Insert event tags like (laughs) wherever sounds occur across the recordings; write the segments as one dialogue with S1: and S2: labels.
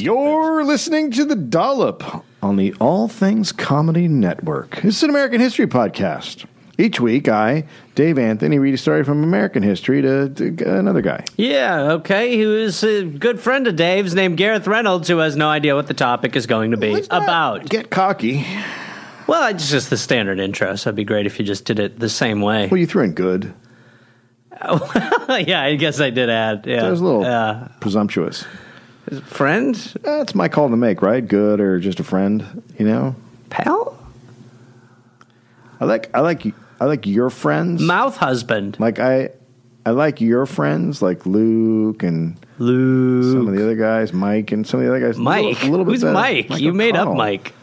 S1: You're listening to The Dollop on the All Things Comedy Network. This is an American history podcast. Each week, I, Dave Anthony, read a story from American history to, to another guy.
S2: Yeah, okay. Who is a good friend of Dave's named Gareth Reynolds, who has no idea what the topic is going to be
S1: Let's not
S2: about.
S1: Get cocky.
S2: Well, it's just the standard intro, so it'd be great if you just did it the same way.
S1: Well, you threw in good.
S2: (laughs) yeah, I guess I did add. Yeah.
S1: That was a little
S2: Uh,
S1: presumptuous.
S2: friend?
S1: That's my call to make, right? Good or just a friend, you know?
S2: Pal?
S1: I like I like I like your friends.
S2: Mouth husband.
S1: like I I like your friends, like Luke and
S2: Lou.
S1: some of the other guys, Mike and some of the other guys. a
S2: Mike.
S1: little- a little bit
S2: Who's
S1: better.
S2: Mike? you made up
S1: O'Connell.
S2: Mike.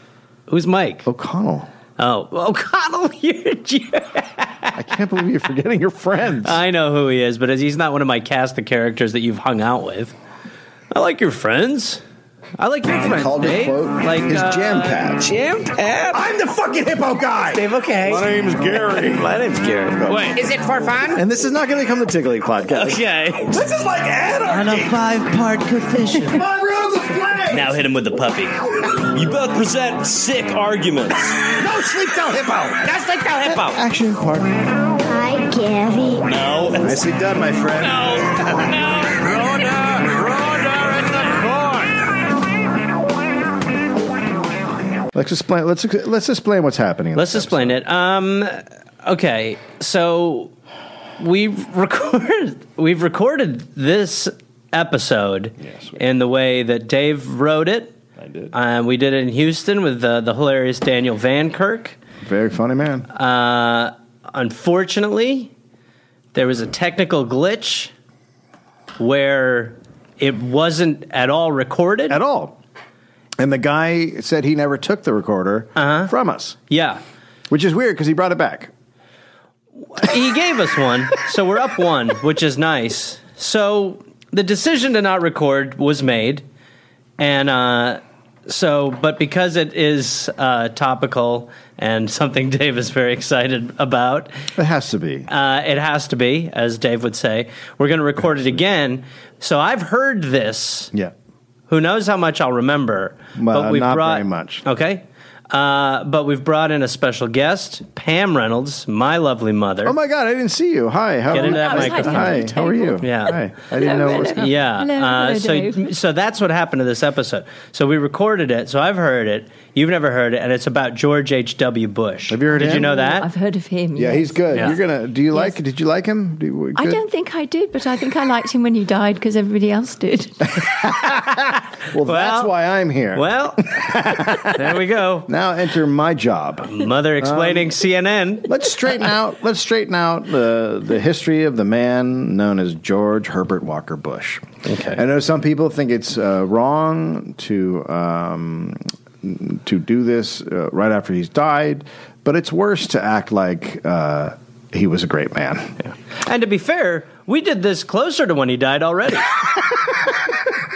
S2: Who's Mike?
S1: O'Connell.
S2: Oh, (laughs) O'Connell. You're a jerk.
S1: I can't believe you're forgetting your friends.
S2: I know who he is, but he's not one of my cast of characters that you've hung out with. I like your friends. I like your friends,
S3: called it,
S2: Dave.
S3: quote,
S2: like
S3: his
S2: uh,
S3: jam patch.
S2: Jam patch.
S3: I'm the fucking hippo guy.
S2: Dave, okay. My name's Gary. my name's Gary. Wait.
S4: Is it for fun?
S3: And this is not going to become the Tiggly podcast.
S2: Okay.
S3: This is like
S5: on a
S3: anarchy.
S5: five-part coefficient.
S3: My room's flames.
S2: hit him with the puppy. You both present sick arguments.
S3: No sleep till hippo.
S4: That's like the hippo.
S5: Action part.
S6: Hi, Gary.
S3: Nicely done, my friend.
S1: Let's explain. Let's let's explain what's happening.
S2: Let's explain it. Um, okay, so we've recorded (laughs) we've recorded this episode
S1: Yes, we-
S2: in the way that Dave wrote it.
S1: I did.
S2: Um, we did it in Houston with the, the hilarious Daniel Van Kirk.
S1: Very funny man.
S2: uh, Unfortunately, there was a technical glitch where it wasn't at all recorded.
S1: At all. And the guy said he never took the recorder
S2: Uh-huh.
S1: from us,
S2: Yeah,
S1: which is weird because he brought it back.
S2: he gave us one, so we're up one, which is nice. So the decision to not record was made, and uh, so, but because it is uh, topical and something (laughs) Dave is very excited about,
S1: It has to be.
S2: uh, it has to be, as Dave would say. We're going to record it again. So I've heard this.
S1: yeah.
S2: Who knows how much I'll remember?
S1: Well,
S2: but we've
S1: not
S2: brought,
S1: very much.
S2: Okay. Uh, but we've brought in a special guest, Pam Reynolds, my lovely mother.
S1: Oh my God! I didn't see you. Hi. How
S2: Get
S1: are
S2: into
S1: you?
S2: that microphone.
S1: Hi. How are you?
S2: Yeah.
S1: Hi. I didn't know what was
S7: (laughs)
S1: going.
S2: Yeah.
S7: Hello,
S2: uh,
S7: hello,
S2: so,
S7: Dave.
S2: so that's what happened to this episode. So we recorded it. So I've heard it. You've never heard it, and it's about George H. W. Bush.
S1: Have you heard
S2: Did you
S1: him?
S2: know that?
S7: I've heard of him.
S1: Yeah, he's good.
S2: Yeah.
S1: You're gonna. Do you like?
S7: Yes.
S1: Did you like him? Do you,
S7: I
S1: good?
S7: don't think I did, but I think I liked him when he died because everybody
S1: (laughs)
S7: else did.
S1: Well, that's
S2: Well-
S1: why I'm here. (laughs)
S2: well, there we go.
S1: Now enter my job.
S2: Mother
S1: Um,
S2: explaining CNN.
S1: Let's
S2: (laughs)
S1: straighten out. Let's straighten out the the history of the man known as George Herbert Walker Bush.
S2: Okay.
S1: I know some people think it's uh, wrong to um, to do this uh, right after he's died, but it's worse to act like uh, he was a great man.
S2: And to be fair, we did this closer to when he died
S1: (laughs)
S2: already.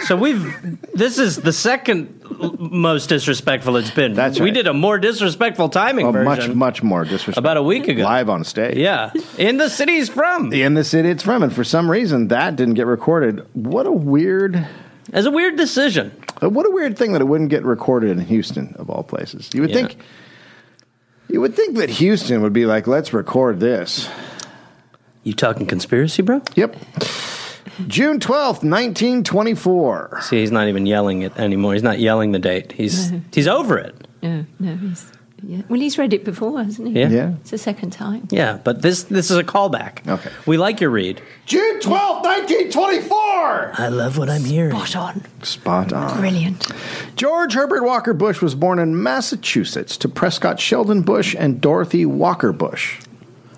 S2: so we've. This is the second l- most disrespectful it's been.
S1: That's
S2: We
S1: right.
S2: did a more disrespectful timing
S1: Well,
S2: version.
S1: much much more disrespectful.
S2: About a week ago.
S1: live on stage.
S2: Yeah, in the city he's from.
S1: In the city it's from, and for some reason that didn't get recorded. What a weird
S2: It's a weird decision.
S1: Uh, What a weird thing that it wouldn't get recorded in Houston, of all places. You would
S2: Yeah.
S1: think, you would think that Houston would be like, let's record this.
S2: You talking conspiracy, bro?
S1: Yep. June twelfth, nineteen twenty-four.
S2: See, he's not even yelling it anymore. He's not yelling the date. (laughs) He's
S7: No.
S2: he's over it.
S7: no, no, he's. Yeah. Well, he's read it before, hasn't he?
S2: Yeah.
S1: Yeah.
S7: It's the second time.
S2: Yeah, but this this is a callback.
S1: Okay.
S2: We like your read.
S1: June twelfth, nineteen twenty-four.
S2: I love what I'm hearing.
S7: Spot on.
S1: Spot on.
S7: Brilliant.
S1: George Herbert Walker Bush was born in Massachusetts to Prescott Sheldon Bush and Dorothy Walker Bush.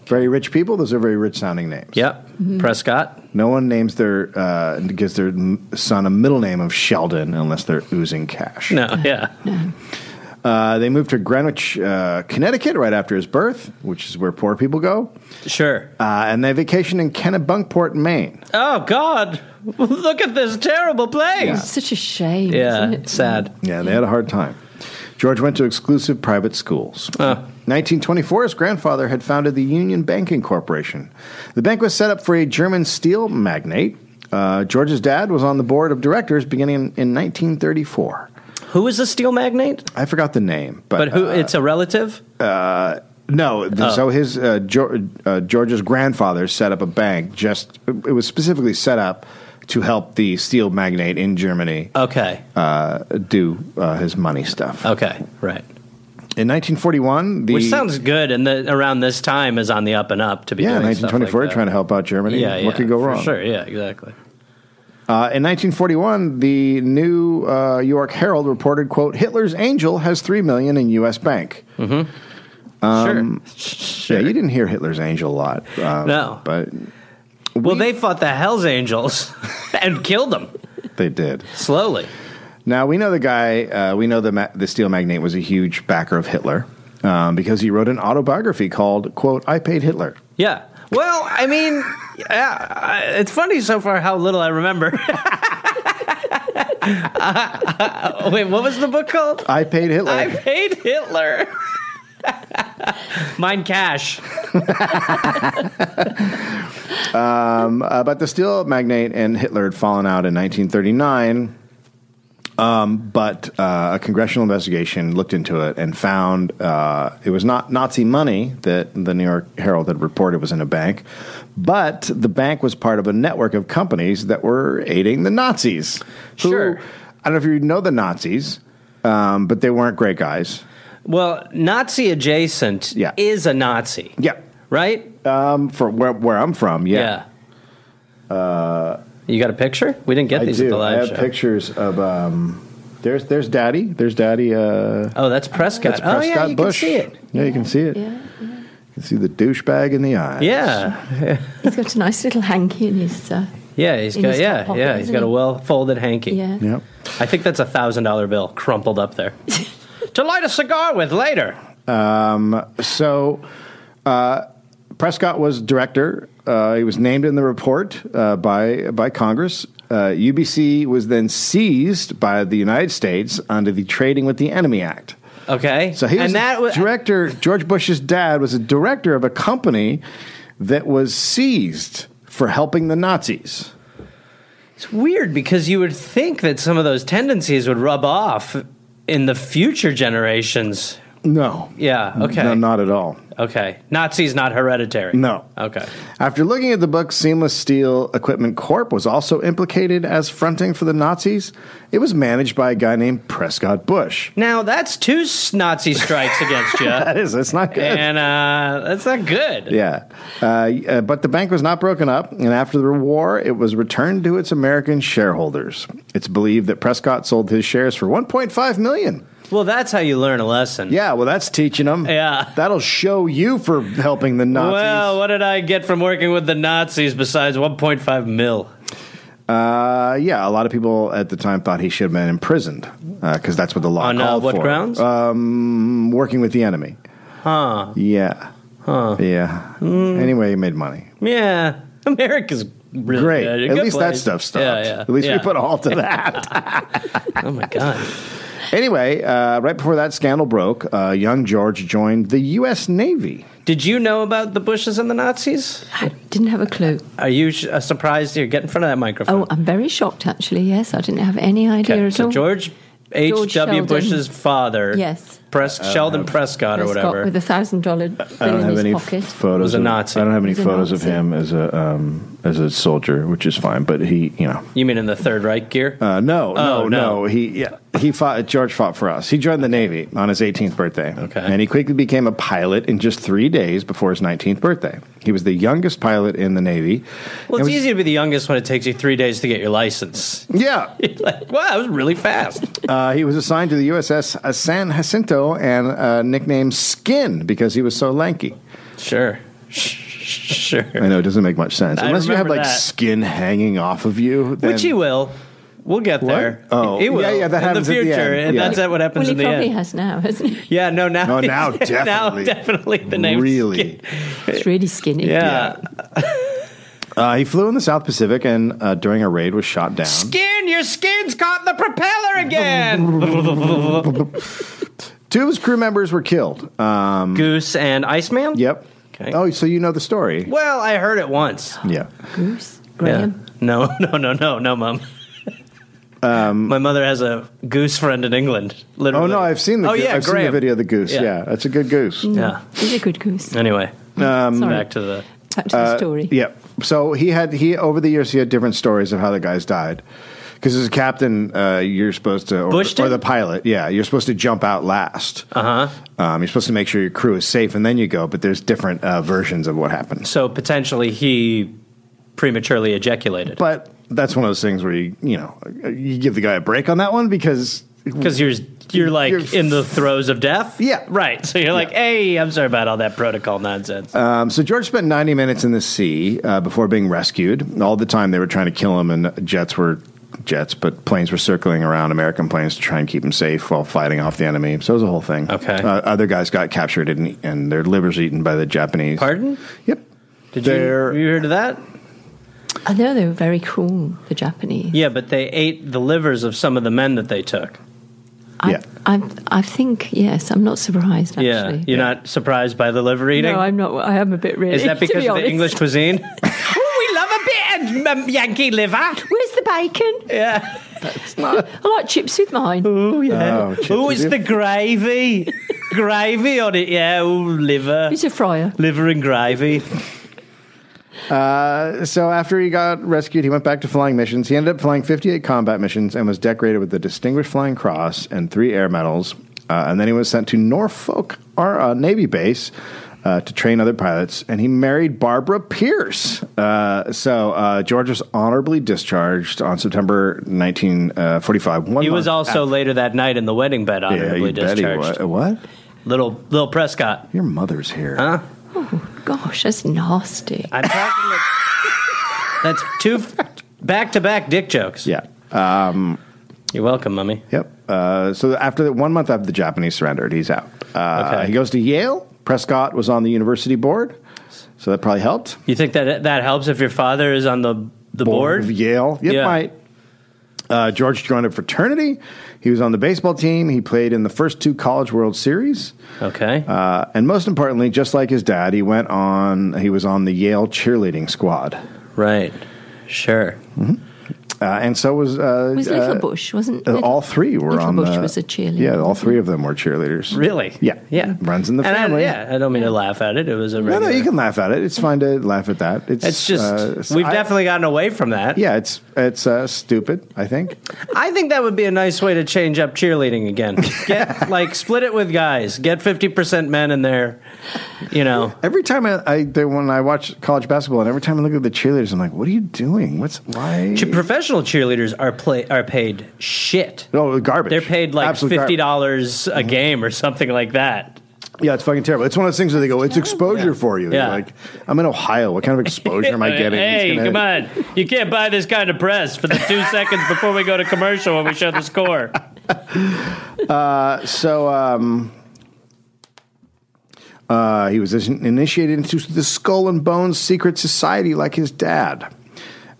S1: Very rich people. Those are very rich-sounding names.
S2: Yep. Prescott.
S1: No one names their uh, gives their m- son a middle name of Sheldon unless they're oozing cash.
S2: (laughs) No. Yeah.
S1: Uh, they moved to Greenwich, uh, Connecticut, right after his birth, which is where poor people go.
S2: Sure.
S1: Uh, and they vacationed in Kennebunkport, Maine.
S2: Oh God! Look at this terrible
S7: It's
S2: place.
S7: such a shame.
S2: Yeah.
S7: isn't it?
S2: it's sad.
S1: Yeah, they had a hard time. George went to exclusive private schools.
S2: Oh.
S1: 1924, his grandfather had founded the Union Banking Corporation. The bank was set up for a German steel magnate, Uh, George's dad was on the board of directors beginning in, in 1934.
S2: Who is the steel magnate?
S1: I forgot the name, but,
S2: But who?
S1: uh,
S2: it's a relative.
S1: no.
S2: Oh.
S1: th- So his uh, Geor uh, George's grandfather set up a bank. Just it was specifically set up to help the steel magnate in Germany
S2: Okay.
S1: uh, do uh, his money stuff.
S2: Okay. Right.
S1: In 1941,
S2: Oh.
S1: the
S2: Which sounds good, and the, around this time is on the up and up to be.
S1: yeah,
S2: doing stuff
S1: 1924,
S2: like that.
S1: trying to help out Germany.
S2: Yeah, yeah.
S1: what could go
S2: for
S1: wrong?
S2: Sure. Yeah. Exactly.
S1: Uh, in 1941, the New uh, York Herald reported, "quote Hitler's angel has three million in U.S. bank."
S2: Hmm. sure.
S1: Um, Yeah, you didn't hear Hitler's angel a lot. Um,
S2: No.
S1: but
S2: Well, they fought the Hell's Angels (laughs) and killed them
S1: they did.
S2: slowly.
S1: Now we know the guy. Uh, we know the ma- the steel magnate was a huge backer of Hitler um, because he wrote an autobiography called "quote I Paid Hitler."
S2: Yeah. Well, I mean, yeah, I- it's funny so far how little I remember. (laughs) Uh, Wait, what was the book called?
S1: I paid
S2: (laughs)
S1: Hitler.
S2: I paid Hitler. Mine cash.
S1: Uh, but the steel magnate and Hitler had fallen out in 1939. Um, but uh, a congressional investigation looked into it and found uh, it was not Nazi money that the New York Herald had reported was in a bank, but the bank was part of a network of companies that were aiding the Nazis. who-
S2: Sure.
S1: I don't know if you know the Nazis, um, but they weren't great guys.
S2: Well, Nazi adjacent
S1: Yeah.
S2: is a Nazi,
S1: Yeah.
S2: right?
S1: Um, for where, where I'm from, yeah. Uh,
S2: you got a picture? We didn't get
S1: I
S2: these at
S1: do.
S2: the
S1: I
S2: live
S1: have
S2: show.
S1: pictures of. Um, there's there's Daddy. There's Daddy. Uh,
S2: Oh, that's Prescott.
S1: that's Prescott
S2: oh, yeah, you
S1: Bush.
S2: can see it.
S1: Yeah, you can see it.
S7: Yeah.
S1: You can see the douchebag in the eye.
S2: Yeah,
S7: He's got a nice little hanky in his. Uh,
S2: yeah, he's
S7: In
S2: got
S7: his
S2: yeah,
S7: top pocket,
S2: yeah, he's
S7: isn't
S2: got a
S7: he?
S2: well-folded hanky.
S7: yeah.
S1: Yep.
S2: I think that's a thousand dollar bill crumpled up there to light a cigar with later.
S1: So, uh, Prescott was director. Uh, he was named in the report uh, by by Congress. Uh, UBC was then seized by the United States under the Trading with the Enemy Act.
S2: Okay,
S1: So he was
S2: and that
S1: a
S2: was
S1: director. George Bush's dad was a director of a company that was seized for helping the Nazis.
S2: it's weird because you would think that some of those tendencies would rub off in the future generations.
S1: No.
S2: Yeah, okay.
S1: No, not at all.
S2: Okay, Nazis not hereditary.
S1: No.
S2: Okay.
S1: After looking at the book, Seamless Steel Equipment Corp was also implicated as fronting for the Nazis. It was managed by a guy named Prescott Bush.
S2: Now that's two s- Nazi strikes against
S1: (laughs)
S2: you,
S1: That is, that's not good.
S2: and uh, that's not good.
S1: yeah. Uh, uh, but the bank was not broken up, and after the war, it was returned to its American shareholders. It's believed that Prescott sold his shares for 1.5 million.
S2: Well, that's how you learn a lesson.
S1: Yeah, well, that's teaching them.
S2: Yeah.
S1: That'll show you for helping the Nazis.
S2: Well, what did I get from working with the Nazis besides 1.5 mil?
S1: Uh, yeah, a lot of people at the time thought he should have been imprisoned because that's what the law
S2: On uh,
S1: called
S2: what
S1: for.
S2: grounds?
S1: Um, working with the enemy. Huh. Yeah. Huh. Yeah.
S2: Hmm.
S1: Anyway, he made money.
S2: yeah, America's really
S1: Great.
S2: good.
S1: At
S2: Good
S1: least that
S2: place.
S1: stuff stopped.
S2: Yeah, yeah.
S1: At least
S2: yeah.
S1: we put a halt
S2: (laughs)
S1: to that.
S2: Oh my god.
S1: anyway, uh, right before that scandal broke, uh, young George joined the U.S. Navy.
S2: Did you know about the Bushes and the Nazis?
S7: I didn't have a clue.
S2: Are you sh- uh, surprised? Here, get in front of that microphone.
S7: Oh, I'm very shocked actually. Yes, I didn't have any idea
S2: Okay,
S7: at
S2: so
S7: all.
S2: George H.
S7: George
S2: W.
S7: Sheldon.
S2: Bush's father,
S7: Yes.
S2: Pres- Sheldon Prescott or
S7: Prescott
S2: whatever.
S7: with a thousand dollar
S1: I
S7: bill
S1: don't
S7: in
S1: have
S7: his
S1: any
S7: pocket.
S1: photos.
S2: Was a
S1: of,
S2: Nazi.
S1: I don't have any
S7: Was a
S1: photos of
S7: Nazi.
S1: him as a um, as a soldier, which is fine. But he, you know,
S2: you mean in the Third Reich gear?
S1: Uh, no, no,
S2: Oh,
S1: no,
S2: no.
S1: He yeah, he fought. George fought for us. He joined the Navy on his 18th birthday.
S2: Okay.
S1: and he quickly became a pilot in just three days before his 19th birthday. He was the youngest pilot in the Navy.
S2: well,
S1: It
S2: it's
S1: was-
S2: easy to be the youngest when it takes you three days to get your license. (laughs)
S1: Yeah,
S2: like, wow, that was really fast.
S1: uh, he was assigned to the USS uh, San Jacinto and uh, nicknamed Skin because he was so lanky.
S2: Sure. Sure.
S1: I know it doesn't make much sense
S2: I
S1: unless you have
S2: remember
S1: like
S2: that.
S1: skin hanging off of you. Then,
S2: Which he will. We'll get there.
S1: Oh.
S2: he will.
S1: Yeah, yeah, that happens at
S2: in
S1: the
S2: the future.
S1: end.
S2: And
S1: Yeah.
S2: that's what happens
S7: well,
S2: in
S7: he
S2: the
S7: probably
S2: end.
S7: has now, hasn't he?
S2: Yeah, no, now. (laughs)
S1: Oh, now
S2: he's-
S1: definitely.
S2: now definitely the name.
S1: Really?
S7: It's really skinny.
S2: Yeah.
S1: Uh, he flew in the South Pacific and uh, during a raid was shot down.
S2: Skin, your skin's caught in the propeller again.
S1: Two of his crew members were killed.
S2: (laughs)
S1: Um,
S2: Goose and Iceman?
S1: Yep.
S2: Okay.
S1: Oh, so you know the story.
S2: Well, I heard it once.
S1: Yeah.
S7: Goose. Graham.
S2: Yeah. No, (laughs) no, no, no, no, mom. My mother has a goose friend in England. Literally.
S1: Um, Oh no, I've seen the
S2: Oh
S1: goo-
S2: yeah,
S1: I've seen the
S2: Graham.
S1: video of the goose. Yeah,
S2: Yeah.
S1: that's a good goose.
S2: Yeah.
S7: He's a good goose.
S2: Anyway,
S7: Sorry.
S2: back to the.
S7: Back to the story.
S1: Um, uh, Yeah. So he had he over the years he had different stories of how the guys died. Because as a captain, uh, you're supposed to, or,
S2: Bush did?
S1: or the pilot, yeah, you're supposed to jump out last.
S2: Uh huh.
S1: Um, you're supposed to make sure your crew is safe, and then you go. But there's different uh, versions of what happens.
S2: So potentially he prematurely ejaculated
S1: But that's one of those things where you, you know, you give the guy a break on that one because
S2: because you're you're like
S1: You're-
S2: in the throes of death.
S1: Yeah.
S2: Right. So you're like, hey, I'm sorry about all that protocol nonsense.
S1: Um, so George spent 90 minutes in the sea uh, before being rescued. All the time they were trying to kill him, and jets were jets, but planes were circling around American planes to try and keep him safe while fighting off the enemy. So it was a whole thing.
S2: Okay.
S1: Uh, other guys got captured and, and their livers eaten by the Japanese.
S2: Pardon?
S1: Yep.
S2: Did
S1: They're-
S2: you you heard of that?
S7: I know they were very cruel, the Japanese.
S2: Yeah, but they ate the livers of some of the men that they took.
S7: I,
S1: Yeah.
S7: I, I think, yes, I'm not surprised, actually.
S2: yeah. You're not surprised by the liver eating?
S7: No, I'm not. I am a bit
S2: (laughs)
S7: really.
S2: Is that
S7: (laughs) to
S2: because
S7: be
S2: of the
S7: honest.
S2: English cuisine? (laughs) oh, we love a bit of um, Yankee liver.
S7: Where's the bacon?
S2: Yeah.
S7: I like chips with mine.
S2: Oh, yeah.
S1: Oh, chips
S2: Oh,
S1: with
S2: it's
S1: you.
S2: the gravy. gravy on it, yeah. Oh, liver.
S7: It's a fryer.
S2: Liver and gravy.
S1: So after he got rescued, he went back to flying missions. He ended up flying 58 combat missions and was decorated with the Distinguished Flying Cross and three air medals. Uh, and then he was sent to Norfolk our, uh, Navy Base uh, to train other pilots. And he married Barbara Pierce. Uh, so uh, George was honorably discharged on September 1945. One
S2: He was
S1: month
S2: also
S1: after-
S2: later that night in the wedding bed
S1: Yeah, you
S2: honorably
S1: bet he
S2: discharged.
S1: wa- What?
S2: Little little Prescott.
S1: Your mother's here.
S2: Huh?
S7: Gosh, that's nasty.
S2: I'm talking to- (laughs) That's two back to back dick jokes.
S1: Yeah.
S2: You're welcome, mummy.
S1: Yep. Uh, so after the, one month after the Japanese surrendered, he's out. Uh,
S2: Okay.
S1: He goes to Yale. Prescott was on the university board, so that probably helped.
S2: You think that that helps if your father is on the the board?
S1: of Yale. It
S2: Yeah.
S1: might. Uh, George joined a fraternity. He was on the baseball team. He played in the first two College World Series.
S2: Okay.
S1: Uh, and most importantly, just like his dad, he went on. He was on the Yale cheerleading squad,
S2: right. Sure.
S1: uh, and so was uh,
S7: was
S1: uh,
S7: Little Bush, wasn't
S1: uh,
S7: Little-
S1: all three were
S7: Little
S1: on
S7: Bush
S1: the.
S7: was a cheerleader.
S1: Yeah, all three of them were cheerleaders.
S2: Really?
S1: Yeah.
S2: Yeah.
S1: Runs in the
S2: And I-
S1: family.
S2: yeah. I don't mean to laugh at it. It was a
S1: No,
S2: regular.
S1: no, you can laugh at it. It's fine to laugh at that. It's,
S2: It's just
S1: uh, it's-
S2: we've
S1: I-
S2: definitely gotten away from that.
S1: yeah, it's it's uh, stupid. I think
S2: I think that would be a nice way to change up cheerleading
S1: (laughs)
S2: again. Get like split it with guys. Get fifty percent men in there. You know.
S1: every time I, I they, when I watch college basketball, and every time I look at the cheerleaders, I'm like, what are you doing? What's why?
S2: Che- Professional cheerleaders are play are paid shit.
S1: oh, garbage.
S2: They're paid like
S1: Absolute Mm-hmm.
S2: fifty
S1: garbage.
S2: dollars a game or something like that.
S1: Yeah, it's fucking terrible. It's one of those things where they go, it's exposure for you.
S2: Yeah.
S1: You're Like I'm in Ohio. What
S2: (laughs)
S1: kind of exposure am I getting? It's
S2: Hey,
S1: gonna-
S2: come on! You can't buy this kind of press for the
S1: (laughs)
S2: two seconds before we go to commercial when we show the score.
S1: So um, uh, he was initiated into the Skull and Bones secret society like his dad.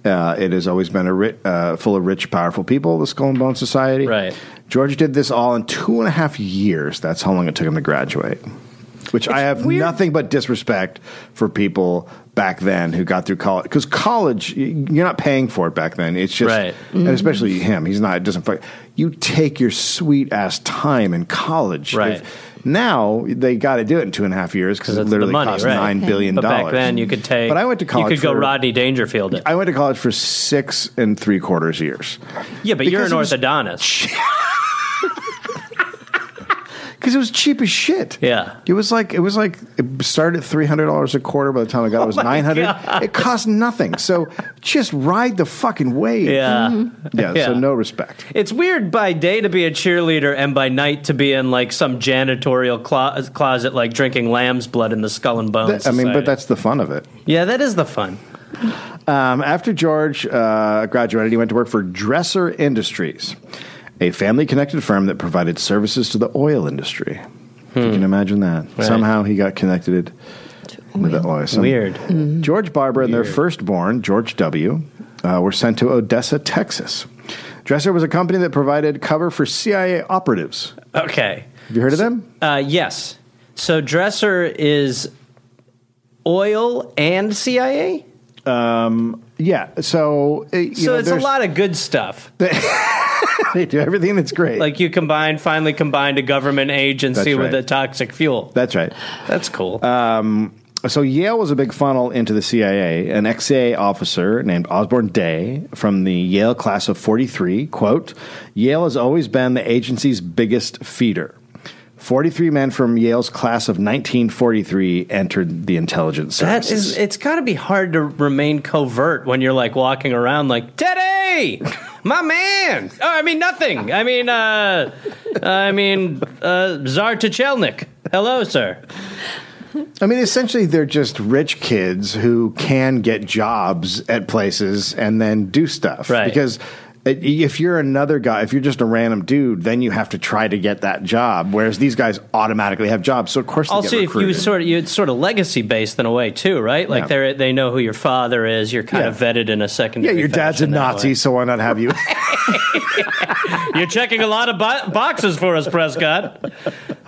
S1: Uh, it has always been a ri- uh, full of rich, powerful people. The Skull and Bones Society.
S2: Right.
S1: George did this all in two and a half years. That's how long it took him to graduate. Which I have nothing but disrespect for people back then who got through college because college y- you're not paying for it back then. It's just
S2: Right.
S1: and especially him. He's not. It doesn't. Fuck, you take your sweet ass time in college.
S2: Right.
S1: If- now they got to do it in two and a half years because
S2: 'Cause
S1: it
S2: it's the
S1: literally
S2: money,
S1: costs
S2: right.
S1: nine billion
S2: But
S1: dollars.
S2: back then, you could take.
S1: But I went to college.
S2: You could go
S1: for-
S2: Rodney Dangerfield. It.
S1: I went to college for six and three quarters years
S2: Yeah, but you're an
S1: because it was-
S2: orthodontist.
S1: because it was cheap as shit.
S2: Yeah.
S1: It was like it was like it started at three hundred dollars a quarter. By the time
S2: (laughs)
S1: I got it, it was
S2: Oh my
S1: nine hundred.
S2: God.
S1: It cost nothing. So just ride the fucking wave.
S2: Yeah.
S1: yeah. So
S2: Yeah.
S1: no respect.
S2: It's weird by day to be a cheerleader and by night to be in like some janitorial clo- closet, like drinking lamb's blood in the skull and bones.
S1: That- I mean, but
S2: Society.
S1: that's the fun of it.
S2: yeah, that is the fun.
S1: Um, after George uh, graduated, he went to work for Dresser Industries, a family connected firm that provided services to the oil industry. If You
S2: Hmm.
S1: can imagine that. Somehow he got connected with the oil. Some-
S2: Weird.
S1: George Barbara and their firstborn, George W., uh, were sent to Odessa, Texas. Dresser was a company that provided cover for CIA operatives.
S2: Okay.
S1: Have you heard of them?
S2: Uh, yes. So Dresser is oil and CIA.
S1: yeah. So, uh, you
S2: um, So
S1: know,
S2: it's a
S1: there's-
S2: lot of good stuff.
S1: (laughs) They do everything that's great.
S2: Like you combine, finally combined a government agency
S1: That's
S2: with a
S1: right. Uh,
S2: toxic fuel.
S1: that's right.
S2: That's cool.
S1: Um, So Yale was a big funnel into the CIA. An ex-CIA officer named Osborne Day from the Yale class of 43, quote, Yale has always been the agency's biggest feeder. 43 men from Yale's class of 1943 entered the intelligence
S2: that
S1: services.
S2: is, it's got to be hard to remain covert when you're like walking around like Teddy, my man. Oh, I mean nothing. I mean, uh, I mean uh, Tsar Tachelnik. Hello, sir.
S1: I mean, essentially, they're just rich kids who can get jobs at places and then do stuff.
S2: Right.
S1: Because uh, if you're another guy, if you're just a random dude, then you have to try to get that job. Whereas these guys automatically have jobs, so of course they
S2: also
S1: get
S2: if you
S1: recruited.
S2: sort of you it's sort of legacy based in a way too right like
S1: Yeah.
S2: they're they know who your father is you're kind of
S1: Yeah.
S2: vetted in a
S1: yeah,
S2: secondary
S1: your dad's a
S2: fashion that
S1: Nazi,
S2: way.
S1: so why not have
S2: (laughs)
S1: you?
S2: you're checking a lot of bo- boxes for us prescott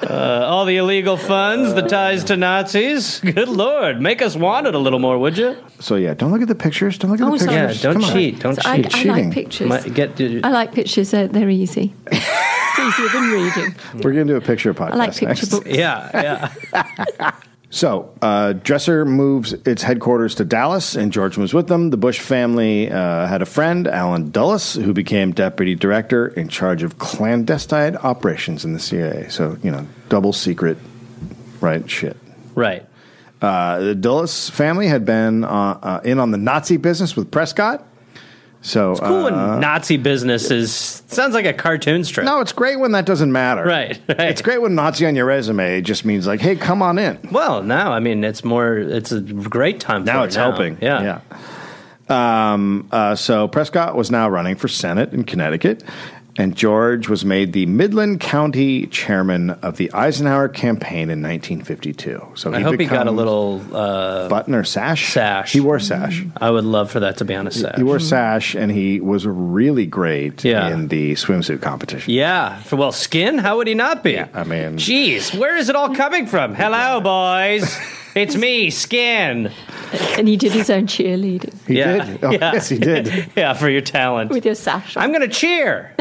S2: uh, all the illegal funds the ties to nazis good lord make us want it a little more would you
S1: so yeah, don't look at the pictures. Don't look at
S7: Oh,
S1: the
S7: sorry.
S1: pictures.
S2: yeah don't
S1: Come on.
S2: cheat don't
S7: So
S2: cheat
S7: I, I
S1: cheating.
S7: like pictures.
S2: Might get
S7: I like pictures. They're,
S1: (laughs)
S7: they're easy. it's easier than reading.
S1: We're going to do a picture podcast.
S7: I like picture
S1: next.
S7: books.
S2: yeah yeah
S1: So, uh, Dresser moves its headquarters to Dallas, and George moves with them. The Bush family uh, had a friend, Alan Dulles, who became deputy director in charge of clandestine operations in the CIA. So, you know, double secret, right? Shit.
S2: right
S1: Uh, the Dulles family had been uh, uh, in on the Nazi business with Prescott. So,
S2: it's cool
S1: uh,
S2: when nazi business is sounds like a cartoon strip
S1: no, it's great when that doesn't matter.
S2: Right, right.
S1: It's great when Nazi on your resume just means like, hey, come on in.
S2: well now i mean it's more it's a great time
S1: now
S2: for it
S1: it's helping.
S2: yeah
S1: Yeah. Um, uh, so Prescott was now running for Senate in Connecticut, and George was made the Midland County chairman of the Eisenhower campaign in 1952. So
S2: I hope he got a
S1: becomes
S2: little. Uh,
S1: button or sash.
S2: sash. Mm-hmm.
S1: He wore sash.
S2: I would love for that to be on a set.
S1: He wore sash, and he was really great
S2: Yeah.
S1: in the swimsuit competition.
S2: yeah. For, well, skin. How would he not be?
S1: I mean-
S2: jeez, where is it all coming from? Hello, boys. It's me, skin.
S7: And he did his own cheerleading
S2: (laughs)
S1: He
S2: Yeah.
S1: did. Oh,
S2: Yeah.
S1: Yes,
S2: (laughs)
S1: he did.
S2: Yeah, for your talent.
S7: with your sash.
S2: I'm gonna cheer.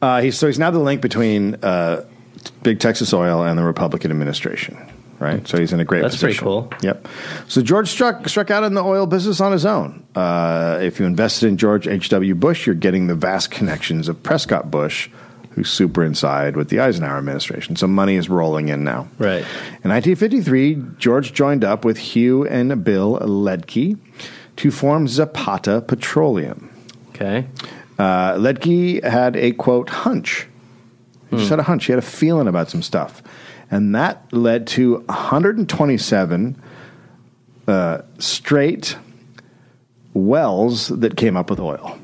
S1: Uh, he's, so he's now the link between uh, Big Texas Oil and the Republican administration, right? So he's in a great
S2: That's pretty
S1: position.
S2: cool.
S1: Yep. So George struck struck out in the oil business on his own. Uh, if you invested in George H. W. Bush, you're getting the vast connections of Prescott Bush, who's super inside with the Eisenhower administration. So money is rolling in now.
S2: Right.
S1: In 1953, George joined up with Hugh and Bill Ledke to form Zapata Petroleum.
S2: Okay.
S1: Uh, Ledke had a quote hunch. He
S2: Hmm.
S1: just had a hunch. He had a feeling about some stuff, and that led to 127 uh, straight wells that came up with oil.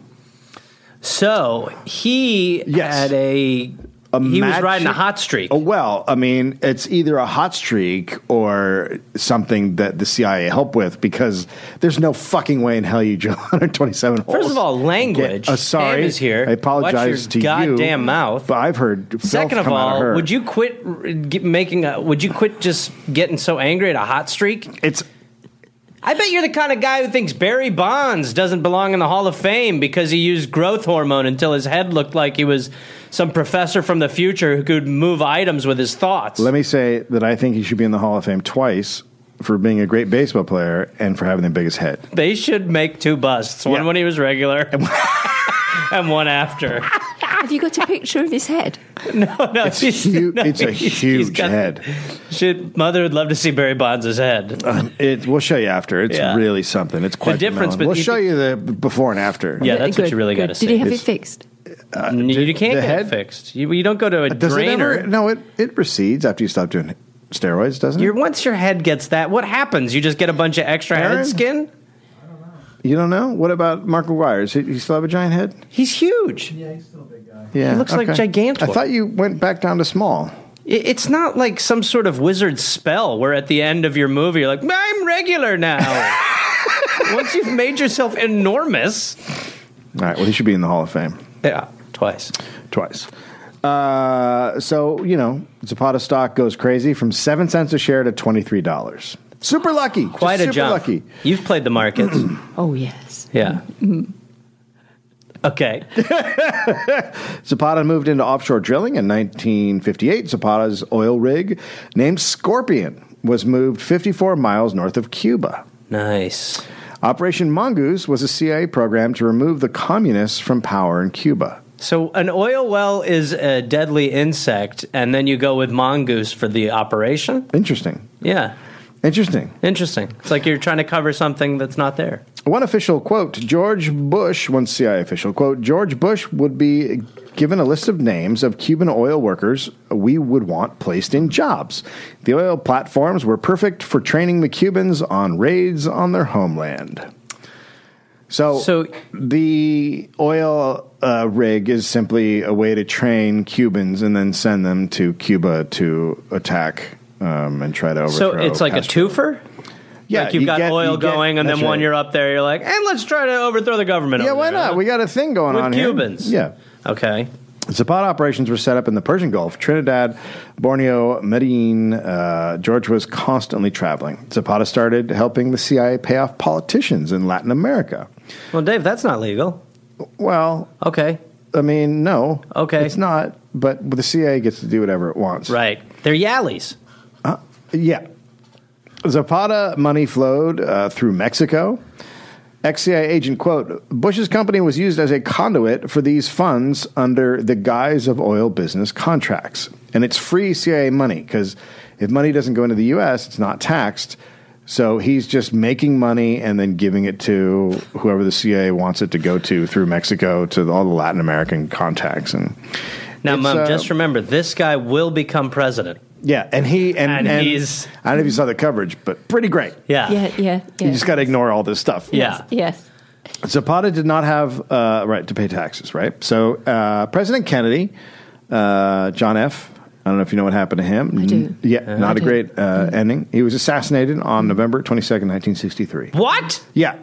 S2: So he
S1: Yes.
S2: had a. he was
S1: magic-
S2: riding a hot streak.
S1: Oh, well, I mean, it's either a hot streak or something that the CIA helped with because there's no fucking way in hell you drill (laughs) 127 holes.
S2: First of all, language.
S1: Get- uh, sorry,
S2: Pam is here.
S1: I apologize
S2: Watch
S1: to
S2: your
S1: you.
S2: goddamn mouth.
S1: But I've heard.
S2: Second
S1: filth
S2: of
S1: come out
S2: all,
S1: her.
S2: would you quit r- get- making a? Would you quit just getting so angry at a hot streak?
S1: It's
S2: I bet you're the kind of guy who thinks Barry Bonds doesn't belong in the Hall of Fame because he used growth hormone until his head looked like he was some professor from the future who could move items with his thoughts.
S1: Let me say that I think he should be in the Hall of Fame twice for being a great baseball player and for having the biggest
S2: (laughs)
S1: head.
S2: they should make two busts, one
S1: Yeah.
S2: when he was regular. (laughs) And one
S1: (laughs)
S2: after. (laughs)
S7: Have you got a picture of his head?
S2: No,
S1: It's, hu- it's a huge head.
S2: Should, mother would love to see Barry Bonds' head.
S1: Um, it, we'll show you after. It's
S2: Yeah.
S1: really something. It's quite the
S2: difference
S1: difference. We'll
S2: between-
S1: show you the before and after.
S2: (laughs) Yeah, that's what
S7: Good,
S2: you really
S7: good.
S2: got to
S7: Did he
S2: see.
S7: have it
S1: It's-
S7: fixed?
S2: N- you can't
S1: the
S2: get it
S1: head?
S2: fixed. You, you don't go to a
S1: Does it
S2: drainer.
S1: ever? No, it it recedes after you stop doing steroids, doesn't
S2: You're,
S1: it?
S2: once your head gets that, what happens? You just get a bunch of extra
S1: Aaron?
S2: head skin.
S1: You don't know. What about Mark McGuire? Does he, he still have a giant head?
S2: He's huge.
S1: Yeah,
S2: He looks like Gigantor.
S1: I thought you went back down to small.
S2: It- It's not like some sort of wizard spell where at the end of your movie you're like, I'm regular
S1: (laughs)
S2: now. Once you've made yourself enormous,
S1: All right. Well, he should be in the Hall of Fame.
S2: yeah, twice.
S1: twice. Uh, so you know, Zapata stock goes crazy from seven cents a share to twenty three dollars. Super lucky.
S2: Quite
S1: Just
S2: a
S1: super
S2: jump.
S1: lucky.
S2: You've played the
S1: (clears throat)
S2: markets.
S7: Oh, yes.
S2: yeah. Okay.
S1: Zapata moved into offshore drilling in 1958. Zapata's oil rig, named Scorpion, was moved 54 miles north of Cuba.
S2: Nice.
S1: Operation Mongoose was a CIA program to remove the communists from power in Cuba.
S2: So an oil well is a deadly insect, and then you go with mongoose for the operation.
S1: Interesting.
S2: Yeah,
S1: Interesting.
S2: interesting. It's like you're trying to cover something that's not there.
S1: One official quote George Bush, one CIA official quote George Bush would be given a list of names of Cuban oil workers we would want placed in jobs. The oil platforms were perfect for training the Cubans on raids on their homeland. So,
S2: So-
S1: the oil uh, rig is simply a way to train Cubans and then send them to Cuba to attack um, and try to overthrow.
S2: so it's like
S1: Castro.
S2: a twofer.
S1: Yeah,
S2: like you've
S1: you
S2: got
S1: get-
S2: oil
S1: you get-
S2: going, and then
S1: that's
S2: when
S1: right.
S2: you're up there, you're like, and let's try to overthrow the government.
S1: Yeah,
S2: over
S1: why
S2: there,
S1: not?
S2: huh?"
S1: We got a thing going
S2: With
S1: on
S2: Cubans.
S1: Here. Yeah.
S2: okay.
S1: Zapata operations were set up in the Persian Gulf, Trinidad, Borneo, Medellin. Uh, George was constantly traveling. Zapata started helping the CIA pay off politicians in Latin America.
S2: Well, Dave, that's not legal.
S1: Well,
S2: Okay,
S1: I mean, no.
S2: Okay.
S1: It's not, but the CIA gets to do whatever it wants.
S2: right? They're yallies.
S1: Yeah. Zapata money flowed uh, through Mexico. Ex-CIA agent, quote, Bush's company was used as a conduit for these funds under the guise of oil business contracts. And it's free CIA money because if money doesn't go into the U.S., it's not taxed. So he's just making money and then giving it to whoever the CIA wants it to go to through Mexico to all the Latin American contacts. And
S2: Now,
S1: It's,
S2: Mom,
S1: uh,
S2: just remember, this guy will become president.
S1: yeah, and he and,
S2: And
S1: and
S2: he's-
S1: I don't know if you saw the coverage, but pretty great.
S2: Yeah,
S7: Yeah, yeah, yeah.
S1: You just got to ignore all this stuff.
S2: yeah.
S7: Yes.
S1: Zapata did not have uh, right to pay taxes, right? So uh, President Kennedy, uh, John F. I don't know if you know what happened to him.
S7: I do.
S1: N- Yeah, not
S7: I
S1: a
S7: do.
S1: great uh, ending. He was assassinated on November twenty second, nineteen sixty three.
S2: What?
S1: Yeah.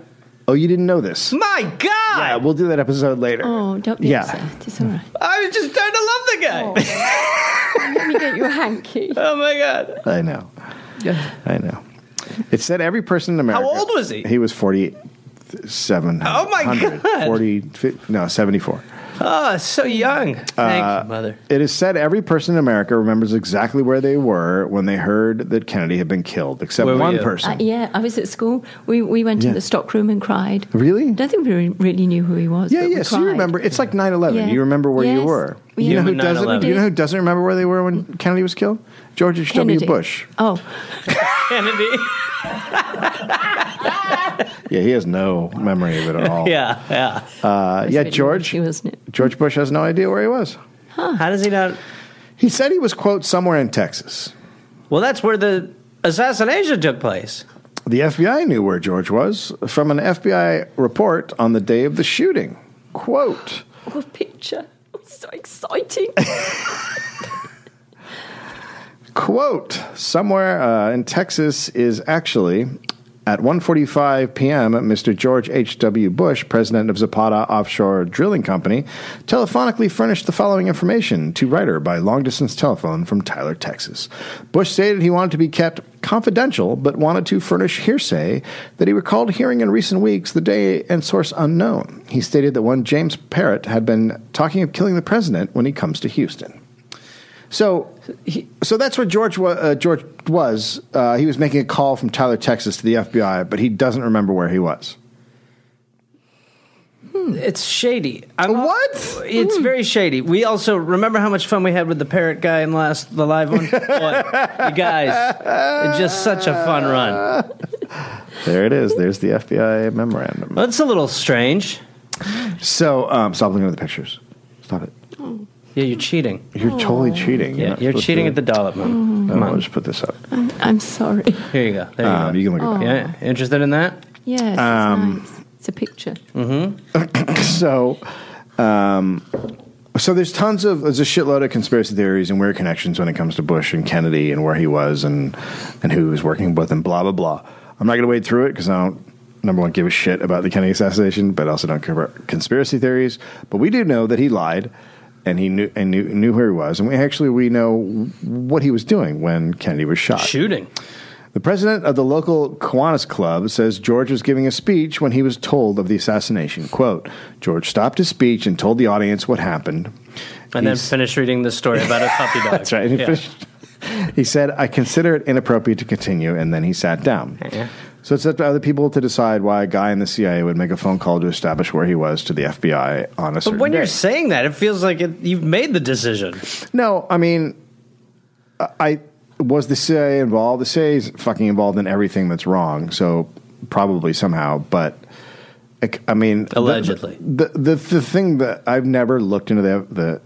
S1: Oh, you didn't know this?
S2: My God!
S1: Yeah, we'll do that episode later.
S7: Oh, don't be
S1: Yeah.
S7: upset. It's all right.
S2: I was just trying to love the guy.
S7: Let me get you a
S1: (laughs)
S7: hanky.
S2: (laughs) Oh my god.
S1: I know. I know. It said every person in America.
S2: old was he?
S1: He was forty seven.
S2: Oh, my God.
S1: 40, fi- no, 74.
S2: Oh, so young.
S1: Uh,
S2: Thank you, mother.
S1: It is said every person in America remembers exactly where they were when they heard that Kennedy had been killed, except
S2: Where were
S1: one
S2: you?
S1: person.
S7: Uh, yeah, I was at school. We we went
S1: Yeah.
S7: to the stockroom and cried.
S1: Really?
S7: I don't think we re- really knew who he was.
S1: yeah,
S7: but we
S1: yeah. So you
S7: cried.
S1: remember? It's like 9-11.
S7: Yeah.
S1: You remember where you
S7: Yes.
S1: were.
S7: We
S1: You know
S7: had-
S1: who
S2: Human
S1: doesn't?
S2: 9/11.
S1: You know who doesn't remember where they were when Kennedy was killed? George H.W.
S7: Kennedy.
S1: Bush.
S7: Oh,
S2: Kennedy.
S1: Yeah, he has no memory of it at all.
S2: (laughs) (laughs) yeah, yeah.
S1: Uh, yeah,
S7: really
S1: George.
S7: lucky, wasn't it?
S1: George Bush has no idea where he was.
S2: How does he not?
S1: He said he was quote somewhere in Texas.
S2: Well, that's where the assassination took place.
S1: The FBI knew where George was from an FBI report on the day of the shooting. Quote.
S7: what a picture! It's so exciting.
S1: (laughs) quote somewhere uh, in texas is actually at 1.45 p.m mr george h.w bush president of zapata offshore drilling company telephonically furnished the following information to writer by long distance telephone from tyler texas bush stated he wanted to be kept confidential but wanted to furnish hearsay that he recalled hearing in recent weeks the day and source unknown he stated that one james parrott had been talking of killing the president when he comes to houston so, so that's where George wa- uh, George was. Uh, he was making a call from Tyler, Texas, to the FBI, but he doesn't remember where he was.
S2: It's shady. I'm-
S1: What? Hmm.
S2: It's very shady. We also remember how much fun we had with the parrot guy in last the live
S1: (laughs)
S2: one. Boy, you guys, it's just such a fun run.
S1: There it is. There's the FBI memorandum.
S2: Well, it's a little strange.
S1: So, um, stop looking at the pictures. Stop it.
S2: Yeah, you're cheating.
S1: You're totally cheating.
S2: Yeah,
S1: not
S2: you're
S1: supposed
S2: cheating
S1: to- Mm-hmm.
S2: at the dollop, mom.
S1: No,
S2: Come
S1: I'll
S2: on.
S1: just put this up.
S7: I'm sorry.
S2: Here you go. There you
S1: Um,
S2: go.
S1: you can look at
S2: yeah, interested in that?
S7: Yes, it's
S1: Um, mm.
S7: nice. It's a picture.
S1: that. So, um, so there's tons of there's a shitload of conspiracy theories and weird connections when it comes to Bush and Kennedy and where he was and and who he was working with and blah blah blah. I'm not going to wade through it because I don't number one give a shit about the Kennedy assassination, but also don't care about conspiracy theories. But we do know that he lied and he knew and knew, Uh, knew where he was, and we actually we know what he was doing when Kennedy was shot.
S2: Shooting.
S1: The president of the local Kiwanis Club says George was giving a speech when he was told of the assassination. Quote, George stopped his speech and told the audience what happened.
S2: and then
S1: He's-
S2: finish reading the story about a
S1: (laughs)
S2: puppy dog.
S1: That's right. He,
S2: Yeah.
S1: finished- he said, I consider it inappropriate to continue, and then he sat down.
S2: Yeah.
S1: So it's up to other people to decide why a guy in the CIA would make a phone call to establish where he was to the FBI on a certain
S2: But when you're
S1: day.
S2: saying that, it feels like it, you've made the decision.
S1: No, I mean, I was the CIA involved. The CIA is fucking involved in everything that's wrong. So probably somehow, but I, I mean, the-
S2: Allegedly.
S1: the, the the thing that I've never looked into the the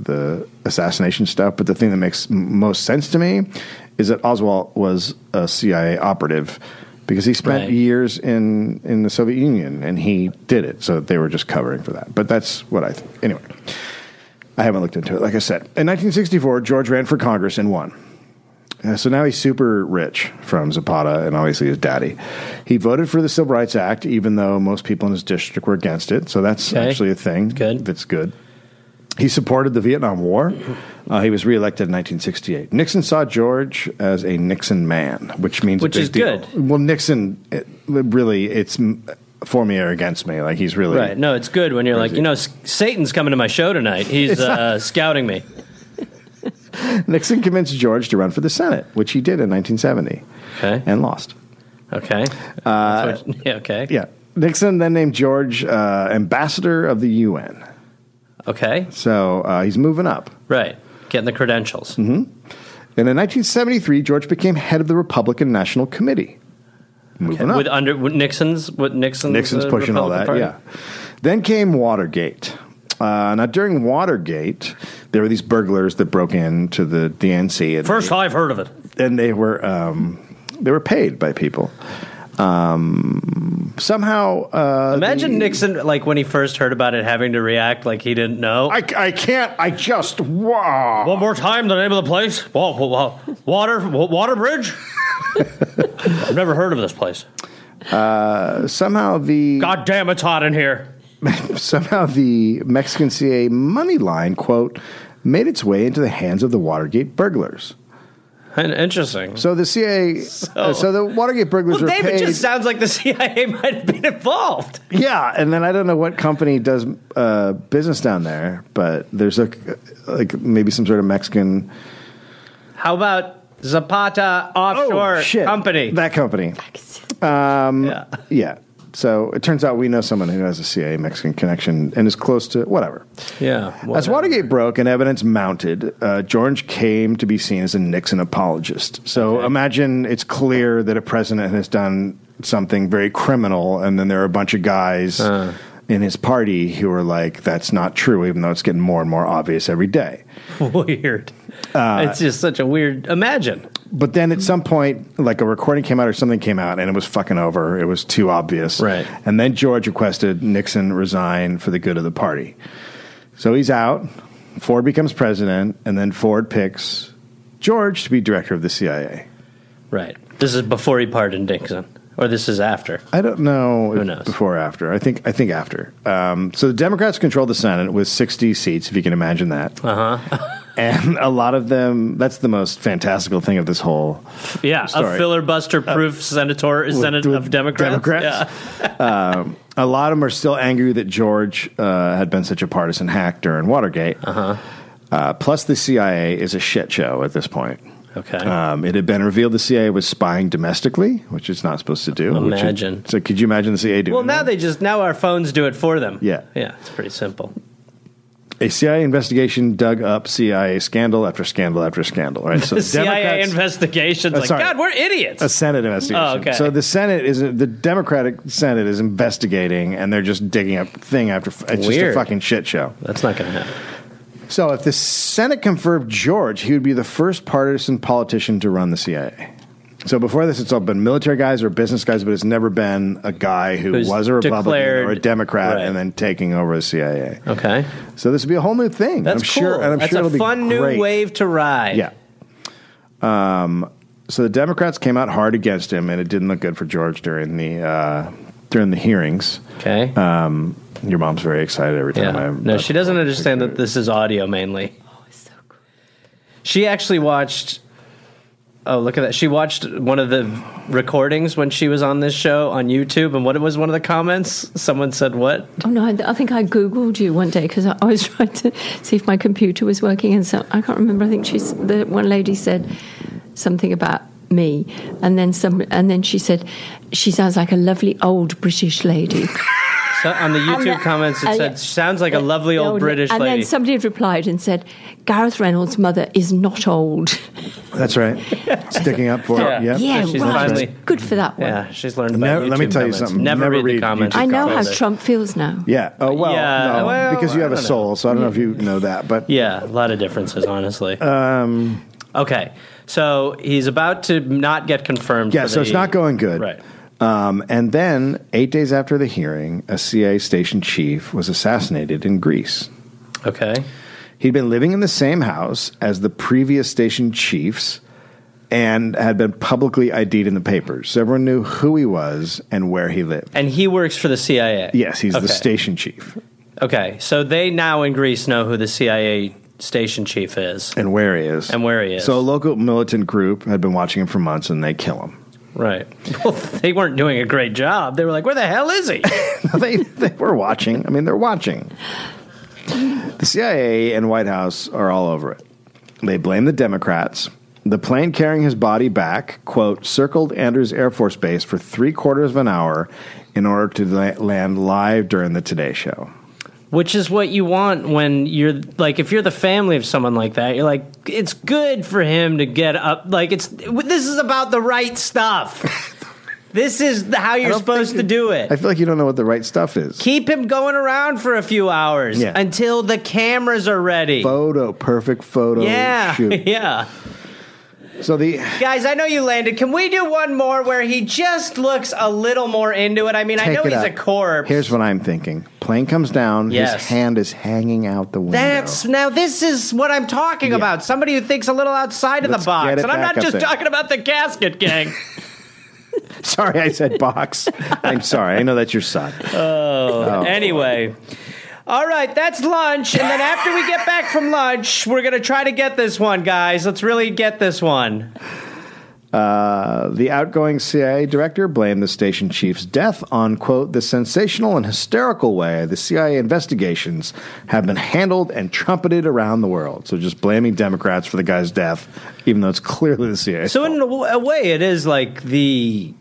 S1: the assassination stuff, but the thing that makes m- most sense to me is that Oswald was a CIA operative because he spent
S2: Right.
S1: years in in the Soviet Union and he did it, so they were just covering for that. But that's what I think. Anyway. I haven't looked into it. Like I said, in 1964, George ran for Congress and won. Uh, so now he's super rich from Zapata and obviously his daddy. He voted for the Civil Rights Act, even though most people in his district were against it. So that's
S2: Okay.
S1: actually a thing.
S2: Good.
S1: That's good. He supported the Vietnam War.
S2: Mm-hmm.
S1: Uh, he was reelected in 1968. Nixon saw George as a Nixon man, which means a
S2: Which
S1: big
S2: is
S1: deal.
S2: good.
S1: Well, Nixon, it, really, it's mm, for me or against me. Like he's really
S2: Right. No, it's good when you're like, you know, S- Satan's coming to my show tonight. He's uh, scouting
S1: (laughs)
S2: me.
S1: Nixon convinced George to run for the Senate, which he did in 1970,
S2: Okay.
S1: and lost.
S2: Okay. Uh, (laughs) yeah, okay.
S1: Yeah, Nixon then named George uh, ambassador of the UN,
S2: Okay.
S1: so uh, he's moving up.
S2: Right. Getting the credentials.
S1: Mm-hmm. And in 1973, George became head of the Republican National Committee. Moving up,
S2: With under with Nixon's with Nixon's
S1: Nixon's
S2: uh,
S1: pushing all that.
S2: Republican
S1: Yeah.
S2: Party?
S1: Then came Watergate. Uh, now, during Watergate, there were these burglars that broke into the DNC. And
S2: First I've heard of it.
S1: and they were um, they were paid by people. Um, somehow, uh,
S2: Imagine Nixon like when he first heard about it having to react like he didn't know.
S1: I, I can't. I just wow.
S2: (laughs) One more time, the name of the place? Whoa, whoa, whoa. Water, water (laughs) bridge? I've never heard of this place.
S1: Somehow the
S2: God damn, it's hot in here.
S1: somehow the Mexican CA money line quote made its way into the hands of the Watergate burglars.
S2: And interesting.
S1: So the CA, so, so the Watergate burglars
S2: Well,
S1: were
S2: David
S1: paid.
S2: just sounds like the (laughs) CIA might have been involved.
S1: yeah, and then I don't know what company does uh, business down there, but there's a like maybe some sort of Mexican
S2: How about Zapata Offshore Oh, Company?
S1: Oh, that company.
S2: yeah.
S1: Yeah. So it turns out we know someone who has a CIA Mexican connection and is close to whatever.
S2: Yeah.
S1: As Watergate broke and evidence mounted, uh, George came to be seen as a Nixon apologist. So imagine it's clear that a president has done something very criminal, and then there are a bunch of guys in his party who are like, that's not true, even though it's getting more and more obvious every day.
S2: (laughs) weird.
S1: Uh,
S2: it's just such a weird. Imagine.
S1: But then at some point, like a recording came out or something came out, and it was fucking over. It was too obvious.
S2: Right.
S1: And then George requested Nixon resign for the good of the party. So he's out. Ford becomes president, and then Ford picks George to be director of the CIA.
S2: Right. This is before he pardoned Nixon, or this is after.
S1: I don't know if
S2: knows?
S1: before or after. I think I think after. Um, so the Democrats controlled the Senate with 60 seats, if you can imagine that. Uh
S2: Uh-huh.
S1: huh. (laughs) and a lot of them. That's the most fantastical thing of this whole
S2: Yeah,
S1: Sorry. Uh,
S2: a filibuster-proof senator, senate
S1: with
S2: of Democrats.
S1: Democrats?
S2: Yeah.
S1: (laughs) um, a lot of them are still angry that George uh, had been such a partisan hack during Watergate. Uh-huh. plus, the CIA is a shit show at this point.
S2: Okay.
S1: Um, it had been revealed the CIA was spying domestically, which it's not supposed to do. which it-
S2: Imagine.
S1: so, could you imagine the CIA doing?
S2: well, now
S1: that?
S2: they just now our phones do it for them.
S1: Yeah.
S2: Yeah. It's pretty simple.
S1: a CIA investigation dug up CIA scandal after scandal after scandal.
S2: (laughs)
S1: Right. So
S2: The CIA
S1: Democrats-
S2: investigations,
S1: Uh,
S2: like
S1: sorry.
S2: God, we're idiots.
S1: a Senate investigation.
S2: Oh, okay.
S1: So the Senate is the Democratic Senate is investigating, and they're just digging up thing after. It's just a
S2: Weird.
S1: fucking shit show.
S2: That's not going to happen.
S1: So if the Senate confirmed George, he would be the first partisan politician to run the CIA. So before this, it's all been military guys or business guys, but it's never been a guy who
S2: Who's
S1: was a Republican or a
S2: declared-
S1: Democrat
S2: right.
S1: and then taking over the CIA.
S2: Okay.
S1: So this would be a whole new thing.
S2: That's
S1: I'm
S2: cool.
S1: sure, and I'm
S2: That's
S1: sure
S2: a
S1: it'll
S2: fun
S1: be great.
S2: new wave to ride.
S1: Yeah. Um, so the Democrats came out hard against him, and it didn't look good for George during the uh, during the hearings.
S2: Okay.
S1: Um, your mom's very excited every time.
S2: yeah.
S1: I'm
S2: No, she doesn't understand that this is audio mainly.
S7: Oh, it's so cool.
S2: She actually watched Oh, look at that. She watched one of the recordings when she was on this show on YouTube, and what was one of the comments? Someone said, What?
S7: Oh no, I, I think I googled you one day because I, I was (laughs) trying to see if my computer was working, and so I can't remember. I think she's the one lady said something about me, and then some, and then she said she sounds like a lovely old
S2: (laughs)
S7: British lady.
S2: So on the
S7: (laughs) And uh,
S2: YouTube
S7: the-
S2: comments, it
S7: and
S2: said,
S7: the-
S2: Sounds like a
S7: the-
S2: lovely
S7: the
S2: old, British
S7: and
S2: lady.
S7: then somebody had replied and said, Gareth Reynolds' mother is not old.
S1: That's right. Sticking up
S2: (laughs)
S1: for
S2: Yeah.
S1: it. Yep.
S7: yeah,
S2: she's
S7: right.
S2: finally-
S7: Good for that one.
S2: yeah, she's learned about
S1: Never-
S2: YouTube
S1: let me tell you
S2: comments.
S1: something.
S2: Never,
S1: Never
S2: read, the
S1: read
S2: comments.
S1: YouTube
S7: I know how
S1: comments.
S7: Trump feels now.
S1: Yeah. Oh well,
S2: Yeah,
S1: no,
S2: well,
S1: because you have
S2: I
S1: a
S2: don't know.
S1: soul, so I don't know if you know that, but
S2: Yeah, a lot of differences, honestly. Um, okay, so he's about to not get confirmed.
S1: yeah,
S2: for
S1: so it's
S2: the-
S1: not going good.
S2: Right.
S1: Um, and then eight days after the hearing, a CIA station chief was assassinated in Greece.
S2: Okay.
S1: He'd been living in the same house as the previous station chiefs and had been publicly ID'd in the papers. So everyone knew who he was and where he lived.
S2: And he works for the CIA.
S1: Yes, he's
S2: Okay.
S1: the station chief
S2: Okay, so they now in Greece know who the CIA station chief
S1: (laughs)
S2: is.
S1: and where he is.
S2: And where he is.
S1: So a local militant group had been watching him for months and they kill him.
S2: Right. Well, they weren't doing a great job. They were like, where the hell is
S1: (laughs)
S2: he?
S1: they, they were watching. I mean, they're watching. The CIA and White House are all over it. They blame the Democrats. The plane carrying his body back, quote, circled Andrews Air Force Base for three quarters of an hour in order to la- land live during the Today Show.
S2: Which is what you want when you're like, if you're the family of someone like that, you're like, it's good for him to get up. Like, it's this is about the right
S1: (laughs)
S2: stuff. this is the, how you're
S1: don't
S2: supposed to
S1: think-
S2: do it.
S1: I feel like you don't know what the right stuff is.
S2: Keep him going around for a few hours
S1: Yeah.
S2: until the cameras are ready.
S1: Photo, perfect photo.
S2: yeah, (laughs)
S1: Shoot.
S2: yeah.
S1: So the
S2: Guys, I know you landed. Can we do one more where he just looks a little more into it? I mean, I
S1: Take
S2: know
S1: it
S2: he's
S1: up.
S2: a corpse.
S1: Here's what I'm thinking. Plane comes down.
S2: Yes.
S1: His hand is hanging out the window.
S2: That's now. This is what I'm talking
S1: Yeah.
S2: about. Somebody who thinks a little outside of
S1: Let's
S2: the box,
S1: get it
S2: and I'm
S1: back
S2: not
S1: up
S2: just
S1: there.
S2: talking about the casket
S1: (laughs)
S2: gang.
S1: Sorry, I said box. I'm sorry. I know that's your son. Oh,
S2: anyway. All right, that's lunch. And then after we get back from lunch, we're going to try to get this one, guys. Let's really get this one.
S1: Uh, the outgoing CIA director blamed the station chief's death on, quote, the sensational and hysterical way the CIA investigations have been handled and trumpeted around the world. So just blaming Democrats for the guy's death, even though it's clearly the CIA. 's
S2: So,
S1: fault.
S2: in a, w- a way, it is like the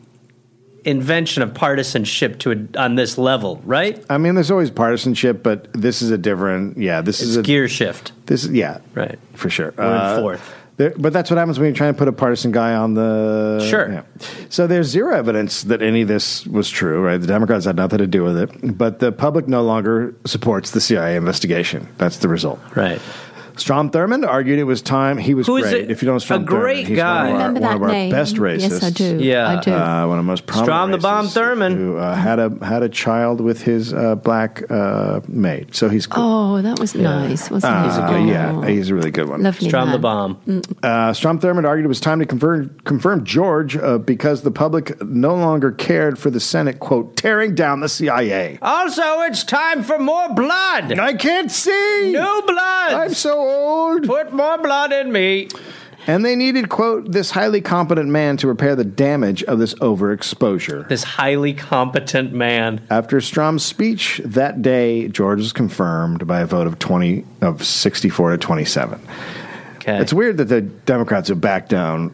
S2: invention of partisanship to a, on this level, right?
S1: I mean, there's always partisanship, but this is a different. Yeah, this
S2: It's
S1: is a.
S2: gear shift.
S1: This is, yeah.
S2: Right.
S1: For sure. Uh,
S2: We're in fourth.
S1: there- but that's what happens when you're trying to put a partisan guy on the.
S2: Sure.
S1: So there's zero evidence that any of this was true, right? The Democrats had nothing to do with it, but the public no longer supports the CIA investigation. That's the result.
S2: Right.
S1: Strom Thurmond argued it was time. He was
S2: Who is
S1: great.
S2: it?
S1: if you don't,
S2: A
S1: Strom
S2: great
S1: Thurmond, he's
S2: guy.
S1: One of our,
S7: Remember
S1: one
S7: that
S1: of our
S7: name?
S1: best racists.
S7: Yes, I do.
S2: Yeah.
S7: I do.
S1: Uh, one of the most prominent
S2: Strom the Bomb
S1: racists
S2: Thurmond.
S1: who uh, had a had a child with his uh, black uh, maid, so he's cool.
S7: oh, that was nice, wasn't it?
S1: Uh, yeah, he's a really good one.
S7: lovely.
S2: Strum the
S7: man.
S2: bomb.
S1: Uh, Strom Thurmond argued it was time to confirm, confirm George uh, because the public no longer cared for the Senate, quote, tearing down the CIA.
S2: Also, it's time for more blood.
S1: I can't see!
S2: New blood.
S1: I'm so old!
S2: Put more blood in me.
S1: And they needed, quote, this highly competent man to repair the damage of this overexposure.
S2: This highly competent man.
S1: After Strom's speech that day, George was confirmed by a vote of 20 of 64 to 27.
S2: Okay.
S1: It's weird that the Democrats have backed down.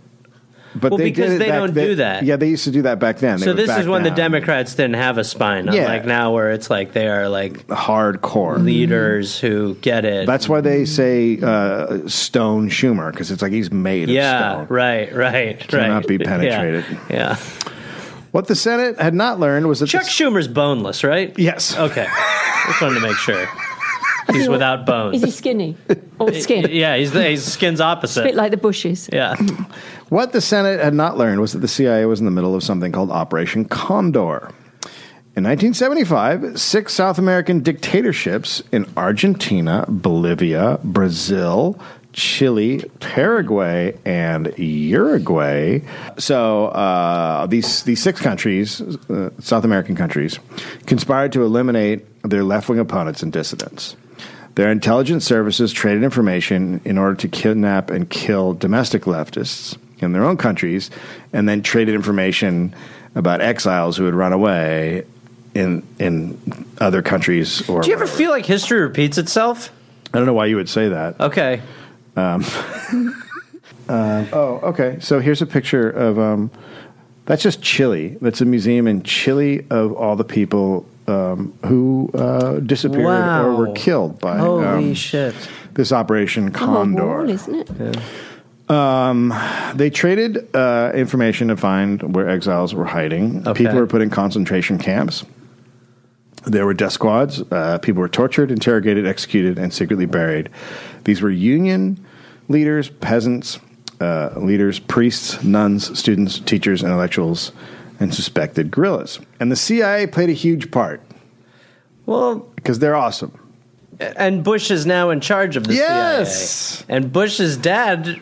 S1: But
S2: Well,
S1: they
S2: because
S1: did it
S2: they
S1: back
S2: don't
S1: then-
S2: do that.
S1: Yeah, they used to do that back then. They
S2: so
S1: would
S2: this
S1: back
S2: is when the
S1: down.
S2: Democrats didn't have a spine. Unlike
S1: Yeah.
S2: now, where it's like they are like
S1: hardcore.
S2: leaders who get it.
S1: That's why they say uh, Stone Schumer because it's like he's made
S2: yeah,
S1: of stone.
S2: right, right,
S1: Cannot
S2: right. (laughs)
S1: be
S2: Yeah,
S1: penetrated.
S2: Yeah.
S1: What the Senate had not learned was that
S2: Chuck Oh,
S1: the-
S2: Schumer's boneless, right?
S1: Yes.
S2: Okay. Just wanted to make sure he's without bones.
S7: Is he skinny?
S2: (laughs)
S7: Or skin? A
S2: yeah, he's the he's skin's
S7: bit
S2: opposite.
S7: like the bushes.
S2: Yeah.
S1: What the Senate had not learned was that the CIA was in the middle of something called Operation Condor. In 1975, six South American dictatorships in Argentina, Bolivia, Brazil, Chile, Paraguay, and Uruguay. So uh, these these six countries, uh, South American countries, conspired to eliminate their left wing opponents and dissidents. Their intelligence services traded information in order to kidnap and kill domestic leftists. in their own countries, and then traded information about exiles who had run away in in other countries. Or
S2: Do you ever feel like history repeats itself?
S1: I don't know why you would say that.
S2: Okay.
S1: Oh, okay. So here's a picture of um, that's just Chile. That's a museum in Chile of all the people um, who uh, disappeared
S2: Wow.
S1: or were killed by
S2: Holy
S1: um,
S2: shit.
S1: this Operation
S7: Oh,
S1: Condor.
S7: wall, isn't it?
S1: Um, they traded uh, information to find where exiles were hiding.
S2: Okay.
S1: People were put in concentration camps. There were death squads. Uh, people were tortured, interrogated, executed, and secretly buried. These were union leaders, peasants, uh, leaders, priests, nuns, students, teachers, intellectuals, and suspected guerrillas. And the CIA played a huge part
S2: Well,
S1: because they're awesome.
S2: and Bush is now in charge of the
S1: Yes.
S2: CIA. And Bush's dad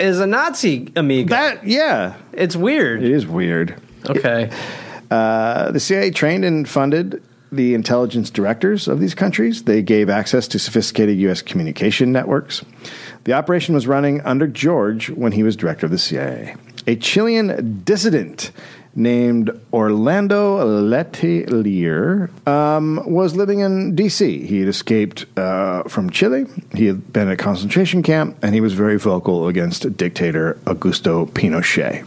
S2: is a Nazi amigo.
S1: That, yeah,
S2: it's weird.
S1: it is weird.
S2: okay.
S1: Uh, the CIA trained and funded the intelligence directors of these countries. They gave access to sophisticated U.S. communication networks. The operation was running under George when he was director of the CIA. A Chilean dissident named Orlando Letelier um, was living in D.C. He had escaped uh, from Chile. He had been at a concentration camp, and he was very vocal against dictator Augusto Pinochet.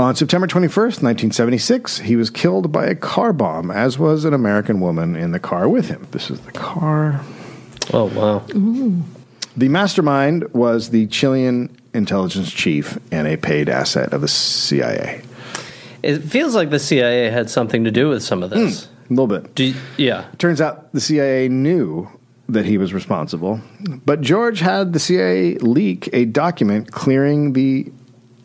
S1: On September 21st, 1976, he was killed by a car bomb, as was an American woman in the car with him. This is the car.
S2: Oh, wow.
S1: The mastermind was the Chilean intelligence chief and a paid asset of the CIA.
S2: It feels like the CIA had something to do with some of this.
S1: A little bit.
S2: Do you- yeah.
S1: Turns out the CIA knew that he was responsible, but George had the CIA leak a document clearing the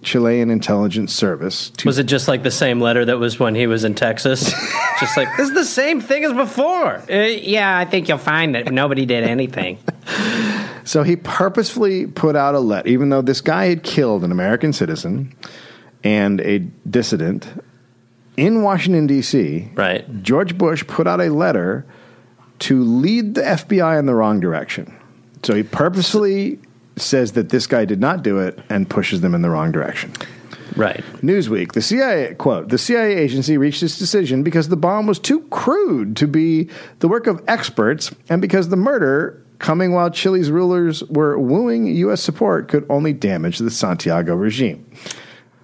S1: Chilean intelligence service to
S2: Was it just like the same letter that was when he was in
S1: (laughs)
S2: Texas? just like, this is the same thing as before. Uh, yeah, I think you'll find that nobody did anything.
S1: So he purposefully put out a letter, even though this guy had killed an American citizen and a dissident in Washington, D.C.
S2: Right.
S1: George Bush put out a letter to lead the FBI in the wrong direction. So he purposefully says that this guy did not do it and pushes them in the wrong direction.
S2: Right.
S1: Newsweek, the CIA quote, the CIA agency reached this decision because the bomb was too crude to be the work of experts and because the murder coming while Chile's rulers were wooing US support could only damage the Santiago regime.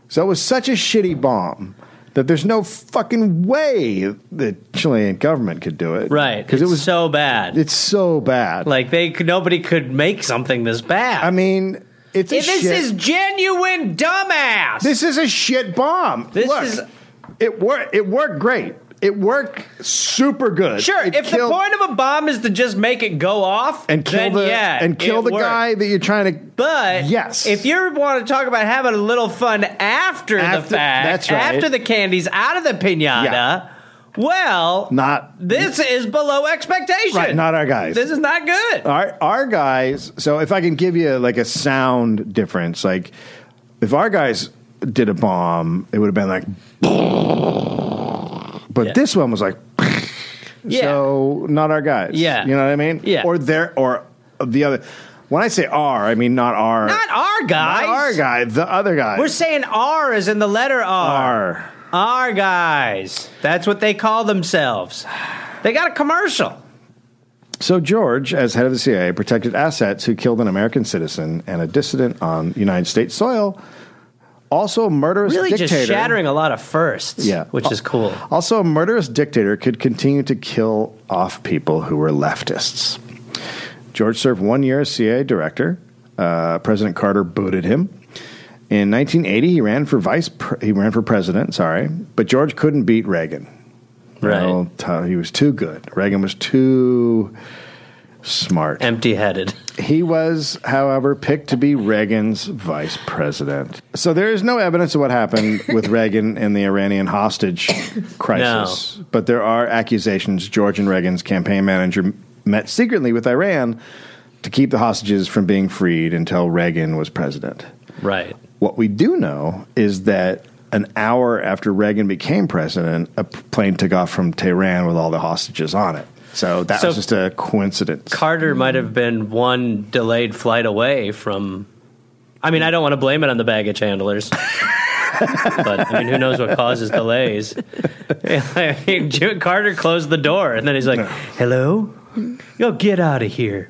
S1: So it was such a shitty bomb that there's no fucking way the Chilean government could do it.
S2: Right.
S1: (laughs) Because it was so
S2: so bad.
S1: it's so bad.
S2: like, they could, nobody could make something this bad.
S1: I mean, it's a
S2: If this
S1: shit-
S2: is genuine dumbass.
S1: This is a shit bomb.
S2: This
S1: Look,
S2: is-
S1: it worked. It worked great. It worked super good.
S2: sure,
S1: It
S2: if
S1: killed-
S2: the point of a bomb is to just make it go off,
S1: and kill
S2: then
S1: the
S2: yeah,
S1: and kill
S2: it
S1: the
S2: worked.
S1: guy that you're trying to.
S2: But
S1: Yes.
S2: if you want to talk about having a little fun after,
S1: After-
S2: the fact,
S1: that's right.
S2: after the candy's out of the pinata,
S1: Yeah.
S2: well,
S1: Not-
S2: this is below expectation.
S1: Right, not our guys.
S2: This is not good.
S1: our our guys. So if I can give you like a sound difference, like if our guys did a bomb, it would have been like. (laughs) But
S2: Yeah.
S1: this one was like. (laughs)
S2: Yeah.
S1: So not our guys.
S2: Yeah.
S1: You know what I mean?
S2: Yeah.
S1: Or their or the other. When I say our, I mean not our.
S2: not our
S1: Not
S2: guys.
S1: our guy. The other guy.
S2: We're saying R is in the letter R.
S1: Our.
S2: Our guys. That's what they call themselves. They got a commercial.
S1: So George, as head of the CIA, protected assets who killed an American citizen and a dissident on United States soil. Also, a murderous
S2: Really
S1: dictator.
S2: just shattering a lot of firsts,
S1: Yeah.
S2: which is cool.
S1: Also, a murderous dictator could continue to kill off people who were leftists. George served one year as CIA director. Uh, President Carter booted him. In 1980, he ran for vice. Pre- he ran for president. Sorry, but George couldn't beat Reagan.
S2: Right.
S1: Well, t- he was too good. Reagan was too smart.
S2: Empty
S1: (laughs)
S2: headed.
S1: He was, however, picked to be Reagan's vice president. So there is no evidence of what happened with Reagan and the Iranian hostage crisis. But there are accusations George and Reagan's campaign manager met secretly with Iran to keep the hostages from being freed until Reagan was president.
S2: Right.
S1: What we do know is that an hour after Reagan became president, a p- plane took off from Tehran with all the hostages on it. So that
S2: So-
S1: was just a coincidence.
S2: Carter might have been one delayed flight away from I mean, I don't want to blame it on the baggage handlers. (laughs) but I mean, who knows what causes delays? (laughs) I mean, June Carter closed the door, and then he's like, "Hello, yo, get out of here."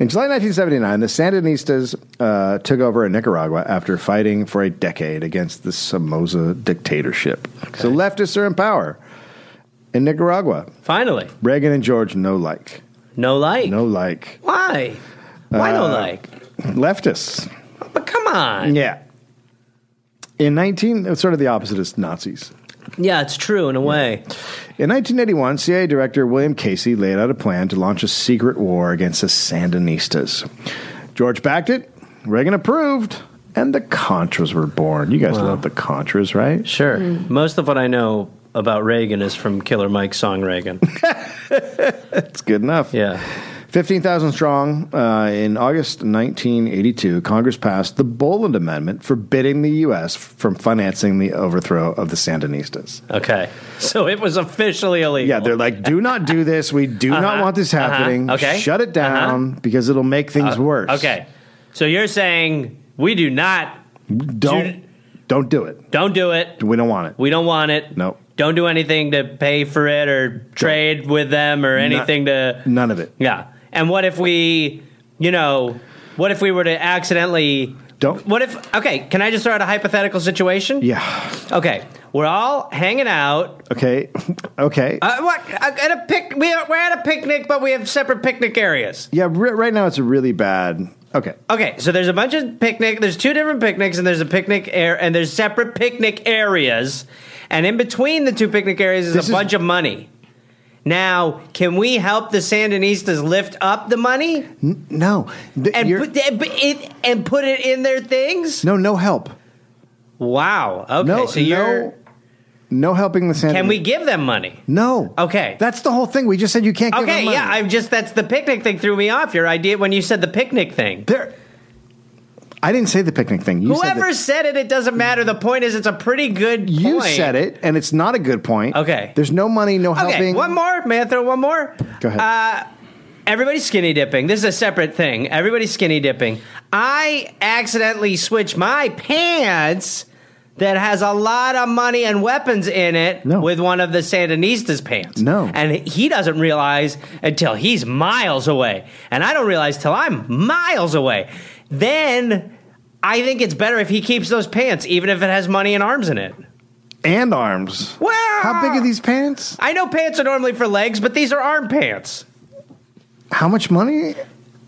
S1: In July 1979, the Sandinistas uh, took over in Nicaragua after fighting for a decade against the Somoza dictatorship. So leftists are in power in Nicaragua.
S2: Finally,
S1: Reagan and George no like.
S2: no like.
S1: No Uh, like.
S2: Why? Why no like?
S1: Leftists.
S2: But come on.
S1: Yeah. In 19, it's sort of the opposite as Nazis.
S2: Yeah, it's true in a way.
S1: In 1981, CIA Director William Casey laid out a plan to launch a secret war against the Sandinistas. George backed it, Reagan approved, and the Contras were born. You guys love the Contras, right?
S2: Sure. Mm. Most of what I know about Reagan is from Killer Mike's song
S1: (laughs)
S2: Reagan.
S1: It's good enough.
S2: Yeah.
S1: 15,000 strong, uh, in August 1982, Congress passed the Boland Amendment forbidding the U.S. from financing the overthrow of the Sandinistas.
S2: Okay. So it was officially illegal.
S1: Yeah, they're like, do not do this. We do not
S2: Uh-huh,
S1: want this
S2: uh-huh,
S1: happening.
S2: okay, Uh-huh. Uh,
S1: Shut it down because it'll make things worse.
S2: Okay. So you're saying we do not
S1: Don't, don't do it.
S2: don't do it.
S1: We don't want it.
S2: We don't want it.
S1: Nope.
S2: Don't do anything to pay for it or trade with them or anything to
S1: None of it.
S2: Yeah. And what if we, you know, what if we were to accidentally
S1: Don't-
S2: What if Okay, can I just throw out a hypothetical situation?
S1: Yeah.
S2: Okay. We're all hanging out
S1: Okay. (laughs) okay.
S2: Uh, what? At a pic, we are, we're at a picnic, but we have separate picnic areas.
S1: yeah, ri right now it's a really bad. Okay.
S2: Okay, so there's a bunch of picnic. There's two different picnics, and there's a picnic air, and there's separate picnic areas, and in between the two picnic areas is
S1: This
S2: a
S1: is-
S2: bunch of money. Now, can we help the Sandinistas lift up the money
S1: No. Th-
S2: and
S1: you're-
S2: put, and put it and put it in their things?
S1: no, no help.
S2: Wow. Okay.
S1: No,
S2: so you're.
S1: no, no helping the Santa.
S2: Can we give them money?
S1: No.
S2: Okay.
S1: That's the whole thing. We just said you can't give them
S2: Okay.
S1: money.
S2: Yeah. I'm just. That's the picnic thing threw me off. Your idea when you said the picnic thing.
S1: there. I didn't say the picnic thing. You said
S2: Whoever
S1: that-
S2: said it, it doesn't matter. The point is, it's a pretty good.
S1: you
S2: point.
S1: said it, and it's not a good point.
S2: Okay.
S1: There's no money, no
S2: Okay,
S1: helping.
S2: one more. May I throw one more?
S1: Go ahead.
S2: Uh, everybody's skinny dipping. This is a separate thing. Everybody's skinny dipping. I accidentally switch my pants that has a lot of money and weapons in it
S1: No.
S2: with one of the Sandinista's pants.
S1: No.
S2: And he doesn't realize until he's miles away. And I don't realize till I'm miles away. Then I think it's better if he keeps those pants, even if it has money and arms in it.
S1: And arms.
S2: Well,
S1: How big are these pants?
S2: I know pants are normally for legs, but these are arm pants.
S1: How much money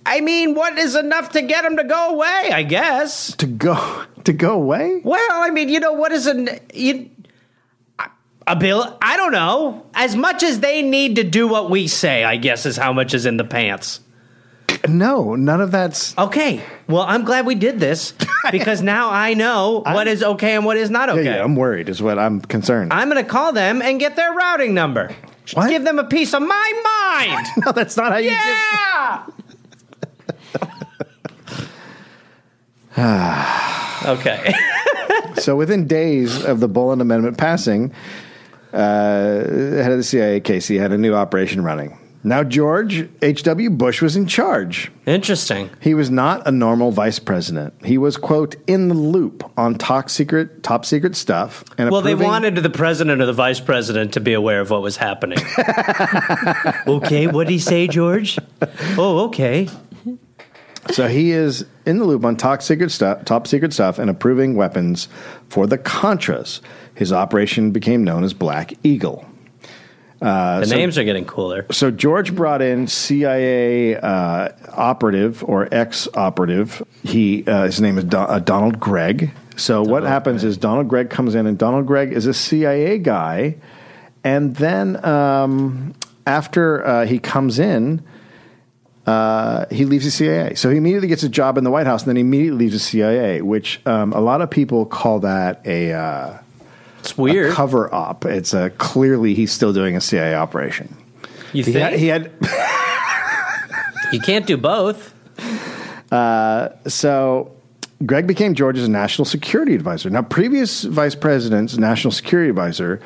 S2: I mean, what is enough to get him to go away? I guess.
S1: to go (laughs) to go away?
S2: Well, I mean, you know, what is an you, a bill? I don't know. As much as they need to do what we say, I guess is how much is in the pants.
S1: No, none of that's.
S2: Okay. Well, I'm glad we did
S1: (laughs)
S2: this because now I know what is okay and what is not okay.
S1: Yeah, yeah, I'm worried. Is what I'm concerned.
S2: I'm going to call them and get their routing number.
S1: What?
S2: Give them a piece of my mind.
S1: (laughs) no, that's not
S2: (laughs)
S1: how you. do-
S2: Yeah.
S1: (laughs)
S2: (sighs) okay.
S1: So within days of the Boland Amendment passing, uh, the head of the CIA, Casey, had a new operation running. Now George H.W. Bush was in charge.
S2: Interesting.
S1: He was not a normal vice president. He was quote in the loop on top secret top secret stuff. And
S2: Well, they
S1: approving-
S2: wanted the president or the vice president to be aware of what was
S1: (laughs)
S2: happening. okay, what did he say, George? Oh, okay.
S1: So he is in the loop on top secret stuff, top secret stuff, and approving weapons for the Contras. His operation became known as Black Eagle. Uh,
S2: the names are getting cooler.
S1: So George brought in CIA uh, operative or ex operative. He uh, his name is Don- uh, Donald Gregg. So what happens is Donald Gregg comes in, and Donald Gregg is a CIA guy, and then um, after uh, he comes in. Uh, he leaves the CIA, so he immediately gets a job in the White House, and then he immediately leaves the CIA. Which um, a lot of people call that a, uh,
S2: It's
S1: a
S2: weird.
S1: cover up. It's a, clearly he's still doing a CIA operation.
S2: You
S1: He
S2: think
S1: had, he had
S2: you can't do both?
S1: So Greg became Georgia's national security advisor. Now, previous vice president's national security advisor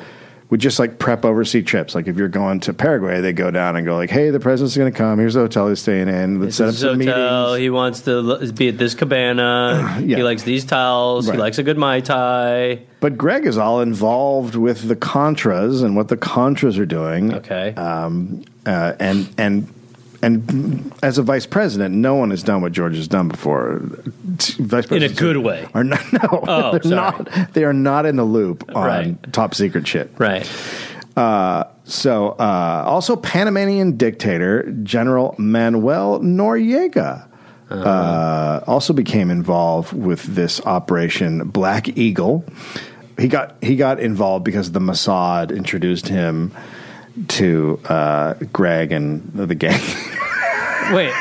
S1: would just like prep overseas trips. Like if you're going to Paraguay, they go down and go like, "Hey, the president's going to come. Here's the hotel he's staying in.
S2: This
S1: Let's set up
S2: is
S1: some
S2: his hotel.
S1: meetings."
S2: He wants to l- be at this cabana.
S1: (clears throat) Yeah.
S2: He likes these towels.
S1: Right.
S2: He likes a good mai tai.
S1: But Greg is all involved with the Contras and what the Contras are doing.
S2: Okay.
S1: Um, uh, and and and as a vice president, no one has done what George has done before. Vice
S2: In a
S1: presidents
S2: good
S1: are-
S2: way.
S1: Are not, (laughs) no,
S2: Oh,
S1: they're
S2: sorry.
S1: not. They are not in the loop on
S2: Right.
S1: top secret shit.
S2: Right.
S1: Uh, so, uh, also Panamanian dictator General Manuel Noriega uh, also became involved with this operation Black Eagle. He got he got involved because the Mossad introduced him to uh, Greg and the gang. (laughs)
S2: Wait.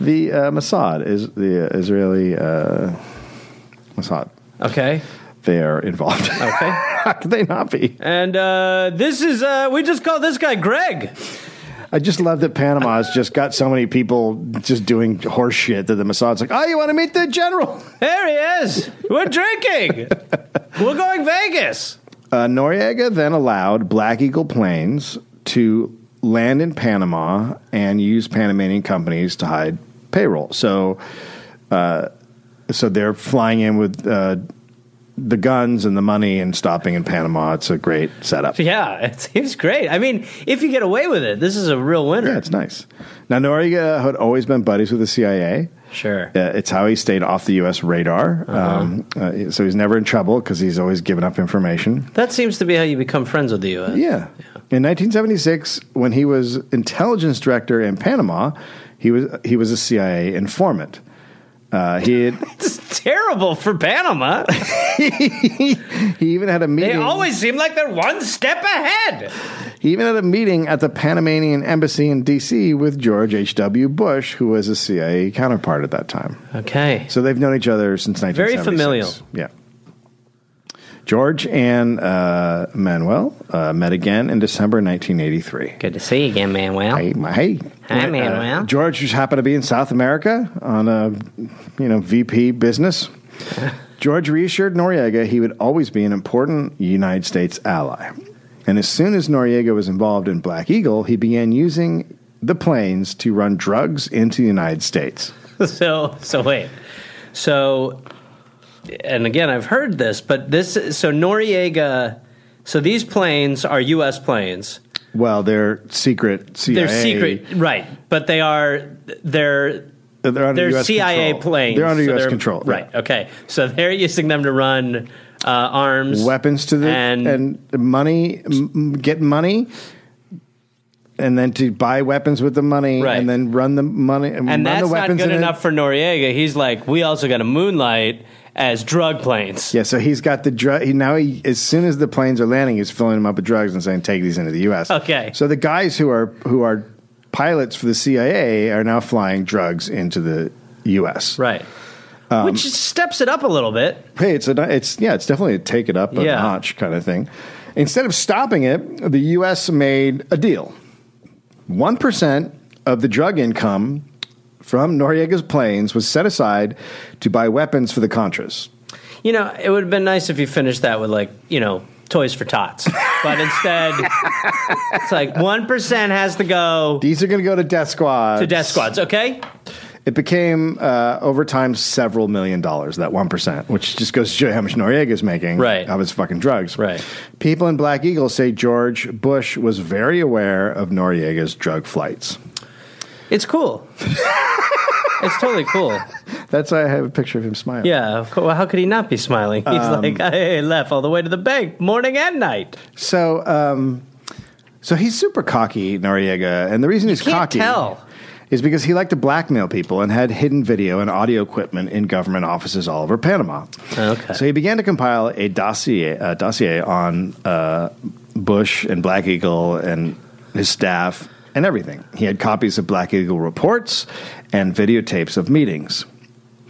S1: the uh, Mossad is the Israeli uh, Mossad.
S2: Okay.
S1: They are involved.
S2: Okay.
S1: (laughs) How could they not be?
S2: And uh, this is uh, we just call this guy Greg.
S1: I just love that Panama's just got so many people just doing horse shit that the Mossad's like, oh, you want to meet the general?
S2: There he is. We're (laughs) drinking. We're going Vegas.
S1: Uh, Noriega then allowed Black Eagle planes to land in Panama and use Panamanian companies to hide payroll. So, uh, so they're flying in with uh, the guns and the money and stopping in Panama. It's a great setup.
S2: Yeah, it seems great. I mean, if you get away with it, this is a real winner.
S1: Yeah, it's nice. Now, Noriega had always been buddies with the CIA.
S2: Sure.
S1: Uh, it's how he stayed off the U.S. radar.
S2: Uh-huh.
S1: Um, uh, so he's never in trouble because he's always giving up information.
S2: That seems to be how you become friends with the U.S.
S1: Yeah. In 1976, when he was intelligence director in Panama, he was he was a CIA informant. Uh,
S2: (laughs)
S1: he had,
S2: It's terrible for Panama.
S1: he even had a meeting.
S2: (laughs) They always seem like they're one step ahead.
S1: He even had a meeting at the Panamanian embassy in D.C. with George H.W. Bush, who was a CIA counterpart at that time.
S2: Okay.
S1: So they've known each other since 1976.
S2: familial.
S1: Yeah. George and uh, Manuel uh, met again in December 1983.
S2: Good to see you again, Manuel.
S1: Hey, my, hey.
S2: Hi,
S1: Uh,
S2: Manuel.
S1: George just happened to be in South America on a, you know, VP
S2: (laughs)
S1: business. George reassured Noriega he would always be an important United States ally. And as soon as Noriega was involved in Black Eagle, he began using the planes to run drugs into the United States.
S2: (laughs) so so wait so and again i've heard this but this so noriega so these planes are us planes
S1: Well, they're secret CIA.
S2: they're secret right but they are they're
S1: They're under
S2: they're
S1: US
S2: CIA
S1: control.
S2: planes.
S1: They're under
S2: so
S1: U.S. control, yeah.
S2: Right. Okay. So they're using them to run uh, arms,
S1: Weapons to the and,
S2: and,
S1: money, m- m- get money, and then to buy weapons with the money,
S2: Right.
S1: and then run the money and, run
S2: and that's
S1: the
S2: not
S1: weapons
S2: good
S1: in it.
S2: enough for Noriega. He's like, we also got a moonlight as drug planes.
S1: Yeah, so he's got the drug. He, now, he, as soon as the planes are landing, he's filling them up with drugs and saying, "Take these into the U.S."
S2: Okay.
S1: So the guys who are who are pilots for the CIA are now flying drugs into the U.S.
S2: Right.
S1: Um,
S2: Which steps it up a little bit.
S1: hey, it's a it's yeah, it's definitely a take it up a
S2: Yeah.
S1: notch kind of thing. Instead of stopping it, the U.S. made a deal: one percent of the drug income from Noriega's planes was set aside to buy weapons for the Contras.
S2: You know, it would have been nice if you finished that with like, you know, toys for
S1: (laughs)
S2: tots. But instead, it's like one percent has to go
S1: These are going to go to death squad.
S2: to death squads. Okay,
S1: It became uh, over time several million dollars that one percent, which just goes to show you how much Noriega's making
S2: Right.
S1: of his fucking drugs.
S2: Right.
S1: People in Black Eagle say George Bush was very aware of Noriega's drug flights.
S2: it's cool. it's totally cool.
S1: That's why I have a picture of him smiling.
S2: Yeah. Of course. Well, how could he not be smiling? He's like, I left all the way to the bank, morning and night.
S1: So, um, so he's super cocky, Noriega, and the reason he's
S2: can't
S1: cocky
S2: tell.
S1: is because he liked to blackmail people and had hidden video and audio equipment in government offices all over Panama.
S2: Okay.
S1: So he began to compile a dossier, a dossier on uh, Bush and Black Eagle and his staff and everything. He had copies of Black Eagle reports and videotapes of meetings.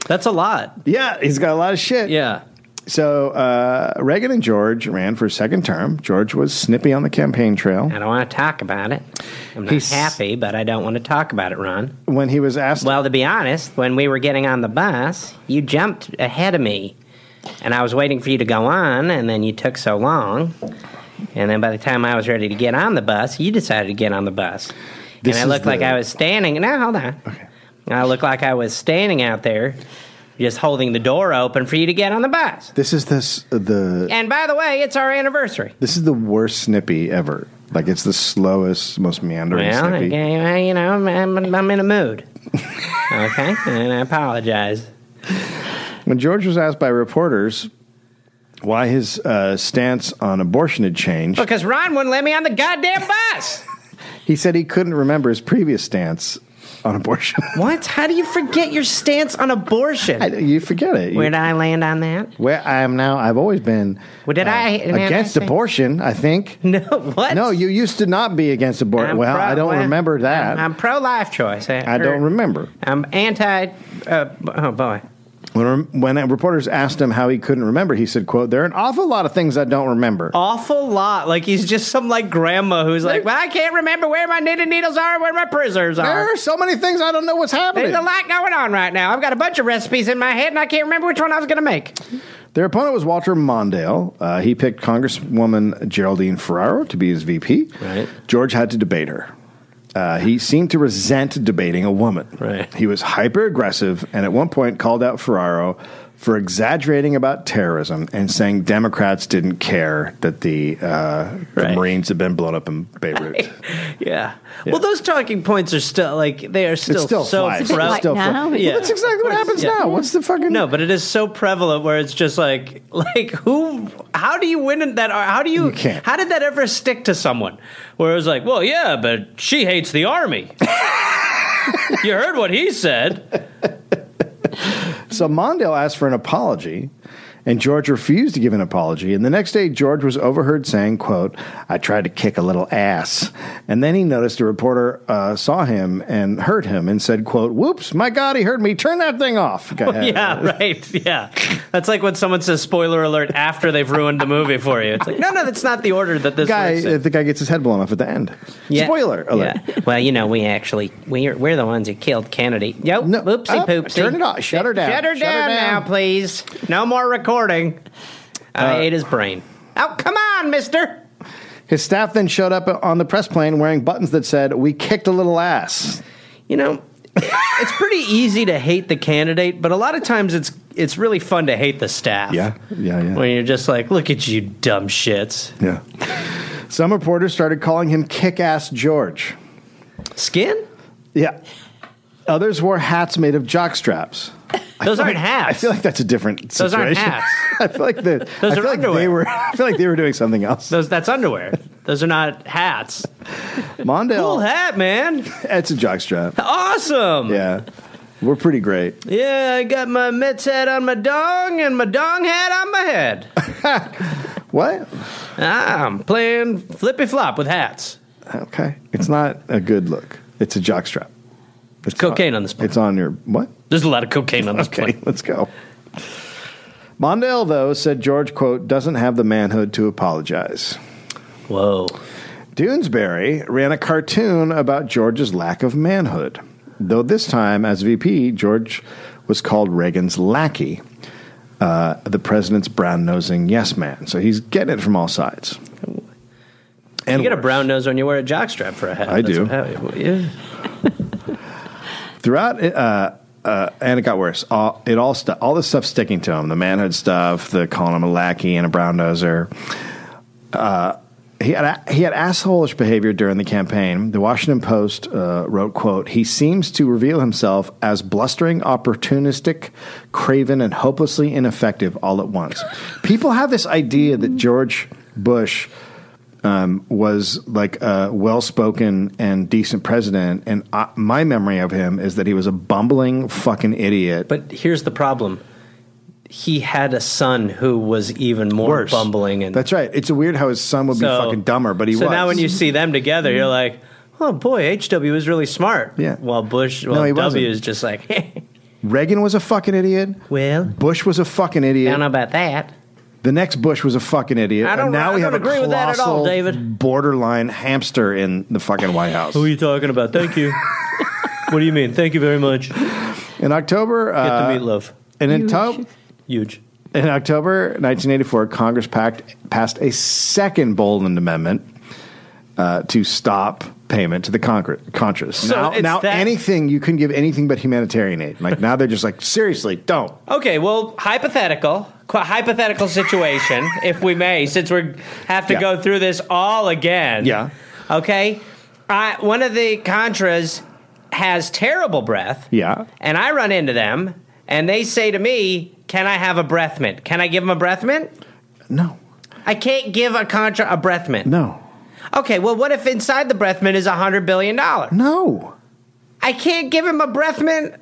S2: That's a lot.
S1: Yeah, he's got a lot of shit.
S2: Yeah.
S1: So uh, Reagan and George ran for a second term. George was snippy on the campaign trail.
S2: I don't want to talk about it. I'm not
S1: He's-
S2: happy, but I don't want to talk about it, Ron.
S1: When he was asked,
S2: Well, to be honest, when we were getting on the bus, you jumped ahead of me and I was waiting for you to go on, and then you took so long. And then by the time I was ready to get on the bus, you decided to get on the bus.
S1: This
S2: and I
S1: is
S2: looked like
S1: the-
S2: I was standing. Now, hold on. Okay. I looked like I was standing out there just holding the door open for you to get on the bus.
S1: This is this the
S2: And by the way, it's our anniversary.
S1: this is the worst snippy ever. Like it's the slowest, most meandering
S2: Well,
S1: snippy.
S2: okay, well, you know, I'm, I'm, I'm in a mood. (laughs) okay, and I apologize.
S1: When George was asked by reporters why his uh, stance on abortion had changed,
S2: Because Ron wouldn't let me on the goddamn bus.
S1: he said he couldn't remember his previous stance on abortion. (laughs)
S2: what? How do you forget your stance on abortion?
S1: I- you forget it. You-
S2: Where did I land on that? (laughs)
S1: where I am now, I've always been uh,
S2: Well, did I-
S1: against
S2: did I say-
S1: abortion. I think.
S2: No, what?
S1: No, you used to not be against abortion.
S2: I'm
S1: Well,
S2: pro-
S1: I don't
S2: well,
S1: remember that.
S2: I'm pro-life choice.
S1: I don't remember.
S2: I'm anti. Uh, oh boy.
S1: When, when reporters asked him how he couldn't remember, he said, "quote There are an awful lot of things I don't remember."
S2: Oh, Awful lot. Like he's just some like grandma who's like, well, I can't remember where my knitted needles are, where my prisoners
S1: There
S2: are.
S1: are so many things I don't know what's happening.
S2: There's a lot going on right now. I've got a bunch of recipes in my head, and I can't remember which one I was going to make. (laughs)
S1: Their opponent was Walter Mondale. Uh, he picked Congresswoman Geraldine Ferraro to be his VP.
S2: Right.
S1: George had to debate her. Uh, he seemed to resent debating a woman.
S2: Right.
S1: He was hyper aggressive and at one point called out Ferraro for exaggerating about terrorism and saying Democrats didn't care that the, uh, the
S2: Right.
S1: Marines had been blown up in Beirut.
S2: Yeah.
S1: Yeah.
S2: Well, those talking points are still like they are still,
S1: still
S2: so
S1: flies. It's a
S7: But
S1: bro-
S2: prevalent.
S7: like
S1: still fun.
S7: now,
S1: Well,
S2: Yeah.
S1: that's exactly what
S2: Of course,
S1: happens
S2: yeah.
S1: now. What's the fucking
S2: No, but it is so prevalent where it's just like (laughs) like who how do you win in that how do you,
S1: You can't.
S2: how did that ever stick to someone? Where it was like, well, yeah, but she hates the
S1: (laughs)
S2: army. you heard what he said.
S1: So Mondale asked for an apology, and George refused to give an apology. And the next day, George was overheard saying, "quote I tried to kick a little ass," and then he noticed a reporter uh, saw him and heard him and said, "quote Whoops, my God, he heard me. Turn that thing off."
S2: (laughs) Yeah, right. Yeah. That's like when someone says spoiler alert after they've ruined the movie for you. It's like, no, no, that's not the order that this
S1: Guy,
S2: works in.
S1: the guy gets his head blown off at the end.
S2: Yeah.
S1: Spoiler alert.
S2: Yeah. Well, you know, we actually we're we're the ones who killed Kennedy. Yep.
S1: No,
S2: Oopsie
S1: up,
S2: poopsie.
S1: turn it off. Shut her down.
S2: Shut her
S1: Shut her
S2: down,
S1: down. Uh,
S2: now, please. No more recording. I ate his brain. Oh, come on, Mister.
S1: His staff then showed up on the press plane wearing buttons that said, "We kicked a little ass."
S2: You know, it's pretty easy to hate the candidate, but a lot of times it's it's really fun to hate the staff.
S1: Yeah. Yeah, yeah.
S2: When you're just like, look at you, dumb shits.
S1: Yeah. Some reporters started calling him "Kick-ass George."
S2: Skin?
S1: Yeah. Others wore hats made of jock straps.
S2: Those aren't hats.
S1: I feel like that's a different
S2: Those
S1: situation.
S2: aren't hats.
S1: (laughs) I feel like the
S2: Those
S1: I
S2: are
S1: feel like they
S2: underwear.
S1: were I feel like they were doing something else.
S2: Those that's underwear. Those are not hats. Cool
S1: Mondale
S2: hat, man.
S1: it's a jock strap.
S2: Awesome.
S1: Yeah. We're pretty great.
S2: Yeah, I got my Mets hat on my dong and my dong hat on my
S1: (laughs)
S2: head. Ah,
S1: What?
S2: I'm playing flippy flop with hats.
S1: Okay. It's not a good look. It's a jock strap. It's
S2: cocaine on this plane.
S1: It's on your what?
S2: There's a lot of cocaine on this
S1: Okay,
S2: plane.
S1: (laughs) let's go. Mondale though said George quote doesn't have the manhood to apologize.
S2: Whoa.
S1: Doonesbury ran a cartoon about George's lack of manhood, though this time, as VP, George was called Reagan's lackey, uh, the president's brown nosing yes man. So he's getting it from all sides.
S2: you
S1: And
S2: get a
S1: worse.
S2: brown nose when you wear a jockstrap for a hat.
S1: I do.
S2: what hap- well, yeah.
S1: throughout. Uh, uh, and it got worse. All, it all stu- all this stuff sticking to him. The manhood stuff, the calling him a lackey and a brown noser. he had he had assholish behavior during the campaign. The Washington Post uh, wrote, "quote He seems to reveal himself as blustering, opportunistic, craven, and hopelessly ineffective all at once." People have this idea that George Bush um, was like a well-spoken and decent president, and I, my memory of him is that he was a bumbling fucking idiot.
S2: But here's the problem. He had a son who was even more bumbling and
S1: That's right. It's weird how his son would be fucking dumber, but he
S2: so
S1: was.
S2: now when you see them together, you're like, oh boy, HW is really smart.
S1: Yeah.
S2: While Bush,
S1: No,
S2: well,
S1: he
S2: W
S1: wasn't.
S2: is just like, (laughs)
S1: Reagan was a fucking idiot.
S2: well,
S1: Bush was a fucking idiot.
S2: I don't know about that.
S1: The next Bush was a fucking idiot,
S2: I don't-
S1: and now
S2: I
S1: we
S2: don't
S1: have a
S2: agree with that at all,
S1: colossal
S2: David.
S1: borderline hamster in the fucking White House.
S2: Who are you talking about? Thank (laughs) you. what do you mean? Thank you very much. Get
S1: In October,
S2: the
S1: uh,
S2: meatloaf.
S1: and in
S7: Huge.
S1: to-
S2: Huge.
S1: In October 1984, Congress packed, passed a second Boland Amendment uh, to stop payment to the Congress. Contras.
S2: So
S1: now,
S2: it's
S1: now
S2: that-
S1: anything you couldn't give anything but humanitarian aid. Like now, they're just like, seriously, don't.
S2: Okay, well, hypothetical, qu- hypothetical situation, (laughs) if we may, since we have to
S1: Yeah.
S2: go through this all again.
S1: Yeah.
S2: Okay. I, one of the Contras has terrible breath.
S1: Yeah.
S2: And I run into them, and they say to me, "Can I have a breath mint? Can I give them a breath mint?
S1: No.
S2: I can't give a Contra a breath mint.
S1: No.
S2: Okay. Well, what if inside the breath mint is a hundred billion dollar?
S1: No.
S2: I can't give him a breath mint.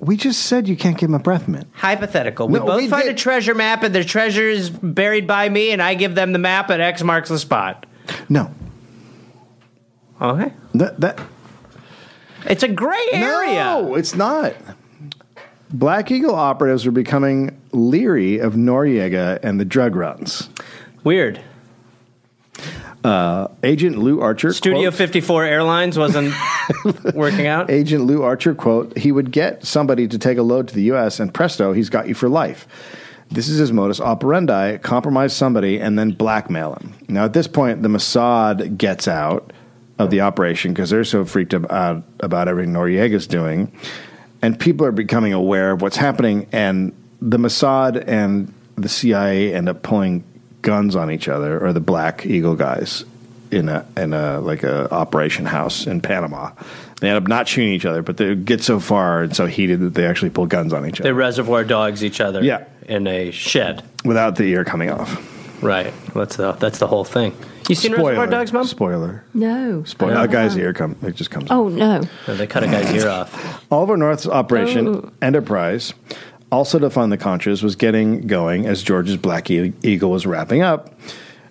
S1: We just said you can't give him a breath mint.
S2: Hypothetical. We
S1: No,
S2: both
S1: we
S2: find
S1: did-
S2: a treasure map, and the treasure is buried by me, and I give them the map, and X marks the spot.
S1: No.
S2: Okay.
S1: That, that,
S2: It's a gray area.
S1: No, it's not. Black Eagle operatives were becoming leery of Noriega and the drug runs.
S2: Weird.
S1: Agent Lou Archer.
S2: Studio
S1: quote,
S2: 54 Airlines
S1: (laughs)
S2: wasn't working out.
S1: Agent Lou Archer, quote, he would get somebody to take a load to the U.S., and presto, he's got you for life. This is his modus operandi compromise somebody and then blackmail him. Now, at this point, the Mossad gets out of the operation because they're so freaked ab- out about everything Noriega's doing. And people are becoming aware of what's happening, and the Mossad and the CIA end up pulling guns on each other, or the Black Eagle guys in a in a like a operation house in Panama. They end up not shooting each other, but they get so far and so heated that they actually pull guns on each
S2: They
S1: other
S2: reservoir dogs each other
S1: Yeah.
S2: in a shed.
S1: without the ear coming off.
S2: Right. That's the that's the whole thing. You seen Reservoir Dogs, mom? Oh,
S1: Spoiler.
S7: No.
S1: Spoiler. A guy's ear come. It just comes.
S7: Oh, no.
S2: No, they cut a guy's ear off.
S1: Oliver North's operation
S7: Oh.
S1: Enterprise, also to fund the Contras, was getting going as George's Black E- Eagle was wrapping up.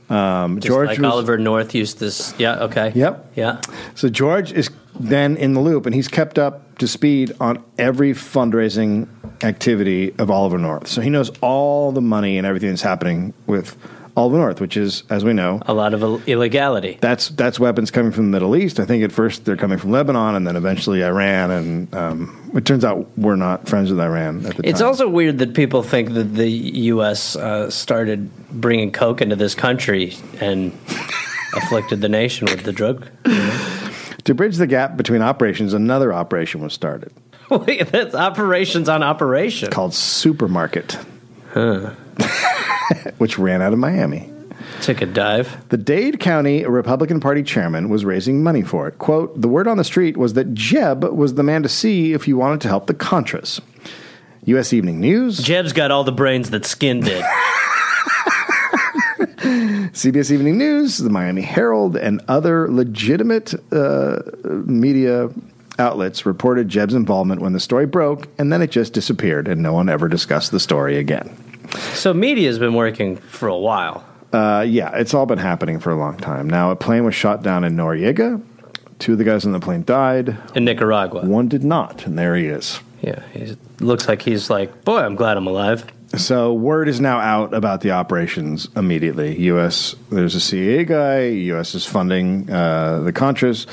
S1: Um,
S2: Just
S1: George
S2: like
S1: was,
S2: Oliver North used this. Yeah. Okay.
S1: Yep.
S2: Yeah.
S1: So George is then in the loop, and he's kept up to speed on every fundraising activity of Oliver North. So he knows all the money and everything that's happening with Oliver North, which is, as we know,
S2: A lot of Ill- illegality.
S1: that's that's weapons coming from the Middle East. I think at first they're coming from Lebanon, and then eventually Iran. And um, it turns out we're not friends with Iran at the
S2: It's
S1: time.
S2: also weird that people think that the U.S. Uh, started bringing coke into this country (laughs) and afflicted the nation with the drug. (laughs)
S1: to bridge the gap between operations. Another operation was started
S2: Wait, that's operations on operation.
S1: called Supermarket, (laughs) which ran out of Miami.
S2: Took a dive.
S1: The Dade County Republican Party chairman was raising money for it. Quote, the word on the street was that Jeb was the man to see if you wanted to help the Contras. U.S. Evening News,
S2: Jeb's got all the brains that Skin (laughs) did.
S1: CBS Evening News, the Miami Herald, and other legitimate uh, media outlets reported Jeb's involvement when the story broke, and then it just disappeared, and no one ever discussed the story again.
S2: so media's been working for a while.
S1: Uh, yeah, it's all been happening for a long time. Now, a plane was shot down in Noriega. Two of the guys on the plane died.
S2: In Nicaragua.
S1: One did not, and there he is.
S2: Yeah, he looks like he's like, boy, I'm glad I'm alive.
S1: So word is now out about the operations immediately. U.S. There's a CIA guy. U.S. is funding uh, the Contras.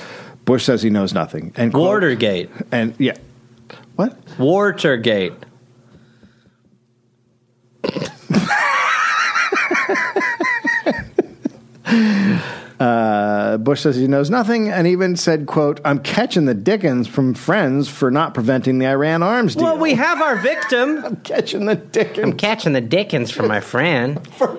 S1: Bush says he knows nothing. And quote-
S2: Watergate,
S1: And yeah, what?
S2: Watergate.
S1: Uh, Bush says he knows nothing, and even said, "quote I'm catching the Dickens from friends for not preventing the Iran arms deal."
S2: Well, we have our victim.
S1: catching the
S2: (laughs)
S1: Dickens
S2: Catching the Dickens from my friend.
S1: for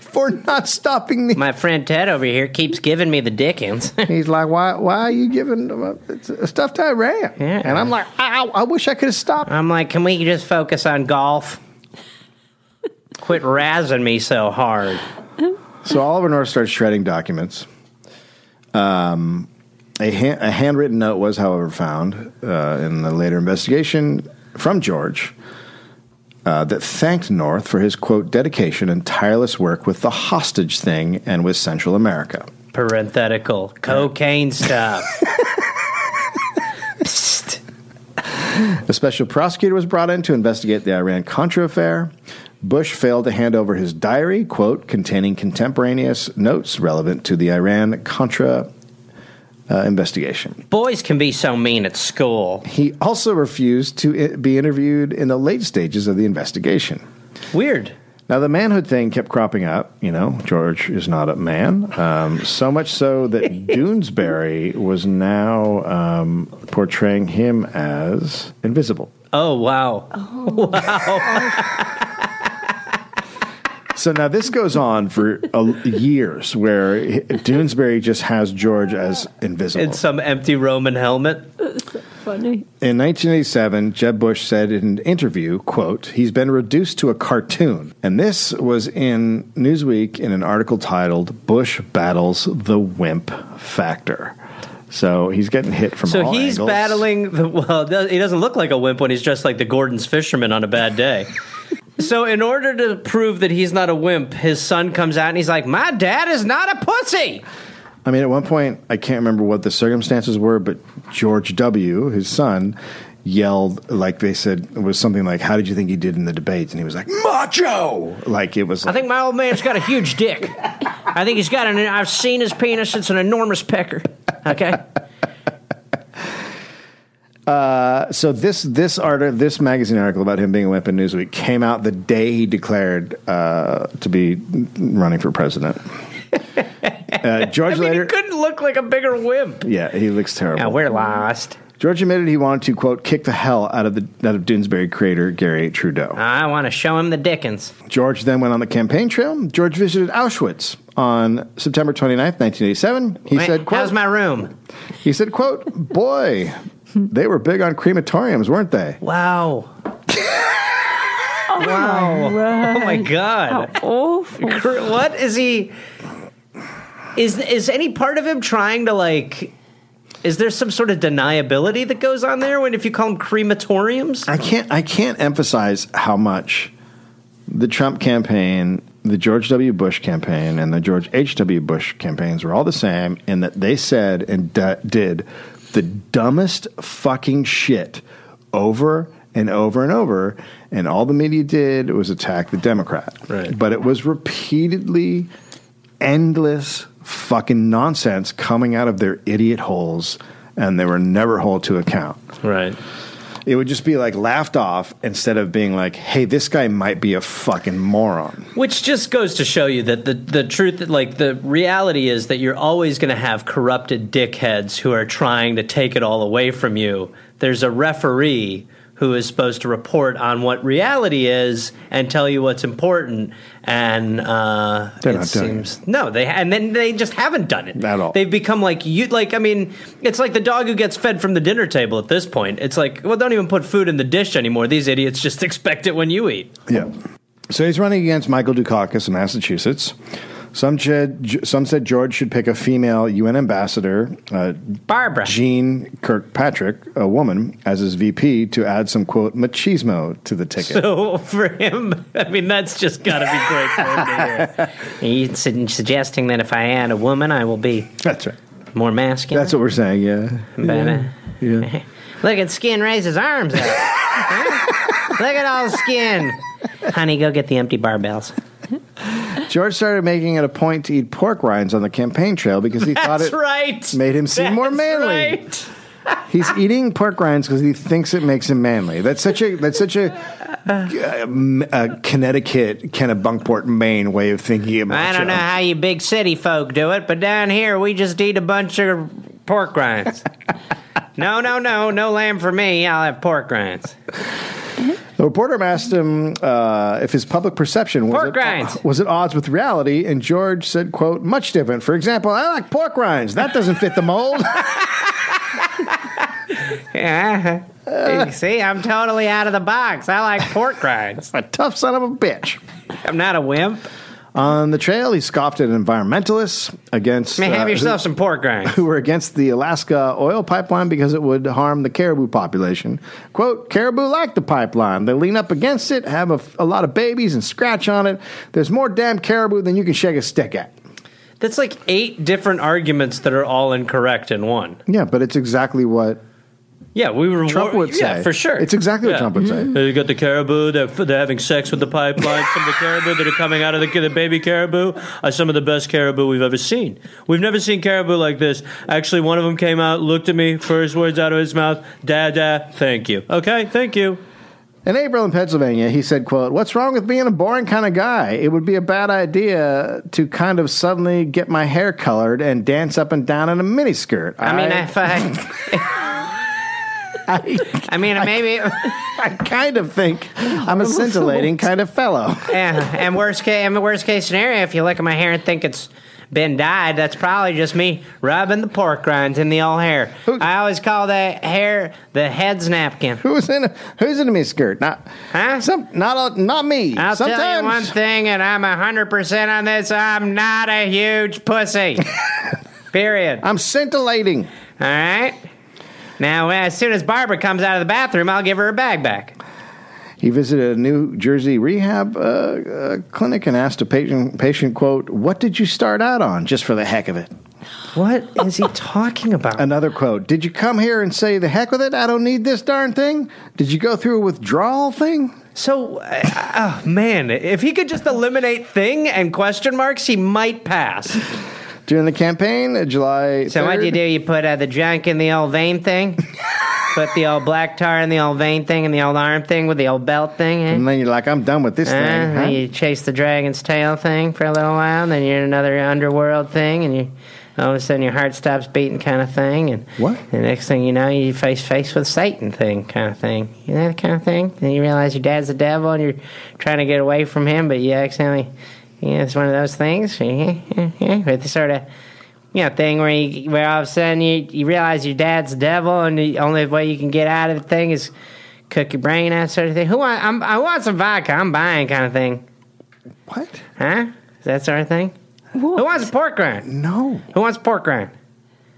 S1: for not stopping the.
S2: My friend Ted over here keeps giving me the Dickens. (laughs)
S1: He's like, "Why? Why are you giving uh, stuff to Iran?"
S2: Yeah.
S1: And I'm like, "Ow! I wish I could have stopped."
S2: I'm like, can we just focus on golf? Quit razzing me so hard.
S1: So Oliver North starts shredding documents. Um, a, ha- a handwritten note was, however, found uh, in the later investigation from George uh, that thanked North for his quote dedication and tireless work with the hostage thing and with Central America.
S2: Parenthetical cocaine stuff.
S1: A special prosecutor was brought in to investigate the Iran Contra affair. Bush failed to hand over his diary, quote, containing contemporaneous notes relevant to the Iran Contra uh, investigation.
S2: Boys can be so mean at school.
S1: He also refused to i- be interviewed in the late stages of the investigation.
S2: Weird.
S1: Now, the manhood thing kept cropping up. You know, George is not a man. Um, so much so that Doonesbury was now um, portraying him as invisible.
S2: Oh wow.
S1: So now this goes on for uh, years where he- Doonesbury just has George as invisible.
S2: In some empty Roman helmet.
S7: Funny.
S1: In 1987, Jeb Bush said in an interview, quote, he's been reduced to a cartoon. And this was in Newsweek in an article titled Bush Battles the Wimp Factor. So he's getting hit from
S2: So
S1: all
S2: he's
S1: angles.
S2: battling the well. th- He doesn't look like a wimp when he's dressed like the Gordon's fisherman on a bad day. so in order to prove that he's not a wimp, his son comes out and he's like, "My dad is not a pussy."
S1: I mean, at one point, I can't remember what the circumstances were, but George W., his son, yelled, like they said, it was something like, How did you think he did in the debates? And he was like, Macho! Like it was
S2: I
S1: like,
S2: think my old man's got a huge dick. I think he's got an. I've seen his penis. It's an enormous pecker. Okay.
S1: so this this article, this magazine article about him being a wimp in Newsweek came out the day he declared uh, to be running for president. (laughs) uh, George
S2: I mean,
S1: later,
S2: he couldn't look like a bigger wimp.
S1: yeah, he looks terrible.
S2: Now we're lost.
S1: George admitted he wanted to quote kick the hell out of the out of Doonesbury creator Gary Trudeau.
S2: I want to show him the Dickens.
S1: George then went on the campaign trail. George visited Auschwitz on September 29th, 1987. He
S2: Wait,
S1: said, quote,
S2: "How's my room?"
S1: He said, quote, boy, they were big on crematoriums, weren't they? (laughs)
S2: Wow.
S1: Oh
S2: wow. Oh my god.
S7: Awful.
S2: Cr- what is he is is any part of him trying to like is there some sort of deniability that goes on there when if you call them crematoriums
S1: I can't I can't emphasize how much the Trump campaign, the George W. Bush campaign, and the George H.W. Bush campaigns were all the same in that they said and d- did the dumbest fucking shit over and over and over. And all the media did was attack the Democrat.
S2: Right.
S1: But it was repeatedly endless fucking nonsense coming out of their idiot holes, and they were never held to account
S2: right
S1: it would just be like laughed off instead of being like, hey, this guy might be a fucking moron.
S2: which just goes to show you that the the truth like the reality is that you're always going to have corrupted dickheads who are trying to take it all away from you there's a referee who is supposed to report on what reality is and tell you what's important and uh
S1: They're
S2: it
S1: not doing
S2: seems no they and then they just haven't done it
S1: At all.
S2: they've become like you like i mean it's like the dog who gets fed from the dinner table at this point it's like well don't even put food in the dish anymore these idiots just (laughs) expect it when you eat
S1: Yeah. So he's running against Michael Dukakis in Massachusetts. Some, said some said George should pick a female UN ambassador, uh,
S2: barbara
S1: Jean Kirkpatrick, a woman, as his VP to add some, quote, machismo to the
S2: (laughs)
S1: ticket.
S2: So for him, I mean, that's just got to be great for (laughs) him to hear. He's su- suggesting that if I add a woman, I will be
S1: That's right.
S2: more masculine.
S1: That's what we're saying, yeah.
S2: But, uh, (laughs)
S1: yeah.
S2: look at Skin raise his arms up. Huh? look at all Skin. Honey, go get the empty barbells.
S1: George started making it a point to eat pork rinds on the campaign trail because he thought
S2: That's
S1: it
S2: right.
S1: made him seem more
S2: That's
S1: manly.
S2: right.
S1: He's
S2: Ah.
S1: eating pork rinds because he thinks it makes him manly. That's such a that's such a, uh, a Connecticut kind of Bunkport, Maine way of thinking about.
S2: I don't know how you big city folk do it, but down here we just eat a bunch of pork
S1: (laughs)
S2: rinds. no, no, no, no lamb for me. I'll have pork rinds.
S1: The reporter asked him uh, if his public perception was
S2: Pork
S1: at,
S2: rinds.
S1: was at odds with reality, and George said, "quote Much different. For example, I like pork rinds. That doesn't fit the mold." (laughs)
S2: Yeah. You see, I'm totally out of the box. I like pork rinds.
S1: a tough son of a bitch.
S2: I'm not a wimp.
S1: On the trail, he scoffed at environmentalists against.
S2: Man, have
S1: uh,
S2: yourself some pork rinds.
S1: who were against the Alaska oil pipeline because it would harm the caribou population. Quote, caribou like the pipeline. They lean up against it, have a, a lot of babies, and scratch on it. There's more damn caribou than you can shake a stick at.
S2: That's like eight different arguments that are all incorrect in one.
S1: Yeah, but it's exactly what
S2: Yeah, we were
S1: Trump would
S2: yeah,
S1: say.
S2: for sure.
S1: It's exactly what
S2: Yeah.
S1: Trump would say.
S2: You got the caribou. They're, they're having sex with the pipeline. Some (laughs) of the caribou that are coming out of the, the baby caribou are some of the best caribou we've ever seen. We've never seen caribou like this. Actually, one of them came out, looked at me, first words out of his mouth, "Dad, dad, thank you." Okay, thank you.
S1: In April in Pennsylvania, he said, quote, What's wrong with being a boring kind of guy? It would be a bad idea to kind of suddenly get my hair colored and dance up and down in a miniskirt.
S2: I (laughs) mean, if I,
S1: (laughs) I,
S2: I mean, maybe,
S1: (laughs) I kind of think I'm a scintillating kind of fellow.
S2: and, and worst case, and the worst case scenario, if you look at my hair and think it's been dyed, that's probably just me rubbing the pork rinds in the old hair.
S1: Who-
S2: I always call that hair the head's napkin.
S1: Who's in a who's in a miniskirt? Not
S2: Huh?
S1: some not a, not me.
S2: I'll
S1: Sometimes
S2: tell you one thing, and I'm 100% on this I'm not a huge
S1: (laughs)
S2: pussy. Period. All
S1: I'm scintillating.
S2: right? Now, as soon as Barbara comes out of the bathroom, I'll give her her bag back.
S1: He visited a New Jersey rehab uh, uh, clinic and asked a patient, patient, quote, What did you start out on just for the heck of it?
S2: What is he talking about?
S1: Another quote, Did you come here and say the heck with it? I don't need this darn thing? Did you go through a withdrawal thing?
S2: So, uh, oh man, if he could just eliminate thing and question marks, he might pass.
S1: During the campaign, uh, July.
S2: So, what do you
S1: 3rd,
S2: do? You put uh, the junk in the old vein
S1: (laughs)
S2: thing, put the old black tar in the old vein thing, and the old arm thing with the old belt thing. Eh?
S1: And then you're like, I'm done with this
S2: Uh,
S1: thing.
S2: then
S1: huh?
S2: You chase the dragon's tail thing for a little while, and then you're in another underworld thing, and you all of a sudden your heart stops beating, kind of thing. And
S1: What?
S2: The next thing you know, you face face with Satan thing, kind of thing. You know that kind of thing. Then you realize your dad's the devil, and you're trying to get away from him, but you accidentally, you know, it's one of those things. (laughs) With the sort of. You know, thing where you, where all of a sudden you, you realize your dad's the devil, and the only way you can get out of the thing is cook your brain out, sort of thing. Who want, I'm, I want some vodka. I'm buying, kind of thing.
S1: What?
S2: Huh? Is that sort of thing?
S7: What?
S2: Who wants a pork rind?
S1: No,
S2: Who wants pork rind?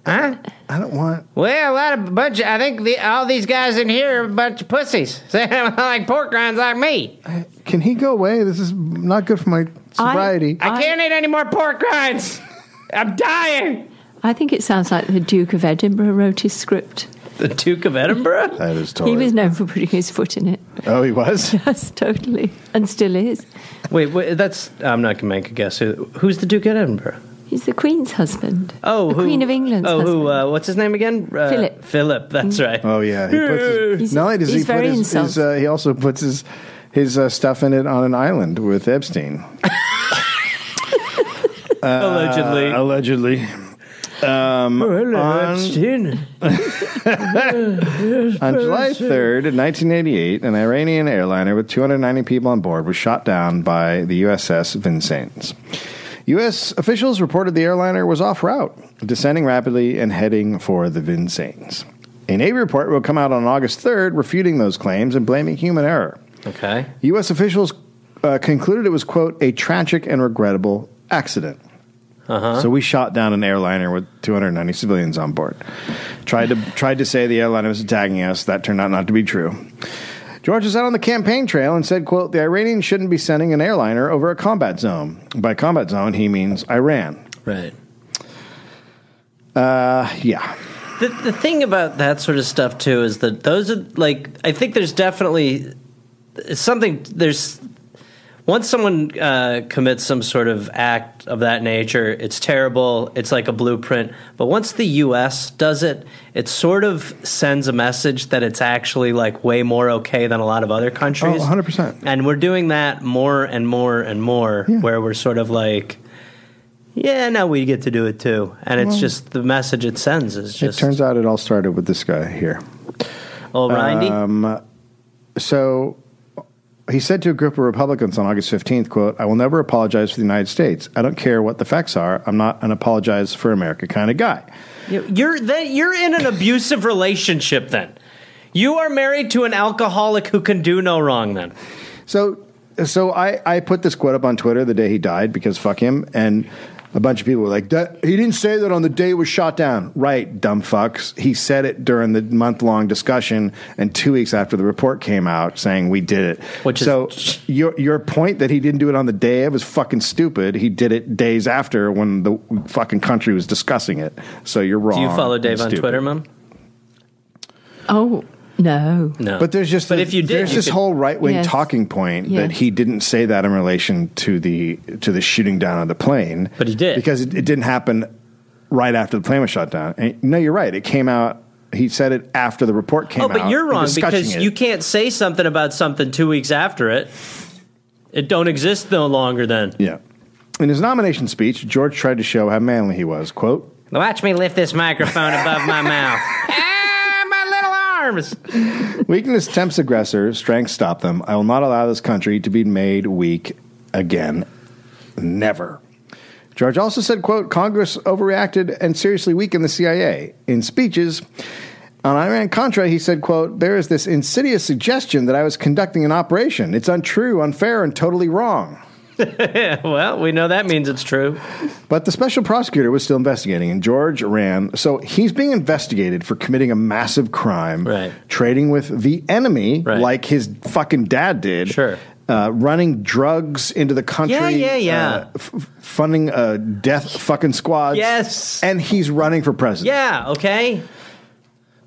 S2: Huh?
S1: I don't want.
S2: Well, a lot of bunch. I think the, all these guys in here are a bunch of pussies. (laughs) They don't like pork rinds like me.
S1: I- Can he go away? This is not good for my
S7: I-
S1: sobriety.
S2: I,
S7: I-
S2: can't eat any more pork rinds. (laughs) I'm dying.
S7: I think it sounds like the Duke of Edinburgh wrote his script.
S2: The Duke of Edinburgh.
S1: that is
S7: He was known for putting his foot in it. (laughs)
S1: oh, he was?
S7: Yes, totally. And still is.
S2: Wait, wait, that's. I'm not gonna make a guess. Who, who's the Duke of Edinburgh?
S7: He's the Queen's husband.
S2: Oh,
S7: the
S2: who,
S7: Queen of England's
S2: Oh,
S7: husband.
S2: who? Uh, what's his name again? Uh,
S7: Philip. Mm.
S2: Philip. That's right.
S1: Oh yeah, he puts his,
S7: (laughs) He's-
S1: not only does he
S7: he's
S1: put
S7: very
S1: his, his uh, he also puts his his uh, stuff in it on an island with Epstein.
S2: (laughs) Allegedly.
S1: allegedly. uh, on- On
S7: (laughs) Oh,
S1: July 3rd, 1988, an Iranian airliner with 290 people on board was shot down by the USS Vincennes. U.S. officials reported the airliner was off route, descending rapidly and heading for the Vincennes. A Navy report will come out on August 3rd refuting those claims and blaming human error.
S2: Okay.
S1: U.S. officials uh, concluded it was, quote, a tragic and regrettable accident. So we shot down an airliner with 290 civilians on board. Tried to tried to say the airliner was attacking us. That turned out not to be true. George was out on the campaign trail and said, "quote The Iranians shouldn't be sending an airliner over a combat zone. By combat zone, he means Iran.
S2: Right.
S1: Uh, yeah,
S2: The, the thing about that sort of stuff too is that those are like I think there's definitely something there's once someone uh, commits some sort of act of that nature, it's terrible. It's like a blueprint. But once the U.S. does it, it sort of sends a message that it's actually like way more okay than a lot of other
S1: Oh,
S2: countries.
S1: 100%.
S2: And we're doing that more and more and more,
S1: Yeah.
S2: where we're sort of like. Yeah, now we get to do it too, and it's just the message it sends is just
S1: it turns out it all started with this guy here.
S2: Oh, Rindy.
S1: Um, so he said to a group of Republicans on August 15th, quote, I will never apologize for the United States. I don't care what the facts are. I'm not an apologize for America kind of guy.
S2: you're that you're in an abusive relationship. Then you are married to an alcoholic who can do no wrong. Then
S1: So so I, I put this quote up on Twitter the day he died because fuck him. And a bunch of people were like, that, he didn't say that on the day he was shot down. Right, dumb fucks. He said it during the month long discussion and two weeks after the report came out saying we did it.
S2: Which is-
S1: so your, your point that he didn't do it on the day of is fucking stupid. He did it days after when the fucking country was discussing it. So you're wrong.
S2: do you follow Dave
S1: and
S2: on
S1: stupid.
S2: Twitter, Mom?
S7: Oh, no.
S2: uh, No,
S1: But there's just
S2: but
S1: the-
S2: if you did,
S1: there's
S2: you
S1: this
S2: could-
S1: whole right wing
S7: Yes.
S1: talking point
S7: Yeah.
S1: that he didn't say that in relation to the to the shooting down of the plane,
S2: But he did.
S1: because it, it didn't happen right after the plane was shot down. And, no, you're right. It came out He said it after the report came
S2: Oh,
S1: out.
S2: but you're
S1: and
S2: wrong
S1: discussing
S2: because
S1: it.
S2: you can't say something about something two weeks after it. It don't exist no longer. Then
S1: Yeah. In his nomination speech, George tried to show how manly he was. Quote,
S2: watch me lift this microphone above my mouth. Ah, my little arms.
S1: Weakness tempts aggressors, strength stop them. I will not allow this country to be made weak again. Never. George also said, quote, Congress overreacted and seriously weakened the CIA. In speeches on Iran Contra, he said, quote, there is this insidious suggestion that I was conducting an operation. It's untrue, unfair, and totally wrong.
S2: (laughs) Well, we know that means it's true.
S1: But the special prosecutor was still investigating, and George ran. So he's being investigated for committing a massive crime,
S2: Right.
S1: trading with the enemy,
S2: Right.
S1: like his fucking dad did.
S2: Sure.
S1: Uh, running drugs into the country.
S2: Yeah, yeah, yeah.
S1: uh, f- f- funding a death fucking squad.
S2: Yes.
S1: And he's running for president.
S2: Yeah. Okay.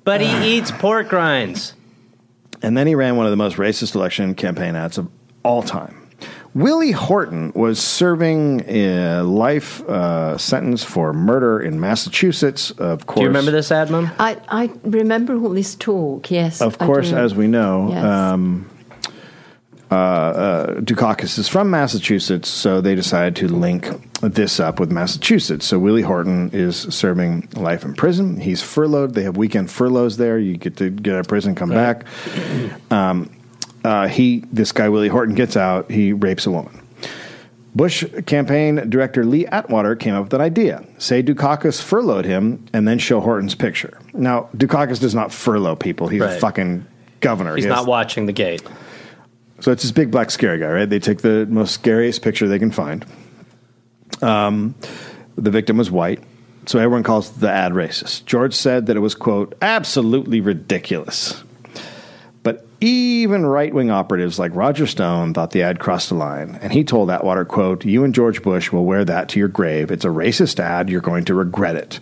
S2: But he eats pork rinds.
S1: And then he ran one of the most racist election campaign ads of all time. Willie Horton was serving a life uh, sentence for murder in Massachusetts. Of course,
S2: Do you remember this ad, Mom?
S7: I, I remember all this talk, yes.
S1: Of course, as we know,
S7: Yes.
S1: um, uh, uh, Dukakis is from Massachusetts, so they decided to link this up with Massachusetts. So Willie Horton is serving life in prison. He's furloughed. They have weekend furloughs there. You get to get out of prison, come back. Um, uh, he, this guy Willie Horton, gets out. He rapes a woman. Bush campaign director Lee Atwater came up with an idea. Say Dukakis furloughed him and then show Horton's picture. Now, Dukakis does not furlough people. He's a
S2: Right.
S1: fucking governor.
S2: He's
S1: He
S2: not
S1: has-
S2: watching the gate.
S1: So it's this big black scary guy, right? They take the most scariest picture they can find. Um, the victim was white. So everyone calls the ad racist. George said that it was, quote, absolutely ridiculous. But even right wing operatives like Roger Stone thought the ad crossed the line, and he told Atwater, quote, You and George Bush will wear that to your grave. It's a racist ad. You're going to regret it.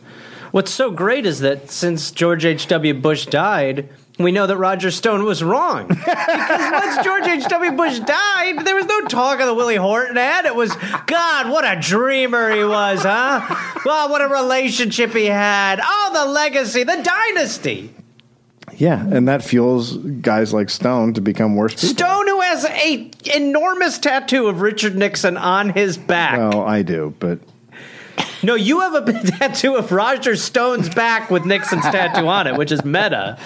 S2: What's so great is that since George H.W. Bush died, we know that Roger Stone was wrong. (laughs) because once George H.W. Bush died, there was no talk of the Willie Horton ad. It was, God, what a dreamer he was, huh? Wow, what a relationship he had. Oh, the legacy, the dynasty.
S1: Yeah. And that fuels guys like Stone to become worse people.
S2: Stone, who has a enormous tattoo of Richard Nixon on his back.
S1: Well, I do, but
S2: No, you have a (laughs) tattoo of Roger Stone's back with Nixon's tattoo on it, which is meta.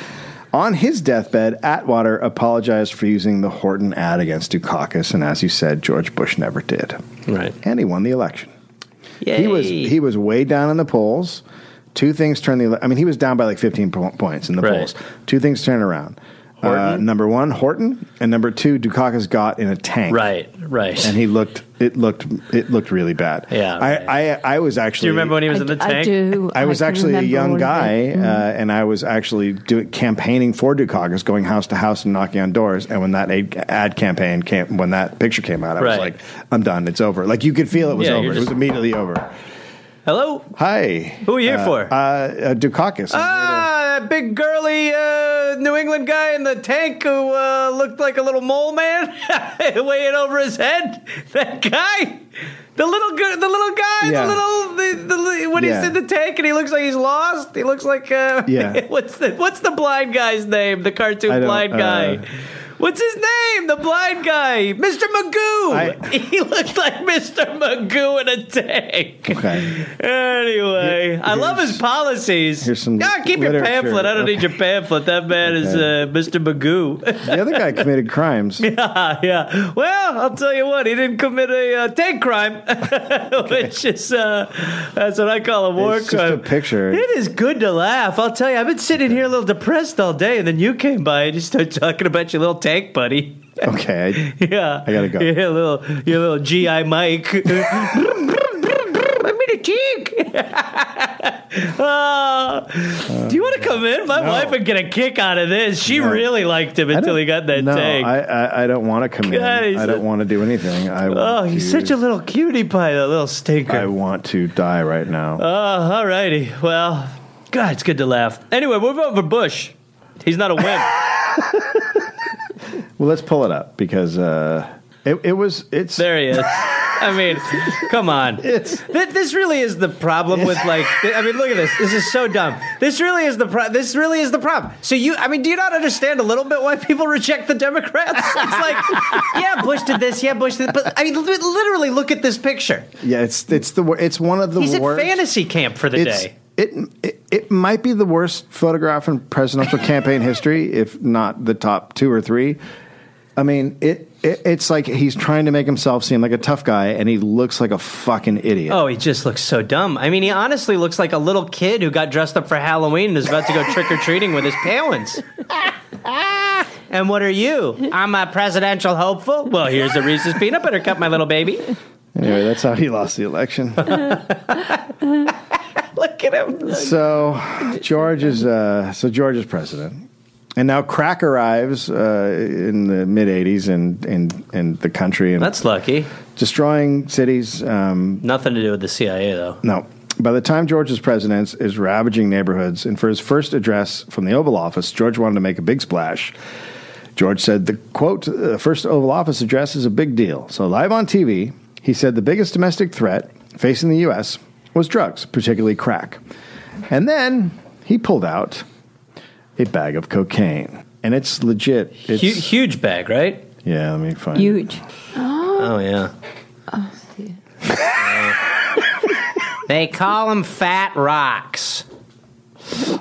S1: On his deathbed, Atwater apologized for using the Horton ad against Dukakis, and as you said, George Bush never did.
S2: Right.
S1: And he won the election. He was he was way down in the polls. Two things turned the. ele- I mean, he was down by like fifteen po- points in the
S2: Right.
S1: polls. Two things turned around. Uh,
S2: Horton?
S1: number one, Horton, and number two, Dukakis got in a tank.
S2: Right, right.
S1: And he looked. It looked. It looked really bad.
S2: Yeah,
S1: I.
S2: right.
S1: I, I was actually.
S2: Do you remember when he was
S7: I,
S2: in the
S7: I
S2: tank?
S7: do.
S1: I was
S7: can
S1: actually a
S7: remember Mm-hmm. all
S1: young
S7: of
S1: guy,
S7: it.
S1: uh, and I was actually doing campaigning for Dukakis, going house to house and knocking on doors. And when that ad, ad campaign came, when that picture came out, I was
S2: Right.
S1: like, "I'm done. It's over." Like you could feel it was
S2: Yeah,
S1: over.
S2: you're
S1: It was
S2: just-
S1: immediately over.
S2: Hello?
S1: Hi,
S2: Who are you here
S1: Uh,
S2: for?
S1: Uh, uh, Dukakis.
S2: Ah, that big girly uh, New England guy in the tank who uh, looked like a little mole man (laughs) weighing over his head. (laughs) That guy. The little gu- the little guy,
S1: Yeah.
S2: the little the, the li- when
S1: Yeah.
S2: he's in the tank and he looks like he's lost. He looks like uh,
S1: Yeah.
S2: (laughs) what's the what's the blind guy's name? The
S1: I
S2: cartoon
S1: don't-
S2: blind guy.
S1: uh,
S2: What's his name? The blind guy, Mr. Magoo.
S1: I-
S2: (laughs) he looked like Mr. Magoo in a tank.
S1: Okay.
S2: (laughs) Anyway, I love his policies.
S1: here's some
S2: Ah, keep your
S1: literature.
S2: pamphlet. I don't
S1: Okay.
S2: need your pamphlet. That man is uh, Mr. Magoo. (laughs)
S1: the other guy committed crimes.
S2: yeah, yeah. Well, I'll tell you what. He didn't commit a uh, tank crime, (laughs) which is uh, that's what I call a war
S1: It's just
S2: crime.
S1: a picture.
S2: It is good to laugh. I'll tell you. I've been sitting here a little depressed all day, and then you came by and you started talking about your little tank buddy. (laughs)
S1: Okay, I,
S2: Yeah,
S1: I gotta go.
S2: Yeah, little, your little GI Mike. (laughs) I mean a cheek. (laughs) Ah. do you want to come in? My wife would get a kick out of this. She really liked him
S1: I
S2: until
S1: don't-
S2: he got that
S1: no,
S2: tank.
S1: I, I, I don't want to come
S2: God,
S1: in.
S2: he's
S1: I don't
S2: a-
S1: want to do anything. I
S2: oh,
S1: want
S2: he's
S1: to-
S2: such a little cutie pie, that little stinker.
S1: I want to die right now.
S2: oh, all righty. Well, God, it's good to laugh. Anyway, we're voting for Bush. He's not a
S1: (laughs)
S2: wimp.
S1: well, let's pull it up because uh, it, it was. It's
S2: there he is. I mean, come on.
S1: It's-
S2: Th- this really is the problem with like. th- I mean, look at this. This is so dumb. This really is the pro- This really is the problem. So you, I mean, do you not understand a little bit why people reject the Democrats? It's like,
S1: (laughs)
S2: yeah, Bush did this. Yeah, Bush did. But I mean, li- literally, look at this picture.
S1: Yeah, it's it's the wor- it's one of the
S2: He's at
S1: worst.
S2: fantasy camp for the
S1: it's,
S2: day.
S1: It, it it might be the worst photograph in presidential campaign history, if not the top two or three. I mean, it, it it's like he's trying to make himself seem like a tough guy, and he looks like a fucking idiot.
S2: Oh, he just looks so dumb. I mean, he honestly looks like a little kid who got dressed up for Halloween and is about to go trick or treating with his
S1: (laughs)
S2: parents. and what are you? I'm a presidential hopeful. Well, here's a Reese's peanut butter cup, my little baby.
S1: Anyway, that's how he lost the election.
S2: (laughs) Look at him.
S1: so George is uh, so George is president, and now crack arrives uh, in the mid '80s and and and the country and
S2: That's lucky.
S1: destroying cities. Um,
S2: Nothing to do with the CIA, though.
S1: No. By the time George's presidency is ravaging neighborhoods, and for his first address from the Oval Office, George wanted to make a big splash. George said, "The quote, the first Oval Office address is a big deal." So live on TV, he said the biggest domestic threat facing the U.S. was drugs, particularly crack. And then he pulled out a bag of cocaine, and it's legit. It's,
S2: Hu- huge bag, right?
S1: yeah, let me find.
S7: Huge.
S2: Oh, (laughs) yeah. they call him Fat Rocks.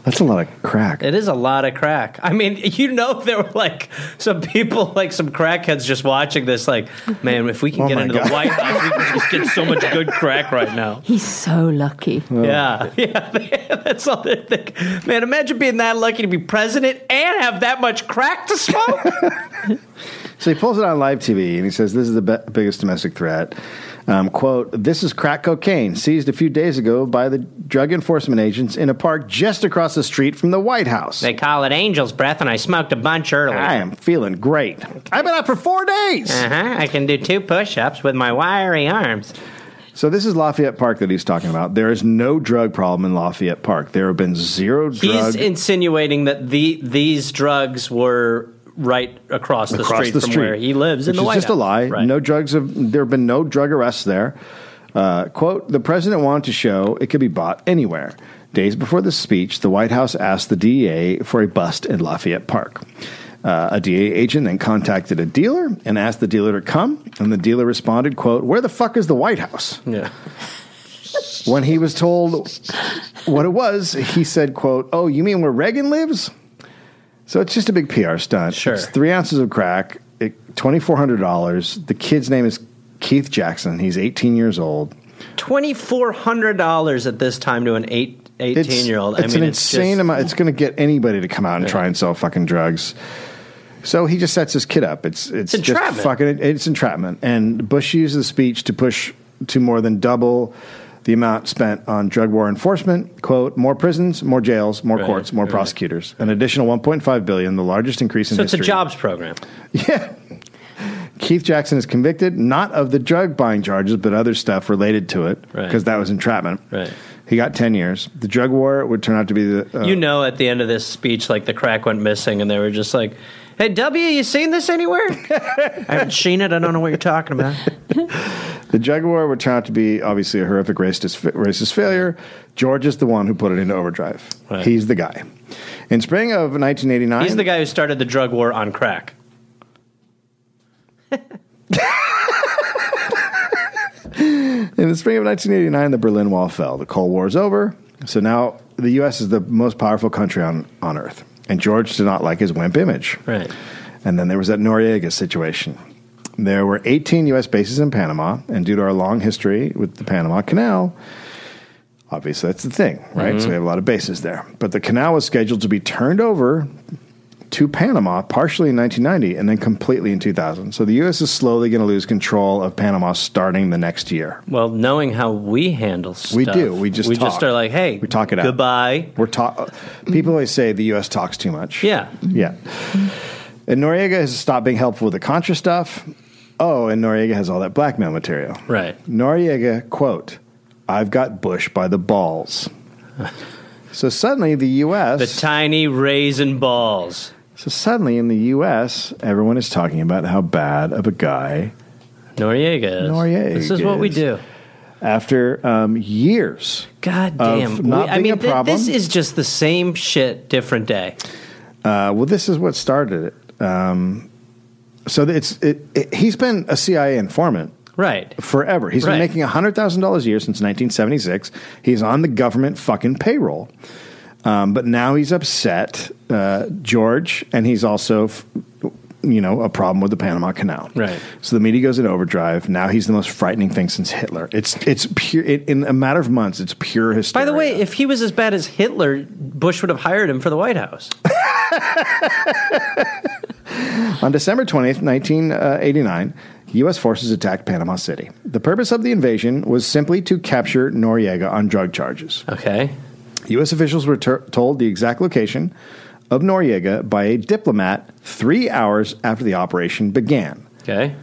S1: That's a lot of crack.
S2: It is a lot of crack. I mean, you know, there were like some people, like some crackheads, just watching this. Like, man, if we can
S1: Oh
S2: get
S1: my
S2: into
S1: God.
S2: the White House, we can just get so much good crack right now.
S7: He's so lucky.
S2: (laughs) Yeah, (laughs) yeah, that's all they think. Man, imagine being that lucky to be president and have that much crack to smoke.
S1: So he pulls it on live TV and he says, This is the be- biggest domestic threat. Um, quote, This is crack cocaine seized a few days ago by the drug enforcement agents in a park just across the street from the White House.
S2: they call it angel's breath, and I smoked a bunch earlier.
S1: I am feeling great. I've been up for four days.
S2: Uh huh. I can do two push-ups with my wiry arms.
S1: So this is Lafayette Park that he's talking about. There is no drug problem in Lafayette Park. There have been zero drug
S2: He's insinuating that the these drugs were right across the,
S1: across
S2: street,
S1: the
S2: from
S1: street
S2: where he lives in
S1: which
S2: the
S1: is
S2: White
S1: just a
S2: House.
S1: lie.
S2: Right.
S1: No drugs have. There have been no drug arrests there. Uh, quote: The president wanted to show it could be bought anywhere. Days before the speech, the White House asked the DEA for a bust in Lafayette Park. Uh, a DEA agent then contacted a dealer and asked the dealer to come, and the dealer responded, "Quote: Where the fuck is the White House?" (laughs)
S2: Yeah.
S1: When he was told what it was, he said, quote, Oh, you mean where Reagan lives? So it's just a big PR stunt.
S2: Sure.
S1: It's three ounces of crack, it- $2,400. The kid's name is Keith Jackson. He's 18 years old.
S2: Twenty four hundred dollars at this time to an eight, 18
S1: It's-
S2: year old.
S1: It's
S2: I mean,
S1: an
S2: it's
S1: insane
S2: just,
S1: amount. It's going to get anybody to come out and try and sell fucking drugs. So he just sets his kid up. It's it's,
S2: It's
S1: just
S2: entrapment.
S1: fucking it's entrapment. And Bush used the speech to push to more than double the amount spent on drug war enforcement. Quote: More prisons, more jails, more
S2: Right,
S1: courts, more
S2: right.
S1: prosecutors. An additional 1.5 billion, the largest increase in
S2: So it's a
S1: history.
S2: jobs program.
S1: Yeah. (laughs) Keith Jackson is convicted not of the drug buying charges, but other stuff related to it,
S2: Right.
S1: because that was entrapment.
S2: Right.
S1: He got ten years. The drug war would turn out to be the uh,
S2: you know, at the end of this speech, like the crack went missing, and they were just like, "Hey, W, you seen this
S1: (laughs)
S2: anywhere? I haven't seen it. I don't know what you're talking about."
S1: the drug war would turn out to be obviously a horrific racist fa- racist failure. George is the one who put it into overdrive.
S2: Right.
S1: He's the guy. In spring of 1989,
S2: He's the guy who started the drug war on crack.
S1: In the spring of 1989, the Berlin Wall fell. The Cold War is over. So now the U.S. is the most powerful country on, on earth. And George did not like his wimp image.
S2: Right.
S1: And then there was that Noriega situation. There were 18 U.S. bases in Panama. And due to our long history with the Panama Canal, obviously that's the thing, right? So we have a lot of bases there. But the canal was scheduled to be turned over to Panama partially in 1990 and then completely in 2000. So the U.S. is slowly going to lose control of Panama starting the next year.
S2: Well, knowing how we handle stuff,
S1: We do. We just
S2: we
S1: talk.
S2: just are like, "Hey,
S1: we talk it out.
S2: Goodbye."
S1: We're talk. People always say the U.S. talks too much.
S2: Yeah.
S1: yeah. And Noriega has stopped being helpful with the Contra stuff. Oh, and Noriega has all that blackmail material.
S2: Right.
S1: Noriega quote: "I've got Bush by
S2: (laughs)
S1: the balls." so suddenly, the U.S.
S2: The tiny raisin balls.
S1: so suddenly in the U.S., everyone is talking about how bad of a guy
S2: Noriegas. This is what we
S1: Noriegas.
S2: do.
S1: After um, years,
S2: God damn.
S1: Of not
S2: We- I
S1: being
S2: mean,
S1: a
S2: thi-
S1: problem.
S2: this is just the same shit, different day.
S1: uh, well, this is what started it. Um, so it's it, it, he's been a CIA informant
S2: Right.
S1: forever. He's been
S2: Right.
S1: making hundred thousand dollars a year since 1976. He's on the government fucking payroll, um, but now he's upset, uh, George, and he's also, f- you know, a problem with the Panama Canal.
S2: Right.
S1: So the media goes in overdrive. Now he's the most frightening thing since Hitler. It's it's pure it, in a matter of months. It's pure hysteria.
S2: By the way, if he was as bad as Hitler, Bush would have hired him for the White
S1: (laughs)
S2: House.
S1: On December 20th, 1989, U.S. forces attacked Panama City. The purpose of the invasion was simply to capture Noriega on drug charges.
S2: Okay.
S1: U.S. officials were ter- told the exact location of Noriega by a diplomat three hours after the operation began.
S2: Okay.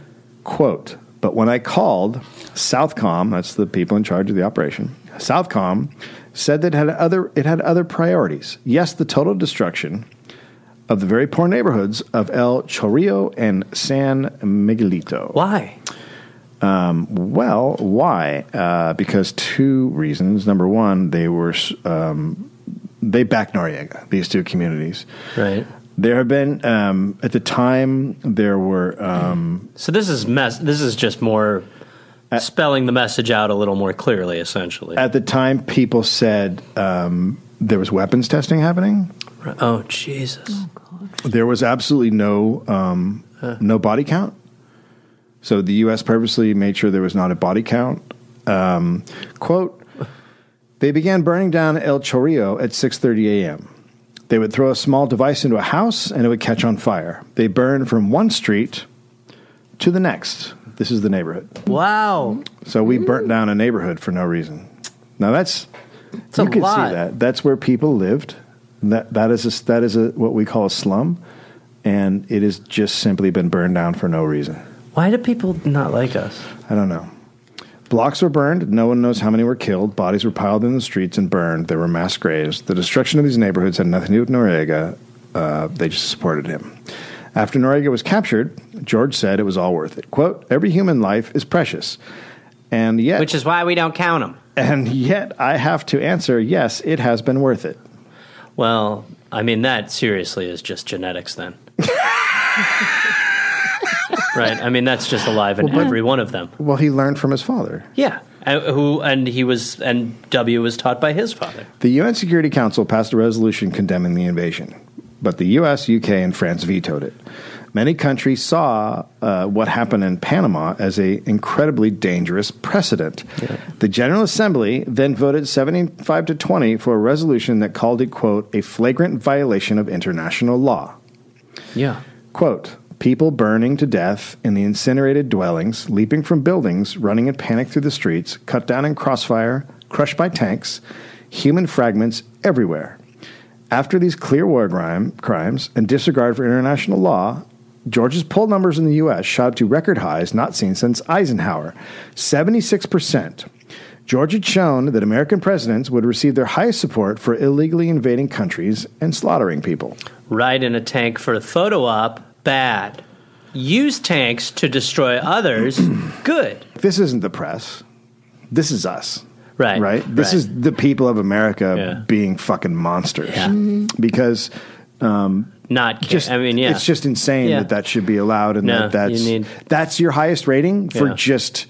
S1: Quote, but when I called, Southcom, that's the people in charge of the operation, Southcom said that it had other, it had other priorities. Yes, the total destruction of the very poor neighborhoods of El Chorrillo and San Miguelito.
S2: Why?
S1: Well, why? Uh, because two reasons. Number one, they were um, they backed Noriega. These two communities.
S2: Right.
S1: There have been um, at the time there were um,
S2: So this is mess. This is just more spelling the message out a little more clearly, essentially.
S1: at the time people said um, there was weapons testing happening.
S2: oh Jesus!
S1: There was absolutely no um, no body count. So the U.S. purposely made sure there was not a body count. Um, quote: They began burning down El Chorrillo at 6:30 a.m. They would throw a small device into a house and it would catch on fire. They burned from one street to the next. This is the neighborhood.
S2: Wow,
S1: So we burnt down a neighborhood for no reason. Now that's
S2: It's a
S1: you can
S2: lot.
S1: see that. That's where people lived. That that is a, that is a, what we call a slum, and it has just simply been burned down for no reason.
S2: why do people not like us?
S1: I don't know. Blocks were burned. No one knows how many were killed. Bodies were piled in the streets and burned. There were mass graves. The destruction of these neighborhoods had nothing to do with Noriega. Uh, they just supported him. After Noriega was captured, George said it was all worth it. "Quote: Every human life is precious, and yet
S2: Which is why we don't count them.
S1: and yet I have to answer, yes, it has been worth it.
S2: Well, I mean that seriously is just genetics, (laughs) then. right. I mean that's just alive in every one of them.
S1: Well, he learned from his father.
S2: Yeah. And who and he was and W was taught by his father.
S1: The UN Security Council passed a resolution condemning the invasion, but the US, UK, and France vetoed it. Many countries saw uh, what happened in Panama as an incredibly dangerous precedent. The General Assembly then voted 75 to 20 for a resolution that called it, quote, a flagrant violation of international law.
S2: Yeah.
S1: Quote People burning to death in the incinerated dwellings, leaping from buildings, running in panic through the streets, cut down in crossfire, crushed by tanks, human fragments everywhere. After these clear war crime, crimes and disregard for international law, Georgia's poll numbers in the U.S. shot up to record highs not seen since Eisenhower 76%. Georgia had shown that American presidents would receive their highest support for illegally invading countries and slaughtering people.
S2: Ride in a tank for a photo op, bad. Use tanks to destroy (clears throat) others, good.
S1: this isn't the press. This is us.
S2: Right,
S1: Right? This
S2: right.
S1: is the people of America
S2: Yeah.
S1: being fucking monsters. Mm-hmm.
S2: Yeah.
S1: Because
S2: Not
S1: just
S2: just. I mean, yeah.
S1: it's just insane
S2: Yeah.
S1: that that should be allowed and
S2: No,
S1: that that's
S2: you need-
S1: that's your highest rating for
S2: Yeah.
S1: just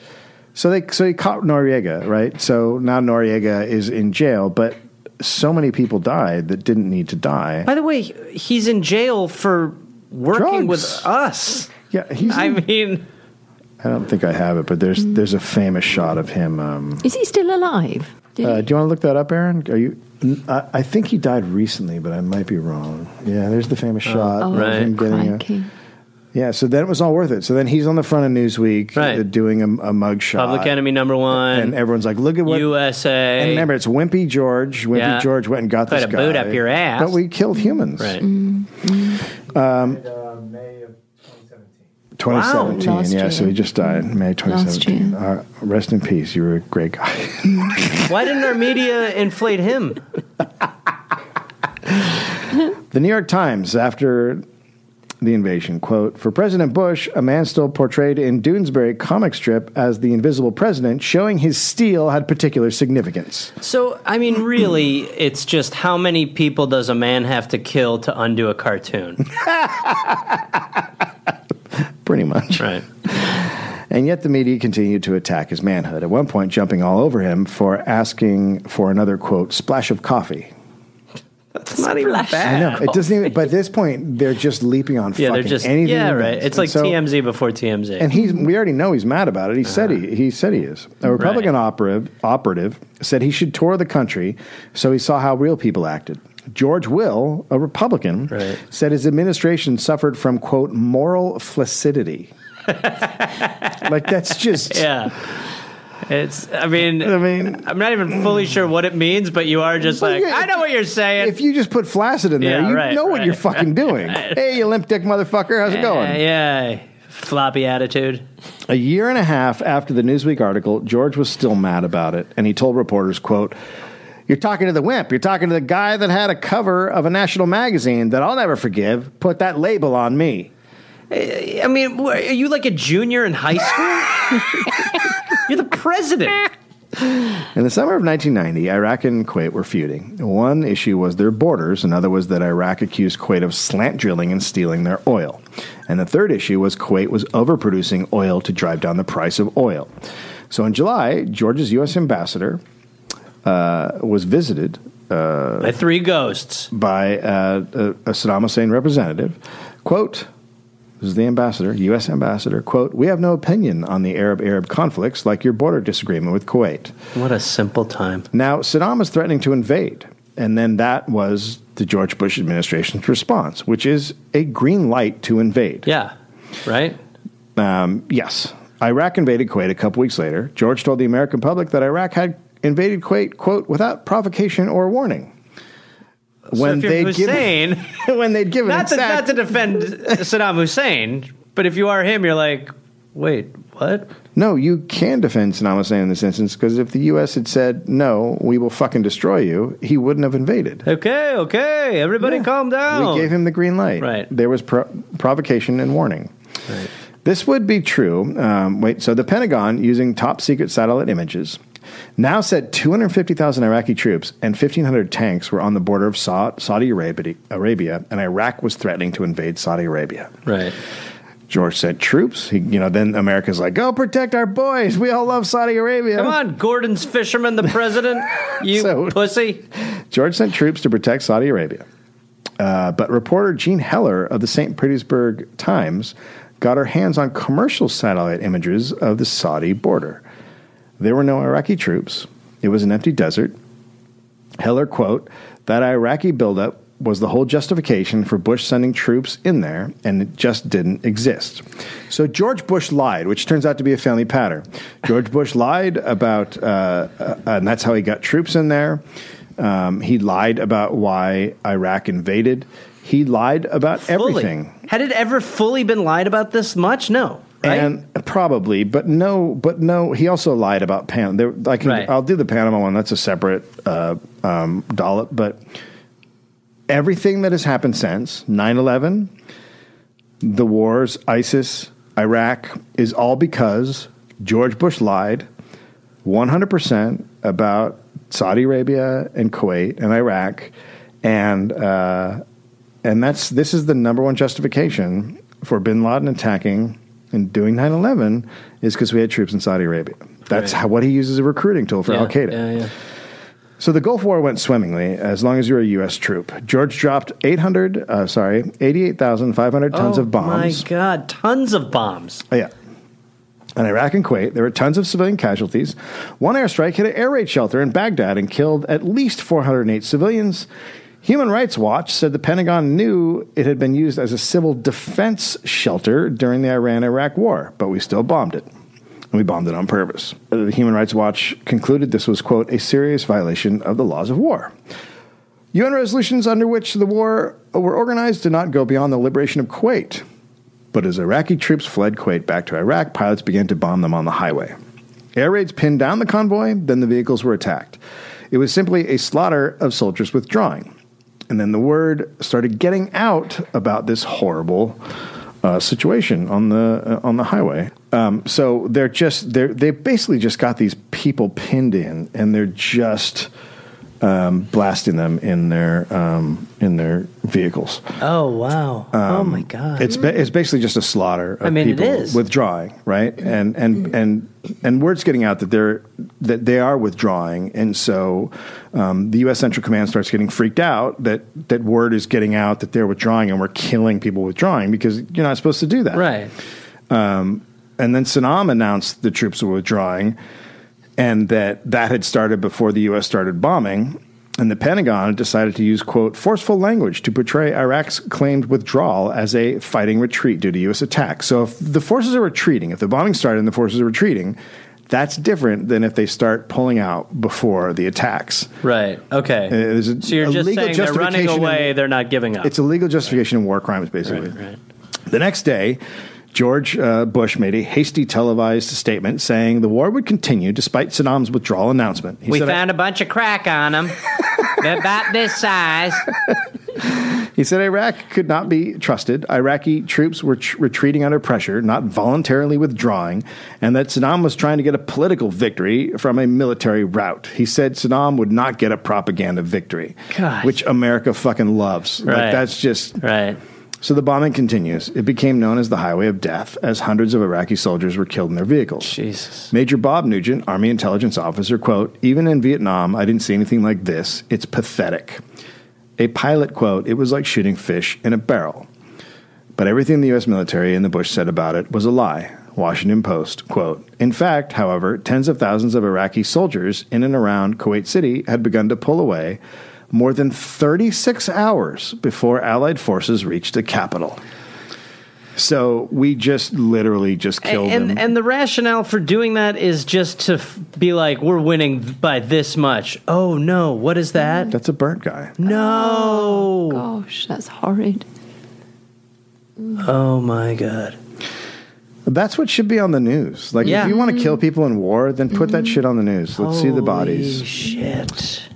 S1: so they so he caught Noriega, right? So now Noriega is in jail, but so many people died that didn't need to die.
S2: By the way, he's in jail for working
S1: Drugs.
S2: with us.
S1: Yeah, he's
S2: I
S1: in-
S2: mean,
S1: I don't think I have it, but there's there's a famous shot of him um,
S7: Is he still alive? Did
S1: Uh,
S7: he-
S1: do you want to look that up, Aaron? Are you?
S2: Mm.
S1: n- I, I think he died recently, but I might be wrong. Yeah, there's the famous shot
S7: oh,
S1: of
S2: Right.
S1: him getting. A,
S7: crikey.
S1: yeah, so then it was all worth it. So then he's on the front of Newsweek
S2: Right.
S1: uh, doing a, a mug shot.
S2: Public Enemy number one,
S1: Uh, And everyone's like, "Look at what."
S2: USA.
S1: and remember, it's Wimpy George. Wimpy
S2: Yeah.
S1: George went and got
S2: Put
S1: this
S2: a boot
S1: guy.
S2: up your ass.
S1: But we killed humans. Um,
S2: right?
S4: May of 2017.
S1: 2017.
S7: Wow. Last
S1: yeah, so
S7: year.
S1: he just died May 2017. Uh, rest in peace. You were a great guy. (laughs)
S2: Why didn't our media inflate him?
S1: The New York Times, after the invasion. Quote For President Bush, a man still portrayed in Doonesbury comic strip as the invisible president, showing his steel had particular significance.
S2: So, I mean, really, it's just how many people does a man have to kill to undo a
S1: (laughs)
S2: cartoon?
S1: Pretty much.
S2: Right.
S1: And yet the media continued to attack his manhood, at one point jumping all over him for asking for another, quote, splash of coffee.
S2: It's not even bad.
S1: I know. It doesn't even, by this point, they're just leaping on
S2: Yeah,
S1: fucking
S2: they're just
S1: anything.
S2: yeah,
S1: that
S2: right.
S1: bends.
S2: It's
S1: And
S2: like
S1: so-
S2: TMZ before TMZ.
S1: And he's, we already know he's mad about it. He said
S2: Uh-huh.
S1: he, he said he is. A Republican operative, operative said he should tour the country so he saw how real people acted. George Will, a Republican,
S2: Right.
S1: said his administration suffered from, quote, moral
S2: (laughs)
S1: flaccidity. like, that's
S2: (laughs)
S1: just.
S2: yeah. It's. I mean,
S1: I mean-
S2: I'm not even fully sure what it means, but you are just
S1: Well,
S2: like,
S1: yeah,
S2: I
S1: if
S2: know
S1: you-
S2: what you're saying.
S1: If you just put flaccid in there,
S2: Yeah,
S1: you
S2: right,
S1: know what
S2: right.
S1: you're
S2: (laughs)
S1: fucking doing. hey, you limp dick motherfucker, how's it going?
S2: Yeah, uh, yeah. floppy attitude.
S1: A year and a half after the Newsweek article, George was still mad about it, and he told reporters, quote, you're talking to the wimp. You're talking to the guy that had a cover of a national magazine that I'll never forgive. Put that label on me.
S2: I mean, wh- are you like a junior in high school? (laughs) you're the president.
S1: In the summer of 1990, Iraq and Kuwait were feuding. One issue was their borders, another was that Iraq accused Kuwait of slant drilling and stealing their oil. And the third issue was Kuwait was overproducing oil to drive down the price of oil. So in July, George's U.S. ambassador uh, was visited
S2: My three ghosts.
S1: by uh, a, a Saddam Hussein representative. Quote, this is the ambassador, U.S. ambassador, quote, we have no opinion on the Arab Arab conflicts like your border disagreement with Kuwait.
S2: What a simple time.
S1: Now, Saddam is threatening to invade. And then that was the George Bush administration's response, which is a green light to invade.
S2: Yeah. Right.
S1: Um, yes. Iraq invaded Kuwait a couple weeks later. George told the American public that Iraq had invaded Kuwait, quote, without provocation or warning.
S2: so if you're (laughs) Hussein,
S1: when they'd given (laughs)
S2: not to, not
S1: exact-
S2: to defend Saddam Hussein, but if you are him, you're like, wait, what?
S1: No, you can defend Saddam Hussein in this instance because if the U.S. had said, no, we will fucking destroy you, he wouldn't have invaded.
S2: Okay, okay, everybody,
S1: Yeah.
S2: calm down.
S1: We gave him the green light.
S2: Right.
S1: There was pro- provocation and warning.
S2: Right.
S1: This would be true. Um, wait, so the Pentagon, using top secret satellite images, now said 250,000 Iraqi troops and 1,500 tanks were on the border of Sa- Saudi Arabia, Arabia, and Iraq was threatening to invade Saudi Arabia.
S2: right.
S1: George sent troops. He, you know, then America's like, "Go protect our boys. We all love Saudi Arabia."
S2: Come on, Gordon's fisherman, the (laughs) president, you
S1: So-
S2: pussy.
S1: George sent troops to protect Saudi Arabia. Uh, but reporter Jean Heller of the St. Petersburg Times got her hands on commercial satellite images of the Saudi border. There were no Iraqi troops. It was an empty desert. Heller, quote, that Iraqi buildup was the whole justification for Bush sending troops in there, and it just didn't exist. So George Bush lied, which turns out to be a family pattern. George Bush lied about, uh, uh, and that's how he got troops in there. Um, he lied about why Iraq invaded. He lied about everything.
S2: Fully. Had it ever fully been lied about this much? No. Right?
S1: And probably, but no, but no. He also lied about Panama. There, I can,
S2: Right.
S1: I'll do the Panama one. That's a separate uh, um, dollop. But everything that has happened since 9-11, the wars, ISIS, Iraq, is all because George Bush lied one hundred percent about Saudi Arabia and Kuwait and Iraq, and uh, and that's this is the number one justification for Bin Laden attacking and doing 9-11 is because we had troops in Saudi Arabia. That's
S2: Right.
S1: how, what he uses a recruiting tool for
S2: Yeah,
S1: Al Qaeda.
S2: Yeah, yeah.
S1: So the Gulf War went swimmingly as long as you were a U.S. troop. George dropped 800, uh, sorry, 88,500 tons
S2: oh,
S1: of bombs.
S2: My God, tons of bombs.
S1: Oh, yeah. In Iraq and Kuwait, there were tons of civilian casualties. One airstrike hit an air raid shelter in Baghdad and killed at least 408 civilians. Human Rights Watch said the Pentagon knew it had been used as a civil defense shelter during the Iran Iraq War, but we still bombed it. And we bombed it on purpose. Uh, The Human Rights Watch concluded this was, quote, a serious violation of the laws of war. UN resolutions under which the war were organized did not go beyond the liberation of Kuwait. But as Iraqi troops fled Kuwait back to Iraq, pilots began to bomb them on the highway. Air raids pinned down the convoy, then the vehicles were attacked. It was simply a slaughter of soldiers withdrawing. and then the word started getting out about this horrible uh, situation on the uh, on the highway. Um, so they're just they they basically just got these people pinned in, and they're just um, blasting them in their um, in their vehicles.
S2: Oh wow! oh my god!
S1: Um, It's ba- it's basically just a slaughter of
S2: I mean, it
S1: people
S2: is. Mm.
S1: withdrawing, right? And and and and word's getting out that they're that they are withdrawing, and so um, the U.S. Central Command starts getting freaked out that that word is getting out that they're withdrawing and we're killing people withdrawing because you're not supposed to do that,
S2: right.
S1: Um, and then Saddam announced the troops were withdrawing, and that that had started before the U.S. started bombing. And the Pentagon decided to use quote forceful language to portray Iraq's claimed withdrawal as a fighting retreat due to U.S. attack. So if the forces are retreating, if the bombing started and the forces are retreating, that's different than if they start pulling out before the attacks. Uh,
S2: Right. Okay.
S1: there's a-
S2: so you're
S1: a
S2: just
S1: legal
S2: saying they're running
S1: justification in-
S2: away. they're not giving up.
S1: It's a legal justification in war crimes, basically.
S2: right.
S1: The next day, George uh, Bush made a hasty televised statement saying the war would continue despite Saddam's withdrawal announcement. He
S2: we
S1: said,
S2: found a bunch of crack on
S1: (laughs)
S2: them. They're about this size.
S1: He said Iraq could not be trusted. Iraqi troops were tr- retreating under pressure, not voluntarily withdrawing, and that Saddam was trying to get a political victory from a military rout. He said Saddam would not get a propaganda victory,
S2: God.
S1: which America fucking loves. Like,
S2: Right.
S1: that's just
S2: Right.
S1: So the bombing continues. It became known as the Highway of Death, as hundreds of Iraqi soldiers were killed in their vehicles.
S2: Jesus.
S1: Major Bob Nugent, Army intelligence officer, quote, even in Vietnam, I didn't see anything like this. It's pathetic. A pilot, quote, it was like shooting fish in a barrel. But everything the U.S. military and the Bush said about it was a lie. Washington Post, quote, in fact, however, tens of thousands of Iraqi soldiers in and around Kuwait City had begun to pull away more than 36 hours before Allied forces reached the capital. So we just literally just killed them.
S2: And and the rationale for doing that is just to f- be like, we're winning by this much. Oh no! What is that?
S1: That's a burnt guy.
S2: No!
S7: Gosh, that's horrid.
S2: Oh my god!
S1: That's what should be on the news. Like,
S2: Yeah. Mm-hmm.
S1: if you want to kill people in war, then put that shit on the news. Let's see the bodies.
S2: Holy Shit!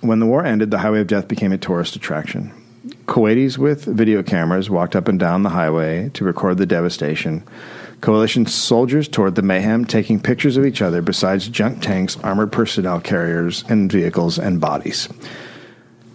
S1: When the war ended, the Highway of Death became a tourist attraction. Kuwaitis with video cameras walked up and down the highway to record the devastation. Coalition soldiers toured the mayhem, taking pictures of each other besides junk tanks, armored personnel carriers, and vehicles and bodies.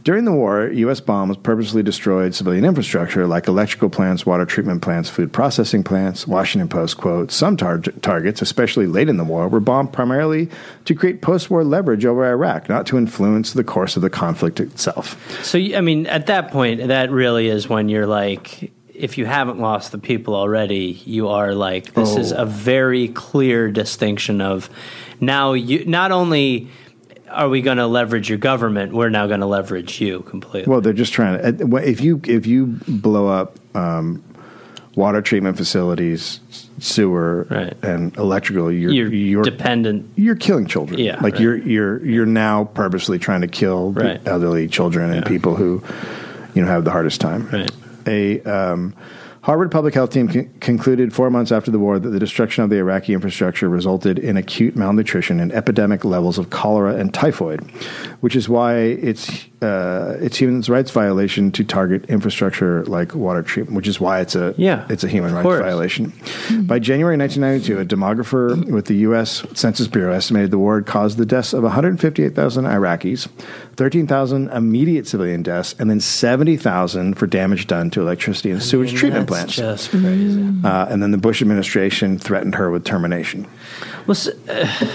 S1: During the war, U.S. bombs purposely destroyed civilian infrastructure like electrical plants, water treatment plants, food processing plants. Washington Post quote, some tar- targets, especially late in the war, were bombed primarily to create post-war leverage over Iraq, not to influence the course of the conflict itself.
S2: So you- I mean, at that point, that really is when you're like, if you haven't lost the people already, you are like, this is
S1: Oh.
S2: a very clear distinction of now. You not only are we going to leverage your government, we're now going to leverage you completely.
S1: Well, they're just trying to. If you if you blow up um, water treatment facilities, sewer,
S2: Right.
S1: and electrical, you're
S2: you're,
S1: you're,
S2: dependent.
S1: you're killing children.
S2: Yeah,
S1: like
S2: right.
S1: you're you're you're now purposely trying to kill the
S2: Right.
S1: elderly children and
S2: Yeah.
S1: people who you know have the hardest time.
S2: Right.
S1: A um, Harvard public health team con- concluded four months after the war that the destruction of the Iraqi infrastructure resulted in acute malnutrition and epidemic levels of cholera and typhoid, which is why it's uh, it's human rights violation to target infrastructure like water treatment, which is why it's a
S2: Yeah,
S1: it's a human
S2: of
S1: rights
S2: course.
S1: violation population. By January 1992, a demographer with the U.S. Census Bureau estimated the war had caused the deaths of 158,000 Iraqis, 13,000 immediate civilian deaths, and then 70,000 for damage done to electricity and sewage treatment
S2: That's
S1: plants.
S2: just crazy.
S1: Uh, and then the Bush administration threatened her with termination.
S2: Well, s- uh,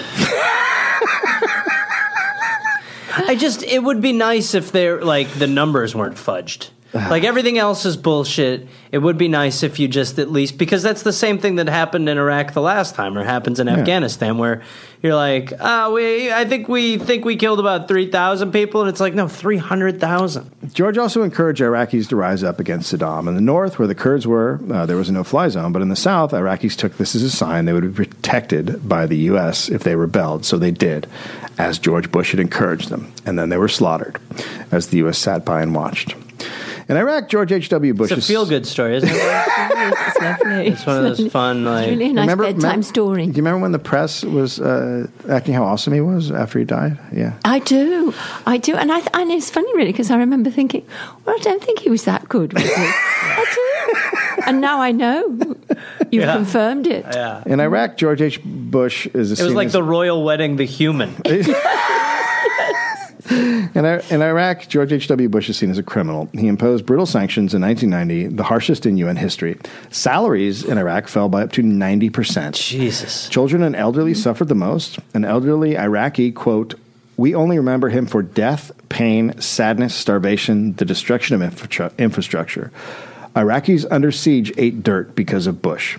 S2: I just it would be nice if they're like the numbers weren't fudged. Like everything else is bullshit. It would be nice if you just at least because that's the same thing that happened in Iraq the last time or happens in Afghanistan where you're like, "Ah, we I think we think we killed about 3,000 people." And it's like, "No, 300,000."
S1: George also encouraged Iraqis to rise up against Saddam. In the north, where the Kurds were, uh, there was a no fly zone, but in the south, Iraqis took this as a sign they would be protected by the U.S. if they rebelled, so they did, as George Bush had encouraged them. And then they were slaughtered, as the U.S. sat by and watched. In Iraq, George H.W. Bush.
S2: It's a
S1: is-
S2: feel good story, isn't
S7: (laughs)
S2: it?
S1: (laughs)
S7: it's lovely.
S2: It's one of those fun,
S7: It's really
S2: like.
S7: a nice
S1: Remember-
S7: bedtime
S1: remember-
S7: story.
S1: Do you remember when the press was uh, acting how awesome he was after he died? Yeah.
S7: I do, I do, and I th- and it's funny really because I remember thinking, well, I don't think he was that
S1: (laughs)
S7: good. Was he? I do, and now I know. You've
S2: Yeah.
S7: confirmed it.
S2: Yeah.
S1: In Iraq, George H. Bush is.
S2: Uh-huh. It was like the royal wedding, the human.
S1: In, Ir- in Iraq, George H.W. Bush is seen as a criminal. He imposed brutal sanctions in 1990, the harshest in UN history. Salaries in Iraq fell by up to 90%.
S2: Jesus.
S1: Children and elderly suffered the most. An elderly Iraqi, quote, we only remember him for death, pain, sadness, starvation, the destruction of infra- infrastructure. Iraqis under siege ate dirt because of Bush.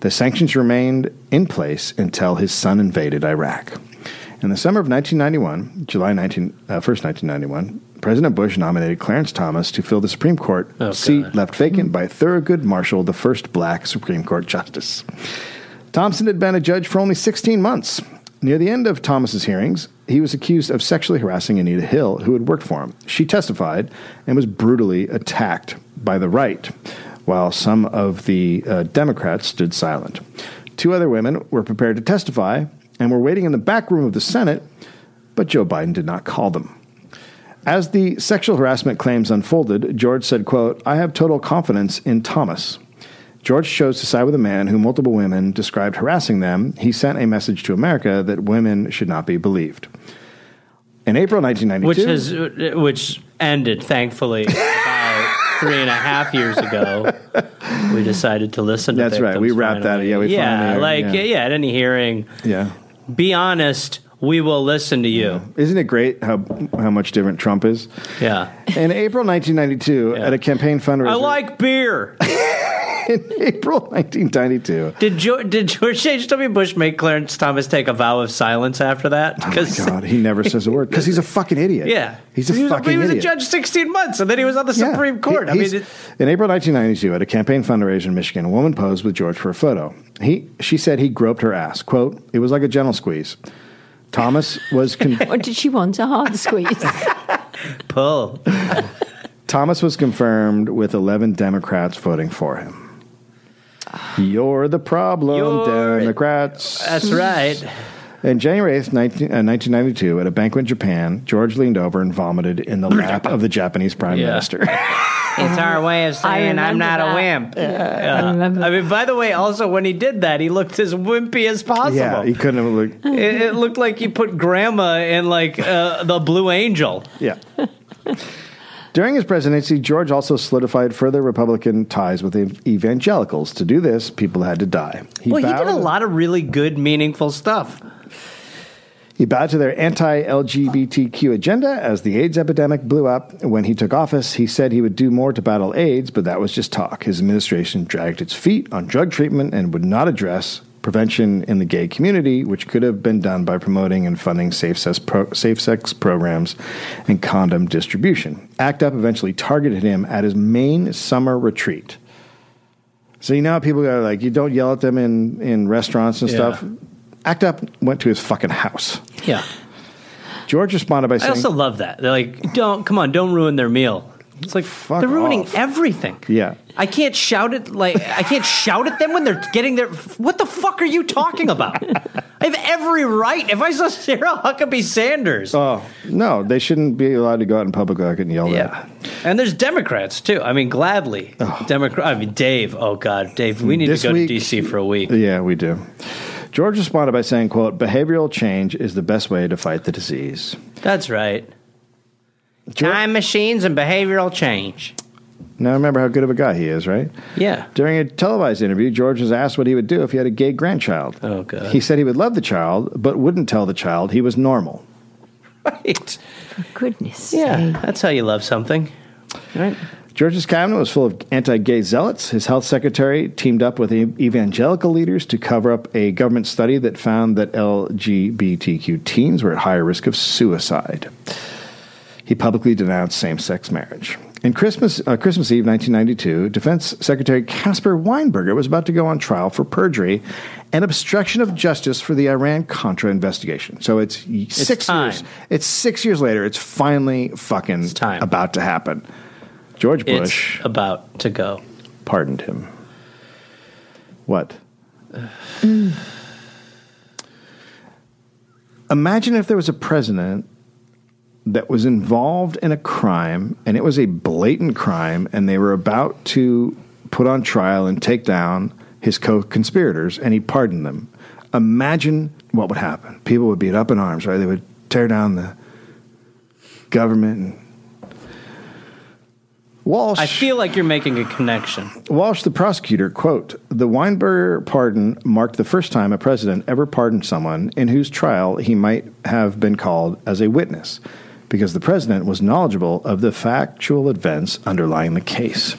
S1: The sanctions remained in place until his son invaded Iraq. In the summer of 1991, July 19, uh, 1st, 1991, President Bush nominated Clarence Thomas to fill the Supreme Court
S2: Oh,
S1: seat
S2: God.
S1: left vacant by Thurgood Marshall, the first black Supreme Court justice. Thompson had been a judge for only 16 months. Near the end of Thomas's hearings, he was accused of sexually harassing Anita Hill, who had worked for him. She testified and was brutally attacked by the right, while some of the uh, Democrats stood silent. Two other women were prepared to testify and were waiting in the back room of the Senate, but Joe Biden did not call them. As the sexual harassment claims unfolded, George said, quote, I have total confidence in Thomas. George chose to side with a man who multiple women described harassing them. He sent a message to America that women should not be believed. In April 1992,
S2: Which has, uh, which ended, thankfully,
S1: (laughs)
S2: about three and a half years ago. We decided to listen to
S1: That's right.
S2: victims
S1: We wrapped that-
S2: finally.
S1: yeah, we
S2: yeah,
S1: finally-
S2: like,
S1: yeah.
S2: yeah. at any hearing,
S1: yeah,
S2: be honest, we will listen to you.
S1: isn't it great how how much different Trump is?
S2: Yeah.
S1: In April 1992,
S2: Yeah.
S1: at a campaign fundraiser,
S2: I like beer.
S1: in (laughs) April
S2: (laughs)
S1: 1992.
S2: Did, jo- did George H.W. Bush make Clarence Thomas take a vow of silence after that?
S1: Oh my God, he never says a word because he's a fucking
S2: (laughs)
S1: idiot.
S2: Yeah.
S1: he's a
S2: he was,
S1: fucking
S2: He was
S1: idiot.
S2: a judge 16 months, and then he was on the
S1: Yeah.
S2: Supreme Court.
S1: He-
S2: I mean,
S1: he's-
S2: it-
S1: in April 1992, at a campaign fundraiser in Michigan, a woman posed with George for a photo. He, she said he groped her ass. "Quote: It was like a gentle squeeze." Thomas
S2: (laughs)
S1: was con-
S7: Or did she want a
S1: (laughs)
S7: hard squeeze?
S2: pull.
S1: Thomas was confirmed with 11 Democrats voting for him. You're the problem,
S2: You're-
S1: Democrats.
S2: That's right.
S1: In January 8th, 19, uh, 1992, at a banquet in Japan, George leaned over and vomited in
S2: (clears throat)
S1: the lap of the Japanese prime
S2: Yeah.
S1: minister.
S2: It's our way of
S7: I
S2: saying I'm
S7: remember
S2: not a
S7: that.
S2: wimp. Yeah.
S7: I remember
S2: Uh, I mean, by the way, also when he did that, he looked as wimpy as possible.
S1: (laughs) yeah, (laughs) he couldn't have looked.
S2: it, it looked like he put grandma in like uh, the Blue Angel. (laughs)
S1: Yeah. During his presidency, George also solidified further Republican ties with the evangelicals. To do this, people had to die. He
S2: well, he did
S1: bowed-
S2: a lot of really good, meaningful stuff.
S1: He bowed to their anti LGBTQ agenda as the AIDS epidemic blew up. When he took office, he said he would do more to battle AIDS, but that was just talk. His administration dragged its feet on drug treatment and would not address prevention in the gay community, which could have been done by promoting and funding safe sex, pro- safe sex programs and condom distribution. ACT UP eventually targeted him at his main summer retreat. So you know how people go like, you don't yell at them in, in restaurants and
S2: Yeah.
S1: stuff. ACT UP went to his fucking house.
S2: Yeah,
S1: George responded by
S2: I
S1: saying,
S2: also love that. They're like, don't come on, don't ruin their meal. It's like
S1: Fuck
S2: they're ruining
S1: off.
S2: everything.
S1: Yeah.
S2: I can't shout at like I can't shout at them when they're getting their. What the fuck are you talking about? I have every right. If I saw Sarah Huckabee Sanders,
S1: "Oh no, they shouldn't be allowed to go out in public like that and yell
S2: Yeah.
S1: that."
S2: And there's Democrats too. I mean, gladly. Democrat. I mean, Dave. Oh God, Dave. We need
S1: Oh. This
S2: to go
S1: week-
S2: to
S1: Uh,
S2: DC for a week.
S1: Yeah, we do. George responded by saying, "Quote: Behavioral change is the best way to fight the disease."
S2: That's right.
S1: George,
S2: Time machines and behavioral change.
S1: now remember how good of a guy he is, right?
S2: Yeah.
S1: During a televised interview, George was asked what he would do if he had a gay grandchild.
S2: Oh, God.
S1: He said he would love the child, but wouldn't tell the child he was normal.
S2: Right.
S7: Goodness.
S2: Yeah.
S7: sake.
S2: That's how you love something. Right.
S1: George's cabinet was full of anti gay zealots. His health secretary teamed up with e-, evangelical leaders to cover up a government study that found that LGBTQ teens were at higher risk of suicide. He publicly denounced same sex marriage. In Christmas, uh, Christmas Eve 1992, Defense Secretary Casper Weinberger was about to go on trial for perjury and obstruction of justice for the Iran Contra investigation. So it's, y- six
S2: time.
S1: years. It's six years later. It's finally fucking
S2: time.
S1: about to happen. George
S2: It's
S1: Bush
S2: about to go.
S1: pardoned him. What? (sighs) Imagine if there was a president that was involved in a crime and it was a blatant crime and they were about to put on trial and take down his co-conspirators and he pardoned them. Imagine what would happen. People would be up in arms, right? They would tear down the government and Walsh
S2: I feel like you're making a connection.
S1: Walsh, the prosecutor, quote, the Weinberger pardon marked the first time a president ever pardoned someone in whose trial he might have been called as a witness, because the president was knowledgeable of the factual events underlying the case.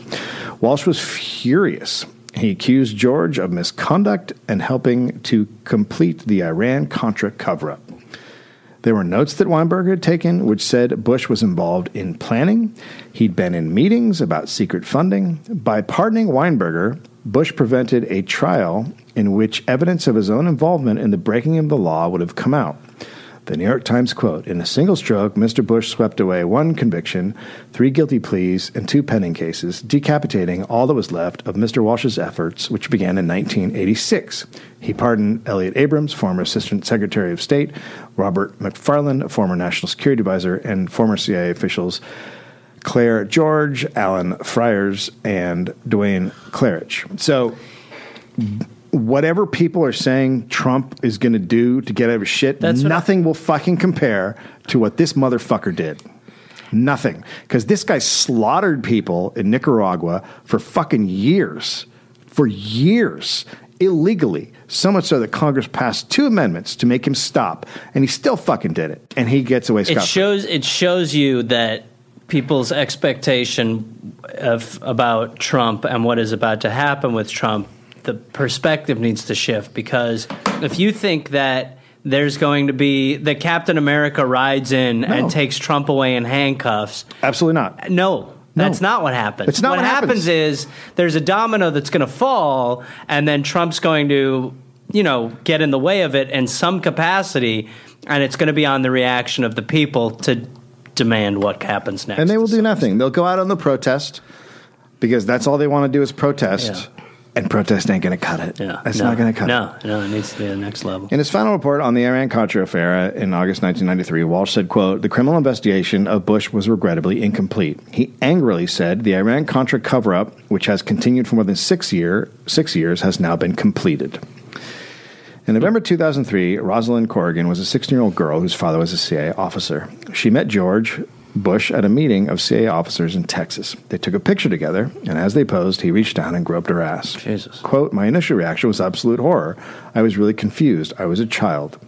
S1: Walsh was furious. He accused George of misconduct and helping to complete the Iran Contra cover up. There were notes that Weinberger had taken which said Bush was involved in planning. He'd been in meetings about secret funding. By pardoning Weinberger, Bush prevented a trial in which evidence of his own involvement in the breaking of the law would have come out. The New York Times quote In a single stroke, Mr. Bush swept away one conviction, three guilty pleas, and two pending cases, decapitating all that was left of Mr. Walsh's efforts, which began in 1986. He pardoned Elliot Abrams, former Assistant Secretary of State, Robert McFarland, former National Security Advisor, and former CIA officials Claire George, Alan Friars, and Dwayne Claridge. So, whatever people are saying Trump is going to do to get out of shit,
S2: That's what I-
S1: nothing will fucking compare to what this motherfucker did. Nothing. Because this guy slaughtered people in Nicaragua for fucking years, for years, illegally. So much so that Congress passed two amendments to make him stop, and he still fucking did it. And he gets away
S2: It
S1: scot free.
S2: shows it shows you that people's expectation of about Trump and what is about to happen with Trump, the perspective needs to shift because if you think that there's going to be that Captain America rides in
S1: No.
S2: and takes Trump away in handcuffs,
S1: Absolutely not.
S2: no. That's not what happens.
S1: It's not what happens.
S2: happens is there's a domino that's going to fall, and then Trump's going to, you know, get in the way of it in some capacity, and it's going to be on the reaction of the people to demand what happens next.
S1: and they will do nothing. They'll go out on the protest because that's all they want to do is protest. And protest ain't going to cut it.
S2: Yeah,
S1: That's
S2: no,
S1: not going to cut it.
S2: No, no, it needs to be the next level.
S1: In his final report on the Iran-Contra affair in August 1993, Walsh said, quote, the criminal investigation of Bush was regrettably incomplete. He angrily said the Iran-Contra cover-up, which has continued for more than six, year, six years, has now been completed. In November 2003, Rosalind Corrigan was a 16 year old girl whose father was a CIA officer. She met George Bush at a meeting of CIA officers in Texas. They took a picture together, and as they posed, he reached down and groped her ass.
S2: Jesus.
S1: Quote, My initial reaction was absolute horror. I was really confused. I was a child.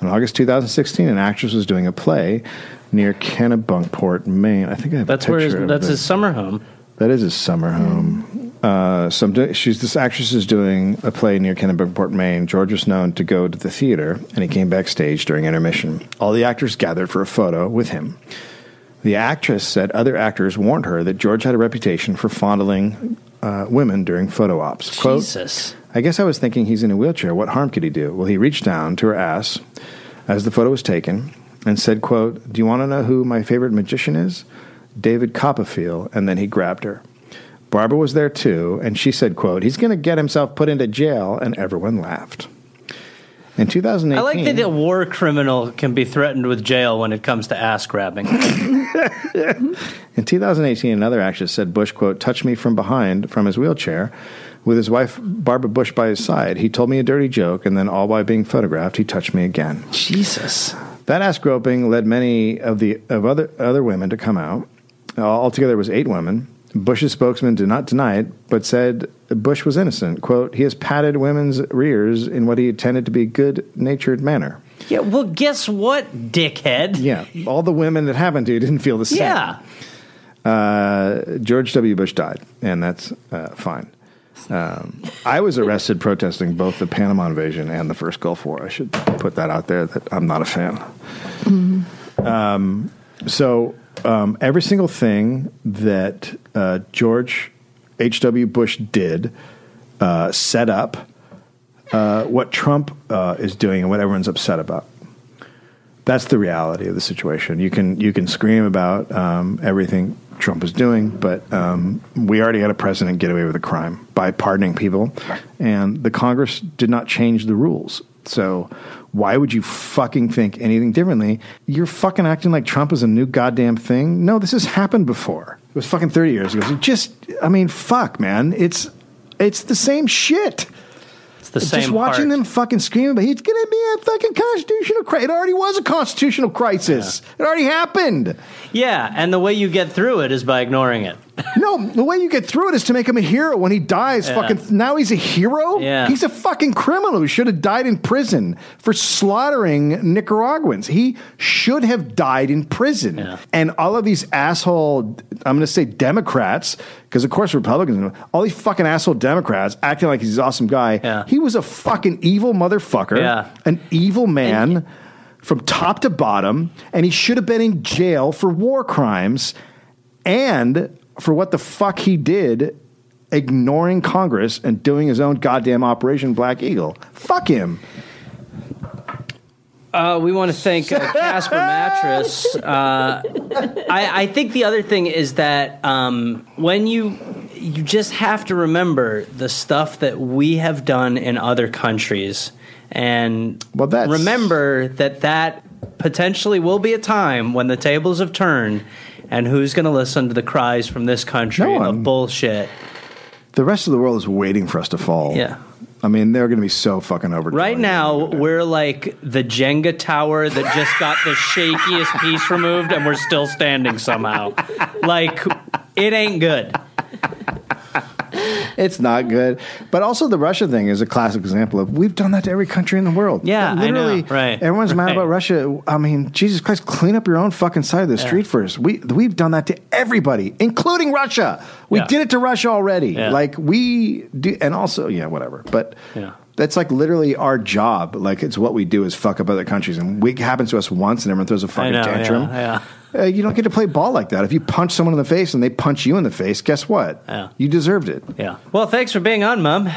S1: In August 2016, an actress was doing a play near Kennebunkport, Maine. I think I have
S2: That's
S1: a
S2: where his,
S1: picture of
S2: that's
S1: this.
S2: his summer home.
S1: That is his summer home. Uh, so I'm do- she's this actress is doing a play near Kennebunkport, Maine. George was known to go to the theater, and he came backstage during intermission. All the actors gathered for a photo with him. The actress said other actors warned her that George had a reputation for fondling uh, women during photo ops. Quote,
S2: Jesus.
S1: I guess I was thinking he's in a wheelchair. What harm could he do? Well, he reached down to her ass as the photo was taken and said, quote, Do you want to know who my favorite magician is? David Copperfield. And then he grabbed her. Barbara was there too, and she said, quote, He's going to get himself put into jail. And everyone laughed. In 2018.
S2: I like that a war criminal can be threatened with jail when it comes to ass grabbing.
S1: (laughs) In 2018, another actress said Bush, quote, touched me from behind from his wheelchair with his wife Barbara Bush by his side. He told me a dirty joke, and then all while being photographed, he touched me again.
S2: Jesus.
S1: That ass groping led many of the of other other women to come out. Altogether, it was eight women. Bush's spokesman did not deny it, but said Bush was innocent. "Quote: He has patted women's rears in what he intended to be good-natured manner."
S2: Yeah, well, guess what, dickhead?
S1: Yeah, all the women that happened to didn't feel the same.
S2: Yeah.
S1: Uh, George W. Bush died, and that's uh, fine. Um, I was arrested protesting both the Panama invasion and the first Gulf War. I should put that out there that I'm not a fan. Um, so um, every single thing that uh, George H.W. Bush did uh, set up uh, what Trump uh, is doing and what everyone's upset about that's the reality of the situation. You can you can scream about um, everything Trump is doing, but um, we already had a president get away with a crime by pardoning people, and the Congress did not change the rules. So why would you fucking think anything differently? You're fucking acting like Trump is a new goddamn thing. No, this has happened before. It was fucking 30 years ago. So just, I mean, fuck, man. It's it's the same shit.
S2: It's the same.
S1: Just watching
S2: art.
S1: them fucking screaming, but it's gonna be a fucking constitutional crisis. It already was a constitutional crisis. It already happened.
S2: Yeah, and the way you get through it is by ignoring it.
S1: No, the way you get through it is to make him a hero when he dies.
S2: Yeah.
S1: Fucking now he's a hero.
S2: Yeah.
S1: He's a fucking criminal who should have died in prison for slaughtering Nicaraguans. He should have died in prison.
S2: Yeah.
S1: And all of these asshole, I'm going to say Democrats, because of course Republicans, all these fucking asshole Democrats acting like he's this awesome guy.
S2: Yeah.
S1: He was a fucking evil motherfucker,
S2: Yeah.
S1: an evil man. from top to bottom, and he should have been in jail for war crimes and for what the fuck he did ignoring Congress and doing his own goddamn Operation Black Eagle. Fuck him.
S2: Uh, we want to thank uh, Casper Mattress. Uh, I, I think the other thing is that um, when you you just have to remember the stuff that we have done in other countries, and
S1: Well, that's-
S2: remember that that potentially will be a time when the tables have turned, and who's going to listen to the cries from this country
S1: No one.
S2: of bullshit?
S1: The rest of the world is waiting for us to fall.
S2: Yeah.
S1: I mean, they're going to be so fucking over.
S2: Right now, we're like the Jenga tower that just got (laughs) the shakiest piece removed, and we're still standing somehow. Like, it ain't good.
S1: It's not good. But also, the Russia thing is a classic example of we've done that to every country in the world.
S2: Yeah, I know.
S1: literally.
S2: Right.
S1: Everyone's mad
S2: Right.
S1: about Russia. I mean, Jesus Christ, clean up your own fucking side of the street first. We we've done that to everybody, including Russia. We
S2: Yeah.
S1: did it to Russia already.
S2: Yeah.
S1: Like we do, and also, yeah, whatever. But
S2: Yeah.
S1: that's like literally our job. Like it's what we do is fuck up other countries, and we, it happens to us once, and everyone throws a fucking
S2: know, yeah,
S1: tantrum.
S2: yeah.
S1: Uh, you don't get to play ball like that. If you punch someone in the face and they punch you in the face, guess what?
S2: Yeah.
S1: You deserved it.
S2: Yeah. Well, thanks for being on, Mum.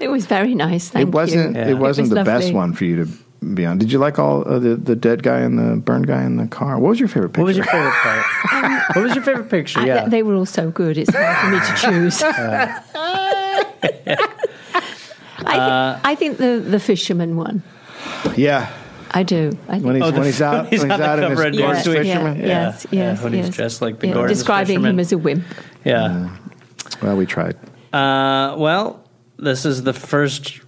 S7: It was very nice. Thank
S1: it wasn't.
S7: You.
S1: It wasn't
S7: was
S1: the best
S7: lovely.
S1: one for you to be on. Did you like all uh, the the dead guy and the burned guy in the car? What was your favorite picture?
S2: What was your favorite part? (laughs) What was your favorite picture?
S7: I-
S2: Yeah.
S7: they were all so good. It's hard for me to choose.
S2: Uh,
S7: I, think, I think the the fisherman one.
S1: (laughs) yeah,
S7: I do. I
S1: when
S7: think.
S1: he's,
S2: Oh, the-
S1: when he's out,
S2: when (laughs) he's
S1: when
S2: on
S1: he's
S2: the
S1: out in his
S2: cover of
S1: Gordon's
S2: Gordon's
S7: yeah,
S1: fisherman.
S7: yeah,
S1: Yeah.
S7: Yes,
S2: Yeah,
S7: yes,
S2: when he's
S7: yes.
S2: dressed like the
S7: yeah,
S2: Gordon's
S7: Describing
S2: fisherman.
S7: him as a wimp.
S2: yeah.
S1: Well, we tried.
S2: Uh, well, this is the first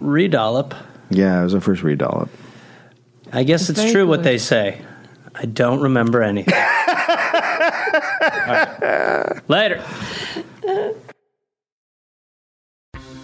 S2: redollop.
S1: Yeah, it was our first read dollop.
S2: I guess it's
S7: very
S2: true what
S7: good.
S2: they say. I don't remember anything. All right. Later.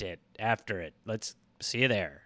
S2: it after it. Let's see you there.